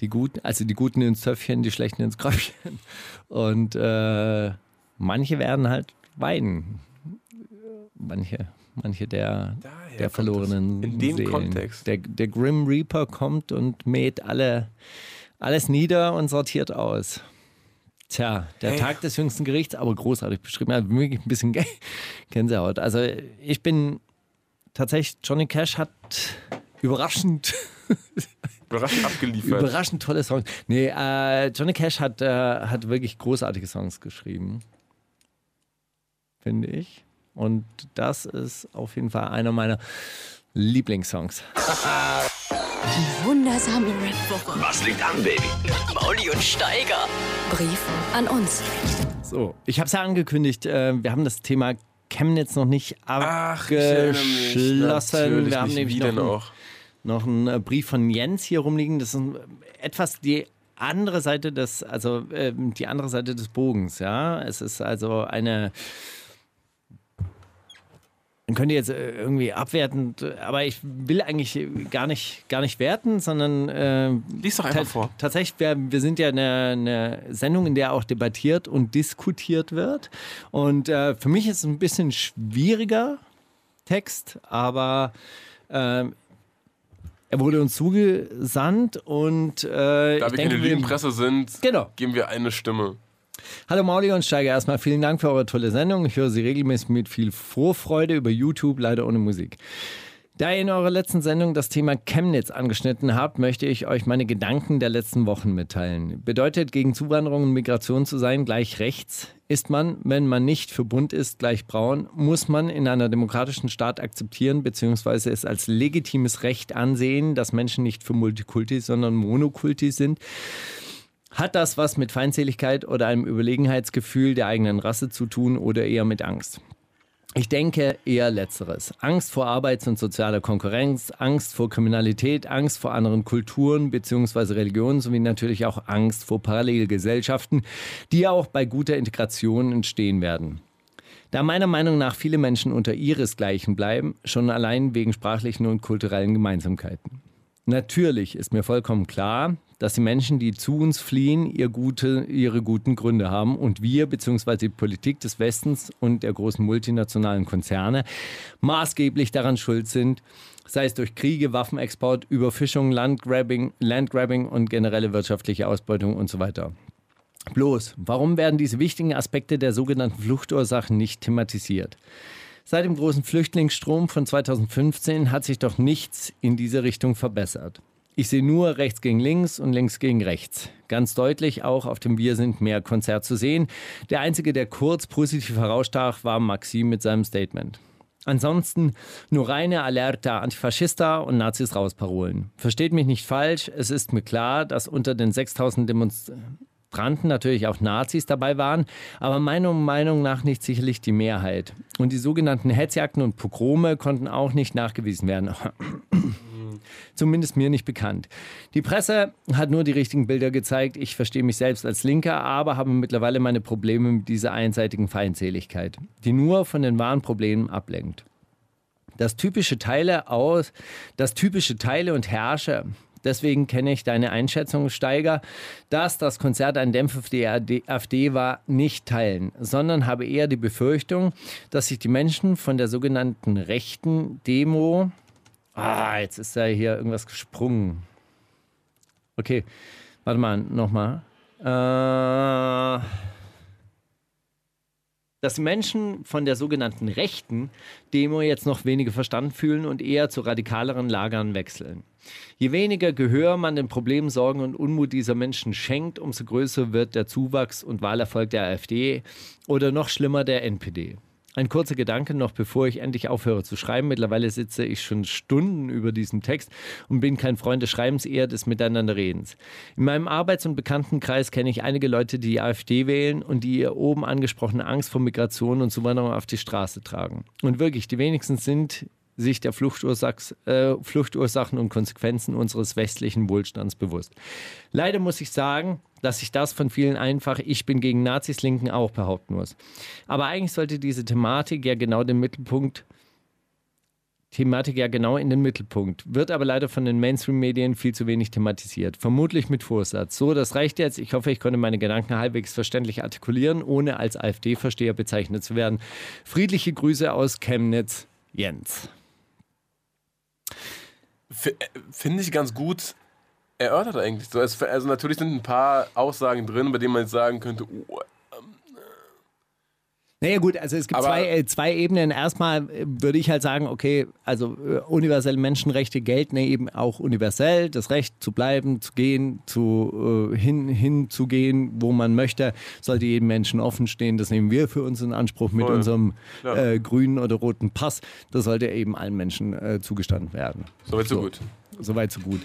[SPEAKER 7] die Guten, also die Guten ins Töpfchen, die Schlechten ins Gröbchen. Und äh, manche werden halt weinen. Manche, manche der,
[SPEAKER 8] Daher
[SPEAKER 7] der
[SPEAKER 8] kommt das.
[SPEAKER 7] verlorenen
[SPEAKER 8] In dem
[SPEAKER 7] Seelen.
[SPEAKER 8] Kontext.
[SPEAKER 7] Der, der Grim Reaper kommt und mäht alle, alles nieder und sortiert aus. Tja, der
[SPEAKER 8] Hey.
[SPEAKER 7] Tag des jüngsten Gerichts, aber großartig beschrieben. Hat wirklich ein bisschen Gän- Gänsehaut. Also ich bin tatsächlich, Johnny Cash hat überraschend
[SPEAKER 8] Überraschend abgeliefert.
[SPEAKER 7] Überraschend tolle Songs. Nee, äh, Johnny Cash hat, äh, hat wirklich großartige Songs geschrieben. Finde ich. Und das ist auf jeden Fall einer meiner Lieblingssongs.
[SPEAKER 3] Wundersame Rap-Woche. Was liegt an, Baby? Mit Mauli und Steiger.
[SPEAKER 6] Brief
[SPEAKER 3] An uns.
[SPEAKER 7] So, ich habe es ja angekündigt, äh, wir haben das Thema Chemnitz noch nicht
[SPEAKER 8] Ach, ich erinnere mich.
[SPEAKER 7] abgeschlossen.
[SPEAKER 8] Natürlich
[SPEAKER 7] wir haben
[SPEAKER 8] nicht.
[SPEAKER 7] nämlich
[SPEAKER 8] Wie denn
[SPEAKER 7] noch,
[SPEAKER 8] auch?
[SPEAKER 7] noch einen äh, Brief von Jens hier rumliegen. Das ist ein, etwas die andere Seite des, also ähm, die andere Seite des Bogens, ja. Es ist also eine. Man könnte jetzt äh, irgendwie abwertend, aber ich will eigentlich äh, gar nicht, gar nicht werten, sondern äh,
[SPEAKER 8] Lies doch einfach
[SPEAKER 7] Ta-
[SPEAKER 8] vor.
[SPEAKER 7] Tatsächlich, wir, wir sind ja eine, eine Sendung, in der auch debattiert und diskutiert wird. Und äh, für mich ist es ein bisschen schwieriger Text, aber ähm, er wurde uns zugesandt und äh,
[SPEAKER 8] Da
[SPEAKER 7] ich
[SPEAKER 8] wir
[SPEAKER 7] denke,
[SPEAKER 8] keine Lügenpresse sind,
[SPEAKER 7] Genau.
[SPEAKER 8] geben wir eine Stimme.
[SPEAKER 7] Hallo Mauli und Steiger, erstmal vielen Dank für eure tolle Sendung. Ich höre sie regelmäßig mit viel Vorfreude über YouTube, leider ohne Musik. Da ihr in eurer letzten Sendung das Thema Chemnitz angeschnitten habt, möchte ich euch meine Gedanken der letzten Wochen mitteilen. Bedeutet, gegen Zuwanderung und Migration zu sein, gleich rechts? Ist man, wenn man nicht für bunt ist, gleich braun? Muss man in einer demokratischen Staat akzeptieren bzw. es als legitimes Recht ansehen, dass Menschen nicht für Multikulti, sondern Monokulti sind? Hat das was mit Feindseligkeit oder einem Überlegenheitsgefühl der eigenen Rasse zu tun oder eher mit Angst? Ich denke eher letzteres. Angst vor Arbeits- und sozialer Konkurrenz, Angst vor Kriminalität, Angst vor anderen Kulturen bzw. Religionen sowie natürlich auch Angst vor Parallelgesellschaften, die ja auch bei guter Integration entstehen werden. Da meiner Meinung nach viele Menschen unter ihresgleichen bleiben, schon allein wegen sprachlichen und kulturellen Gemeinsamkeiten. Natürlich ist mir vollkommen klar, dass die Menschen, die zu uns fliehen, ihr gute, ihre guten Gründe haben und wir bzw. die Politik des Westens und der großen multinationalen Konzerne maßgeblich daran schuld sind, sei es durch Kriege, Waffenexport, Überfischung, Landgrabbing, Landgrabbing und generelle wirtschaftliche Ausbeutung und so weiter. Bloß, warum werden diese wichtigen Aspekte der sogenannten Fluchtursachen nicht thematisiert? Seit dem großen Flüchtlingsstrom von 2015 hat sich doch nichts in diese Richtung verbessert. Ich sehe nur rechts gegen links und links gegen rechts. Ganz deutlich auch auf dem Wir sind mehr Konzert zu sehen. Der einzige, der kurz positiv herausstach, war Maxim mit seinem Statement. Ansonsten nur reine Alerta Antifaschista und Nazis raus Parolen. Versteht mich nicht falsch, es ist mir klar, dass unter den 6000 Demonstranten natürlich auch Nazis dabei waren, aber meiner Meinung nach nicht sicherlich die Mehrheit. Und die sogenannten Hetzjagden und Pogrome konnten auch nicht nachgewiesen werden. Zumindest mir nicht bekannt. Die Presse hat nur die richtigen Bilder gezeigt. Ich verstehe mich selbst als Linker, aber habe mittlerweile meine Probleme mit dieser einseitigen Feindseligkeit, die nur von den wahren Problemen ablenkt. Das typische Teile aus, das typische Teile und Herrsche. Deswegen kenne ich deine Einschätzung, Steiger, dass das Konzert ein Dämpfer für die AfD war, nicht teilen, sondern habe eher die Befürchtung, dass sich die Menschen von der sogenannten rechten Demo Ah, jetzt ist ja hier irgendwas gesprungen. Okay, warte mal, nochmal. Äh, dass die Menschen von der sogenannten rechten Demo jetzt noch weniger Verstand fühlen und eher zu radikaleren Lagern wechseln. Je weniger Gehör man den Problemen, Sorgen und Unmut dieser Menschen schenkt, umso größer wird der Zuwachs und Wahlerfolg der AfD oder noch schlimmer der NPD. Ein kurzer Gedanke noch, bevor ich endlich aufhöre zu schreiben. Mittlerweile sitze ich schon Stunden über diesem Text und bin kein Freund des Schreibens, eher des Miteinanderredens. In meinem Arbeits- und Bekanntenkreis kenne ich einige Leute, die die AfD wählen und die ihr oben angesprochene Angst vor Migration und Zuwanderung auf die Straße tragen. Und wirklich, die wenigsten sind sich der Fluchtursachs, äh, Fluchtursachen und Konsequenzen unseres westlichen Wohlstands bewusst. Leider muss ich sagen, dass ich das von vielen einfach Ich bin gegen Nazis Linken auch behaupten muss. Aber eigentlich sollte diese Thematik ja genau den Mittelpunkt Thematik ja genau in den Mittelpunkt, wird aber leider von den Mainstream-Medien viel zu wenig thematisiert. Vermutlich mit Vorsatz. So, das reicht jetzt. Ich hoffe, ich konnte meine Gedanken halbwegs verständlich artikulieren, ohne als AfD-Versteher bezeichnet zu werden. Friedliche Grüße aus Chemnitz, Jens.
[SPEAKER 8] F- äh, Finde ich ganz gut erörtert eigentlich. So, es, also natürlich sind ein paar Aussagen drin, bei denen man jetzt sagen könnte, oh,
[SPEAKER 7] Naja gut, also es gibt
[SPEAKER 8] Aber-
[SPEAKER 7] zwei, äh, zwei Ebenen. Erstmal äh, würde ich halt sagen, okay, also äh, universelle Menschenrechte gelten ja eben auch universell. Das Recht zu bleiben, zu gehen, zu, äh, hin, hinzugehen, wo man möchte, sollte jedem Menschen offen stehen. Das nehmen wir für uns in Anspruch mit
[SPEAKER 8] Voll.
[SPEAKER 7] unserem
[SPEAKER 8] Klar.
[SPEAKER 7] äh, grünen oder roten Pass. Das sollte eben allen Menschen äh, zugestanden werden.
[SPEAKER 8] so weit so gut.
[SPEAKER 7] Soweit so gut.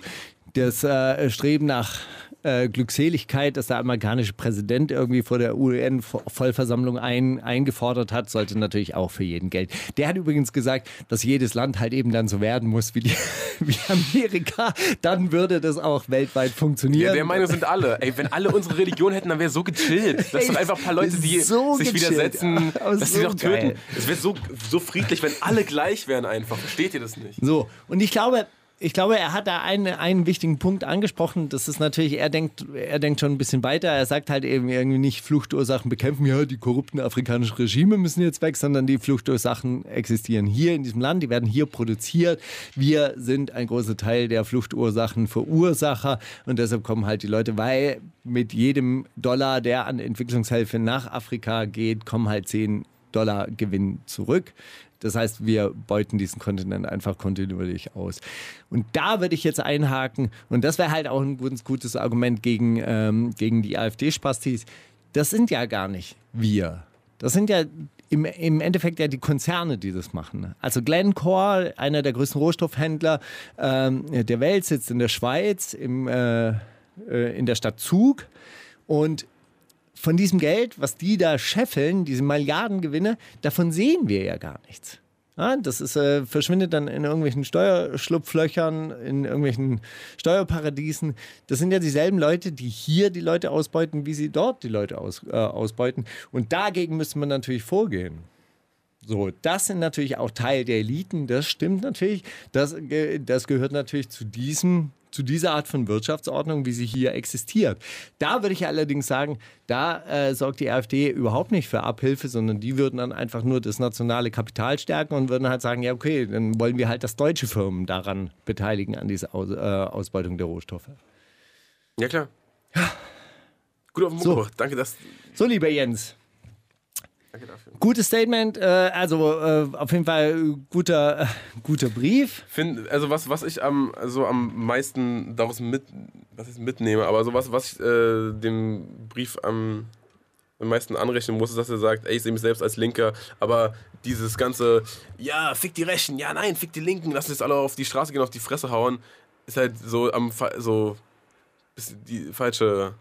[SPEAKER 7] Das äh, Streben nach äh, Glückseligkeit, das der amerikanische Präsident irgendwie vor der UN-Vollversammlung ein, eingefordert hat, sollte natürlich auch für jeden gelten. Der hat übrigens gesagt, dass jedes Land halt eben dann so werden muss wie, die, wie Amerika. Dann würde das auch weltweit funktionieren.
[SPEAKER 8] Ja, der Meinung sind alle. Ey, wenn alle unsere Religion hätten, dann wäre so gechillt. Das
[SPEAKER 7] Ey,
[SPEAKER 8] sind einfach ein paar Leute, die
[SPEAKER 7] so
[SPEAKER 8] sich
[SPEAKER 7] gechillt.
[SPEAKER 8] widersetzen,
[SPEAKER 7] Aber
[SPEAKER 8] dass
[SPEAKER 7] so
[SPEAKER 8] sie doch töten.
[SPEAKER 7] geil.
[SPEAKER 8] Es wäre so, so friedlich, wenn alle gleich wären einfach. Versteht ihr das nicht?
[SPEAKER 7] So, und ich glaube, ich glaube, er hat da einen, einen wichtigen Punkt angesprochen. Das ist natürlich, er denkt, er denkt schon ein bisschen weiter. Er sagt halt eben irgendwie nicht Fluchtursachen bekämpfen. Ja, die korrupten afrikanischen Regime müssen jetzt weg, sondern die Fluchtursachen existieren hier in diesem Land. Die werden hier produziert. Wir sind ein großer Teil der Fluchtursachen Verursacher und deshalb kommen halt die Leute, weil mit jedem Dollar, der an Entwicklungshilfe nach Afrika geht, kommen halt 10 Dollar Gewinn zurück. Das heißt, wir beuten diesen Kontinent einfach kontinuierlich aus. Und da würde ich jetzt einhaken, und das wäre halt auch ein gutes, gutes Argument gegen, ähm, gegen die AfD-Spastis. Das sind ja gar nicht wir. Das sind ja im, im Endeffekt ja die Konzerne, die das machen. Also Glencore, einer der größten Rohstoffhändler ähm, der Welt, sitzt in der Schweiz, im, äh, äh, in der Stadt Zug. Und von diesem Geld, was die da scheffeln, diese Milliardengewinne, davon sehen wir ja gar nichts. Ja, das ist, äh, verschwindet dann in irgendwelchen Steuerschlupflöchern, in irgendwelchen Steuerparadiesen. Das sind ja dieselben Leute, die hier die Leute ausbeuten, wie sie dort die Leute aus, äh, ausbeuten. Und dagegen müsste man natürlich vorgehen. So, das sind natürlich auch Teil der Eliten, das stimmt natürlich. Das, ge- das gehört natürlich zu diesem, zu dieser Art von Wirtschaftsordnung, wie sie hier existiert. Da würde ich allerdings sagen, da äh, sorgt die AfD überhaupt nicht für Abhilfe, sondern die würden dann einfach nur das nationale Kapital stärken und würden halt sagen, ja, okay, dann wollen wir halt, dass deutsche Firmen daran beteiligen, an dieser Aus, äh, Ausbeutung der Rohstoffe.
[SPEAKER 8] Ja, klar. Gut auf den Punkt
[SPEAKER 7] So.
[SPEAKER 8] gebracht. Danke, das,
[SPEAKER 7] So, lieber Jens.
[SPEAKER 8] danke dafür.
[SPEAKER 7] Gutes Statement, äh, also äh, auf jeden Fall äh, guter, äh, guter Brief.
[SPEAKER 8] Find, also was, was ich am, also am meisten daraus mit, was heißt mitnehme, aber so was, was ich äh, dem Brief am, am meisten anrechnen muss, ist, dass er sagt, ey, ich sehe mich selbst als Linker, aber dieses ganze, ja, fick die Rechten, ja, nein, fick die Linken, lass uns jetzt alle auf die Straße gehen, auf die Fresse hauen, ist halt so am fa- so ist die falsche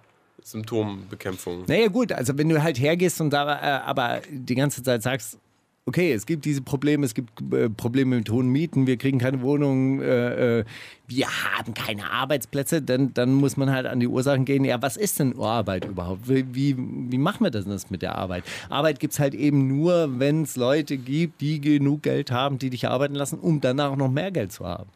[SPEAKER 8] Symptombekämpfung.
[SPEAKER 7] Naja, gut, also wenn du halt hergehst und da äh, aber die ganze Zeit sagst, okay, es gibt diese Probleme, es gibt äh, Probleme mit hohen Mieten, wir kriegen keine Wohnungen, äh, äh, wir haben keine Arbeitsplätze, dann, dann muss man halt an die Ursachen gehen, ja, was ist denn Arbeit überhaupt? Wie, wie, wie machen wir das denn das mit der Arbeit? Arbeit gibt es halt eben nur, wenn es Leute gibt, die genug Geld haben, die dich arbeiten lassen, um danach auch noch mehr Geld zu haben.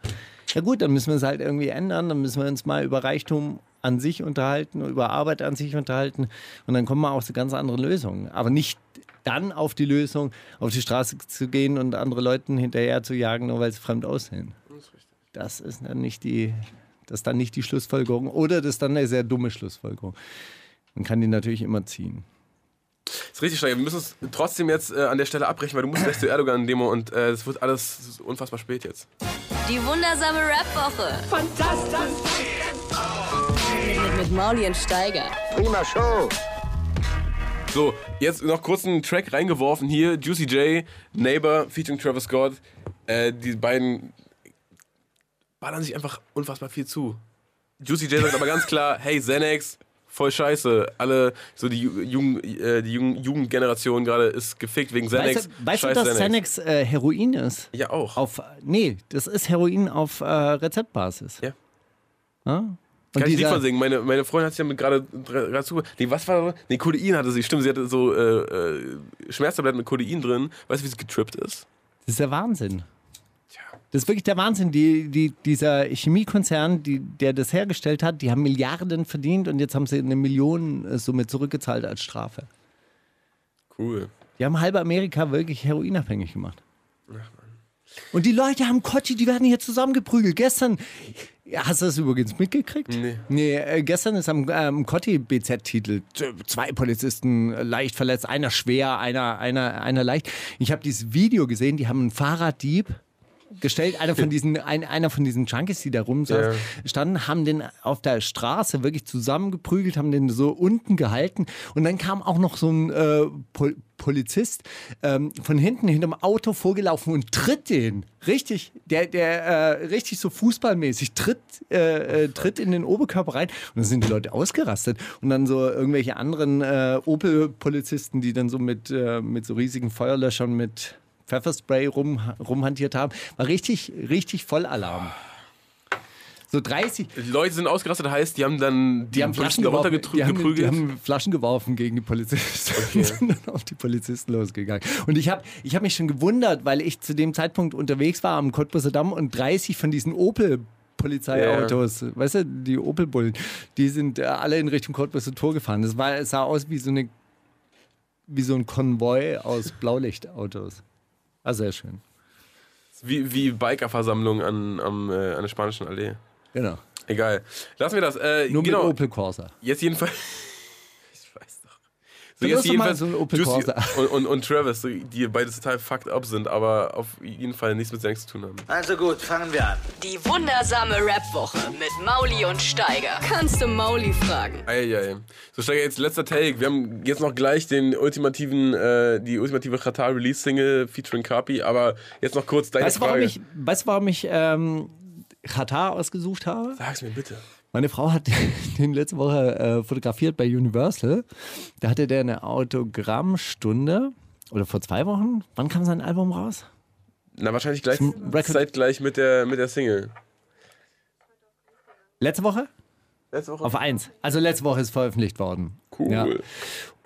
[SPEAKER 7] Ja gut, dann müssen wir es halt irgendwie ändern, dann müssen wir uns mal über Reichtum an sich unterhalten, über Arbeit an sich unterhalten und dann kommen wir auch zu ganz anderen Lösungen. Aber nicht dann auf die Lösung, auf die Straße zu gehen und andere Leuten hinterher zu jagen, nur weil sie fremd aussehen. Das ist dann nicht die, das ist dann nicht die Schlussfolgerung oder das ist dann eine sehr dumme Schlussfolgerung. Man kann die natürlich immer ziehen.
[SPEAKER 8] Ist richtig, Steiger. Wir müssen es trotzdem jetzt äh, an der Stelle abbrechen, weil du musst gleich zu Erdogan-Demo und äh, es wird alles unfassbar spät jetzt.
[SPEAKER 3] Die wundersame Rap-Woche. Fantastisch. Mit, mit Mauli und Steiger.
[SPEAKER 1] Prima Show.
[SPEAKER 8] So, jetzt noch kurz einen Track reingeworfen hier. Juicy J, Neighbor featuring Travis Scott. Äh, die beiden ballern sich einfach unfassbar viel zu. Juicy J sagt aber ganz klar, hey Xanax, voll scheiße. Alle, so die, Ju- Jugend, äh, die Jugend, Jugendgeneration gerade ist gefickt wegen Xanax.
[SPEAKER 7] Weißt du, weißt du
[SPEAKER 8] Scheiß
[SPEAKER 7] dass Xanax äh, Heroin ist?
[SPEAKER 8] Ja, auch.
[SPEAKER 7] Auf, nee, das ist Heroin auf äh, Rezeptbasis.
[SPEAKER 8] Ja.
[SPEAKER 7] Ja? Und
[SPEAKER 8] Kann ich nicht
[SPEAKER 7] dieser-
[SPEAKER 8] von singen. Meine, meine Freundin hat sich damit gerade gerade zu. Nee, was war. Nee, Codein hatte sie. Stimmt, sie hatte so äh, äh, Schmerztabletten mit Codein drin. Weißt du, wie sie getrippt ist?
[SPEAKER 7] Das ist der Wahnsinn. Das ist wirklich der Wahnsinn. Die, die, dieser Chemiekonzern, die, der das hergestellt hat, die haben Milliarden verdient und jetzt haben sie eine Millionensumme zurückgezahlt als Strafe.
[SPEAKER 8] Cool.
[SPEAKER 7] Die haben halbe Amerika wirklich heroinabhängig gemacht. Und die Leute haben Kotti, die werden hier zusammengeprügelt. Gestern, Ja, hast du das übrigens mitgekriegt? Nee. äh, gestern ist am ähm, Kotti-BZ-Titel t- zwei Polizisten äh, leicht verletzt, einer schwer, einer, einer, einer leicht. Ich habe dieses Video gesehen, die haben einen Fahrraddieb gestellt, einer von diesen, ein, einer von diesen Junkies, die da rumsaß, standen, haben den auf der Straße wirklich zusammengeprügelt, haben den so unten gehalten und dann kam auch noch so ein äh, Pol Polizist ähm, von hinten hinterm Auto vorgelaufen und tritt den richtig, der, der äh, richtig so fußballmäßig tritt, äh, äh, tritt in den Oberkörper rein und dann sind die Leute ausgerastet und dann so irgendwelche anderen äh, Opel-Polizisten, die dann so mit, äh, mit so riesigen Feuerlöschern mit Pfefferspray rum, rumhantiert haben. War richtig, richtig Vollalarm. So 30.
[SPEAKER 8] Die Leute sind ausgerastet, heißt, die haben dann die,
[SPEAKER 7] Die haben, Flaschen
[SPEAKER 8] Polizisten da
[SPEAKER 7] geworfen, die, haben,
[SPEAKER 8] runtergeprügelt.
[SPEAKER 7] die haben Flaschen geworfen gegen die Polizisten und sind dann auf die Polizisten losgegangen. Und ich habe ich hab mich schon gewundert, weil ich zu dem Zeitpunkt unterwegs war am Cottbusser Damm und 30 von diesen Opel Polizeiautos, weißt du, die Opel-Bullen, die sind äh, alle in Richtung Cottbusser Tor gefahren. Das war, es sah aus wie so, eine, wie so ein Konvoi aus Blaulichtautos. War sehr schön.
[SPEAKER 8] Wie, wie Bikerversammlung an, am, äh, an der Spanischen Allee.
[SPEAKER 7] Genau.
[SPEAKER 8] Egal. Lassen wir das. Äh,
[SPEAKER 7] Nur
[SPEAKER 8] genau.
[SPEAKER 7] mit Opel Corsa.
[SPEAKER 8] Jetzt jedenfalls. ich weiß doch. So,
[SPEAKER 7] Dann
[SPEAKER 8] jetzt
[SPEAKER 7] lass doch mal
[SPEAKER 8] jedenfalls
[SPEAKER 7] so einen Opel
[SPEAKER 8] Juicy
[SPEAKER 7] Corsa.
[SPEAKER 8] und, und, und Travis, so, die beide total fucked up sind, aber auf jeden Fall nichts mit Sex zu tun haben.
[SPEAKER 1] Also gut, fangen wir an.
[SPEAKER 3] Die wundersame Rap-Woche mit Mauli und Steiger. Kannst du Mauli fragen?
[SPEAKER 8] Eieiei. So, Steiger, jetzt letzter Take. Wir haben jetzt noch gleich den ultimativen, äh, die ultimative Qatar Release Single featuring Kapi, aber jetzt noch kurz deine
[SPEAKER 7] Weißt du, warum
[SPEAKER 8] Frage.
[SPEAKER 7] ich, weißt, du, warum ich ähm, Katar ausgesucht habe?
[SPEAKER 8] Sag's mir bitte.
[SPEAKER 7] Meine Frau hat den letzte Woche äh, fotografiert bei Universal. Da hatte der eine Autogrammstunde. Oder vor zwei Wochen? Wann kam sein Album raus?
[SPEAKER 8] Na, wahrscheinlich gleich,
[SPEAKER 7] Zum Record-
[SPEAKER 8] zeitgleich mit der, mit der Single.
[SPEAKER 7] Letzte Woche?
[SPEAKER 8] Letzte Woche.
[SPEAKER 7] Auf eins. Also letzte Woche ist veröffentlicht worden.
[SPEAKER 8] cool.
[SPEAKER 7] Ja.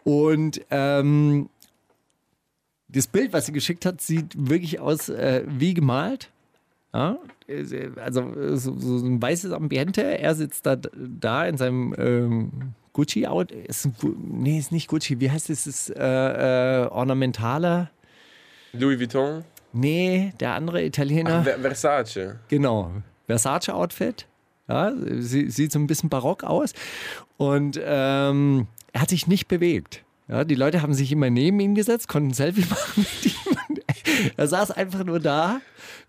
[SPEAKER 7] Und ähm, das Bild, was sie geschickt hat, sieht wirklich aus äh, wie gemalt. Ja? Also äh, so, so ein weißes Ambiente. Er sitzt da, da in seinem ähm, Gucci-Out. Ist ein Gu- Nee, ist nicht Gucci. Wie heißt es? Ist äh, äh, ornamentaler.
[SPEAKER 8] Louis Vuitton.
[SPEAKER 7] Nee, der andere Italiener.
[SPEAKER 8] Ver Versace.
[SPEAKER 7] Genau. Versace-Outfit. Ja, sie, sieht so ein bisschen barock aus. Und ähm, er hat sich nicht bewegt. Ja, die Leute haben sich immer neben ihn gesetzt, konnten ein Selfie machen mit ihm. Und Er saß einfach nur da,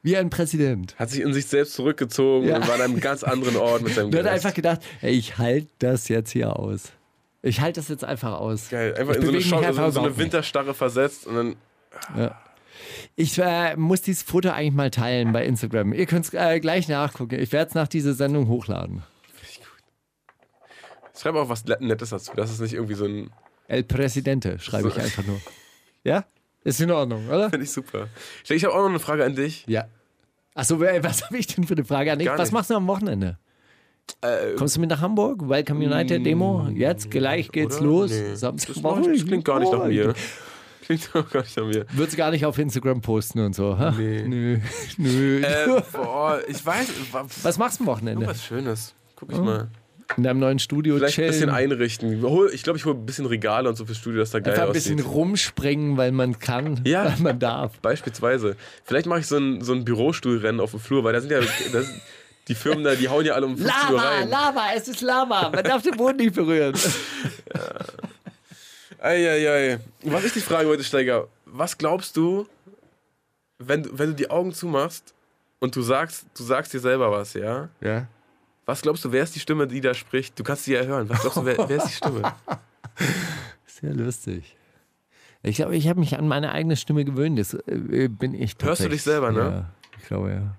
[SPEAKER 7] wie ein Präsident.
[SPEAKER 8] Hat sich in sich selbst zurückgezogen
[SPEAKER 7] Ja.
[SPEAKER 8] und war an einem ganz anderen Ort mit seinem
[SPEAKER 7] Und er hat
[SPEAKER 8] Gerät.
[SPEAKER 7] einfach gedacht, ey, ich halte das jetzt hier aus. Ich halte das jetzt einfach aus.
[SPEAKER 8] Geil,
[SPEAKER 7] ich
[SPEAKER 8] einfach in so eine,
[SPEAKER 7] bewege mich
[SPEAKER 8] Schock,
[SPEAKER 7] einfach
[SPEAKER 8] so, so eine
[SPEAKER 7] überhaupt nicht.
[SPEAKER 8] Winterstarre versetzt und dann
[SPEAKER 7] Ich äh, muss dieses Foto eigentlich mal teilen bei Instagram. Ihr könnt es äh, gleich nachgucken. Ich werde es nach dieser Sendung hochladen.
[SPEAKER 8] schreib auch was Nettes dazu. Das ist nicht irgendwie so ein.
[SPEAKER 7] El Presidente schreibe ich
[SPEAKER 8] So.
[SPEAKER 7] einfach nur. Ja? Ist in Ordnung, oder?
[SPEAKER 8] Finde ich super. Stell, Ich habe auch noch eine Frage an dich.
[SPEAKER 7] Ja. Achso, was habe ich denn für eine Frage an dich?
[SPEAKER 8] Gar
[SPEAKER 7] Was
[SPEAKER 8] nichts.
[SPEAKER 7] machst du am Wochenende? Kommst du mit nach Hamburg? Welcome United Demo. Jetzt gleich geht's
[SPEAKER 8] Mm, Oder?
[SPEAKER 7] los.
[SPEAKER 8] Nee.
[SPEAKER 7] Samstag.
[SPEAKER 8] Das, macht, das klingt gar nicht nach mir. Klingt doch gar nicht nach mir.
[SPEAKER 7] Würdest gar nicht auf Instagram posten und so. Ha?
[SPEAKER 8] Nee.
[SPEAKER 7] Nö. Nö.
[SPEAKER 8] Äh, boah, ich weiß. wa-
[SPEAKER 7] Was machst du am Wochenende?
[SPEAKER 8] Was Schönes. Guck ich
[SPEAKER 7] Oh.
[SPEAKER 8] mal.
[SPEAKER 7] In deinem neuen Studio
[SPEAKER 8] Vielleicht ein bisschen
[SPEAKER 7] chillen.
[SPEAKER 8] einrichten. Hol- Ich glaube, ich hole ein bisschen Regale und so fürs Studio, dass da geil
[SPEAKER 7] Einfach ein
[SPEAKER 8] aussieht.
[SPEAKER 7] bisschen rumspringen, weil man kann,
[SPEAKER 8] Ja.
[SPEAKER 7] weil man darf.
[SPEAKER 8] Beispielsweise. Vielleicht mache ich so ein, so ein Bürostuhlrennen auf dem Flur, weil da sind ja das, die Firmen da, die hauen ja alle um 15 Uhr
[SPEAKER 7] Lava,
[SPEAKER 8] rein.
[SPEAKER 7] Lava, es ist Lava. Man darf den Boden nicht berühren.
[SPEAKER 8] Eieiei. Was ich dich fragen wollte, Steiger, was glaubst du, wenn, du- wenn du die Augen zumachst und du sagst, du sagst dir selber was, ja?
[SPEAKER 7] Ja.
[SPEAKER 8] Was glaubst du, wer ist die Stimme, die da spricht? Du kannst sie ja hören. Was glaubst du, wer, wer ist die Stimme?
[SPEAKER 7] Sehr lustig. Ich glaube, ich habe mich an meine eigene Stimme gewöhnt. Das äh, bin ich.
[SPEAKER 8] Hörst du
[SPEAKER 7] tatsächlich.
[SPEAKER 8] dich selber, ne?
[SPEAKER 7] Ja, ich glaube, ja.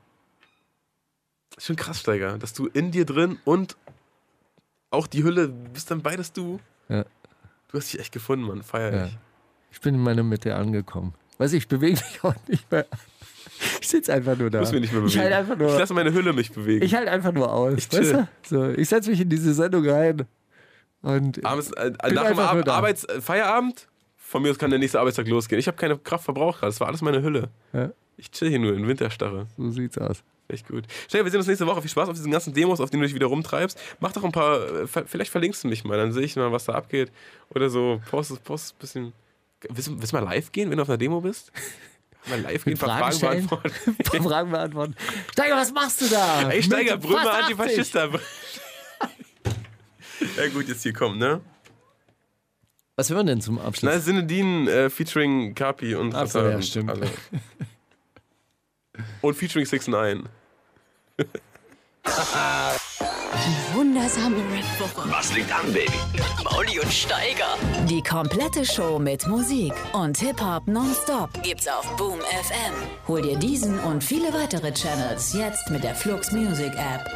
[SPEAKER 8] Ist schon krass, Steiger, dass du in dir drin und auch die Hülle, bist dann beides du.
[SPEAKER 7] Ja.
[SPEAKER 8] Du hast dich echt gefunden, Mann. Feier
[SPEAKER 7] Ja.
[SPEAKER 8] ich.
[SPEAKER 7] Ich bin in meiner Mitte angekommen. Weiß ich, ich bewege mich auch nicht mehr. Ich sitze einfach nur da.
[SPEAKER 8] Ich muss mich nicht mehr bewegen.
[SPEAKER 7] Ich halte einfach nur,
[SPEAKER 8] Ich
[SPEAKER 7] ich
[SPEAKER 8] lasse meine Hülle mich bewegen.
[SPEAKER 7] halt einfach nur aus.
[SPEAKER 8] Ich
[SPEAKER 7] Ich,
[SPEAKER 8] chill.
[SPEAKER 7] weißt du? so, ich setze mich in diese Sendung rein. Und
[SPEAKER 8] Abends, äh, nach dem
[SPEAKER 7] einfach nur
[SPEAKER 8] Ab
[SPEAKER 7] da.
[SPEAKER 8] Arbeits äh, Feierabend, von mir aus kann der nächste Arbeitstag losgehen. Ich habe keine Kraft verbraucht gerade. Das war alles meine Hülle.
[SPEAKER 7] Ja.
[SPEAKER 8] Ich chill hier nur in Winterstarre.
[SPEAKER 7] so sieht's aus.
[SPEAKER 8] Echt gut. Stell, wir sehen uns nächste Woche. Viel Spaß auf diesen ganzen Demos, auf denen du dich wieder rumtreibst. Mach doch ein paar, äh, ver- vielleicht verlinkst du mich mal, dann sehe ich mal, was da abgeht. Oder so, post, post ein bisschen. Willst, du- willst du mal live gehen, wenn du auf einer Demo bist? Mal live gehen, ein paar
[SPEAKER 7] Fragen
[SPEAKER 8] Fragen
[SPEAKER 7] stellen?
[SPEAKER 8] beantworten.
[SPEAKER 7] Ein paar Fragen beantworten. Steiger, was machst du da?
[SPEAKER 8] Ey, Steiger,
[SPEAKER 7] Mit
[SPEAKER 8] brüll mal
[SPEAKER 7] fast 80.
[SPEAKER 8] Antifaschista. ja gut, jetzt hier kommt, ne?
[SPEAKER 7] Was hören wir denn zum
[SPEAKER 8] Na,
[SPEAKER 7] Abschluss?
[SPEAKER 8] Sinedin äh, featuring Kapi und
[SPEAKER 7] Ach so,
[SPEAKER 8] Ritter
[SPEAKER 7] ja,
[SPEAKER 8] und
[SPEAKER 7] stimmt.
[SPEAKER 8] alle. Und featuring 6 9
[SPEAKER 5] Wundersame Rap.
[SPEAKER 4] Was liegt an, Baby?
[SPEAKER 3] Mauli und Steiger.
[SPEAKER 5] Die komplette Show mit Musik und Hip-Hop nonstop.
[SPEAKER 6] Gibt's auf Boom FM.
[SPEAKER 5] Hol dir diesen und viele weitere Channels jetzt mit der Flux Music App.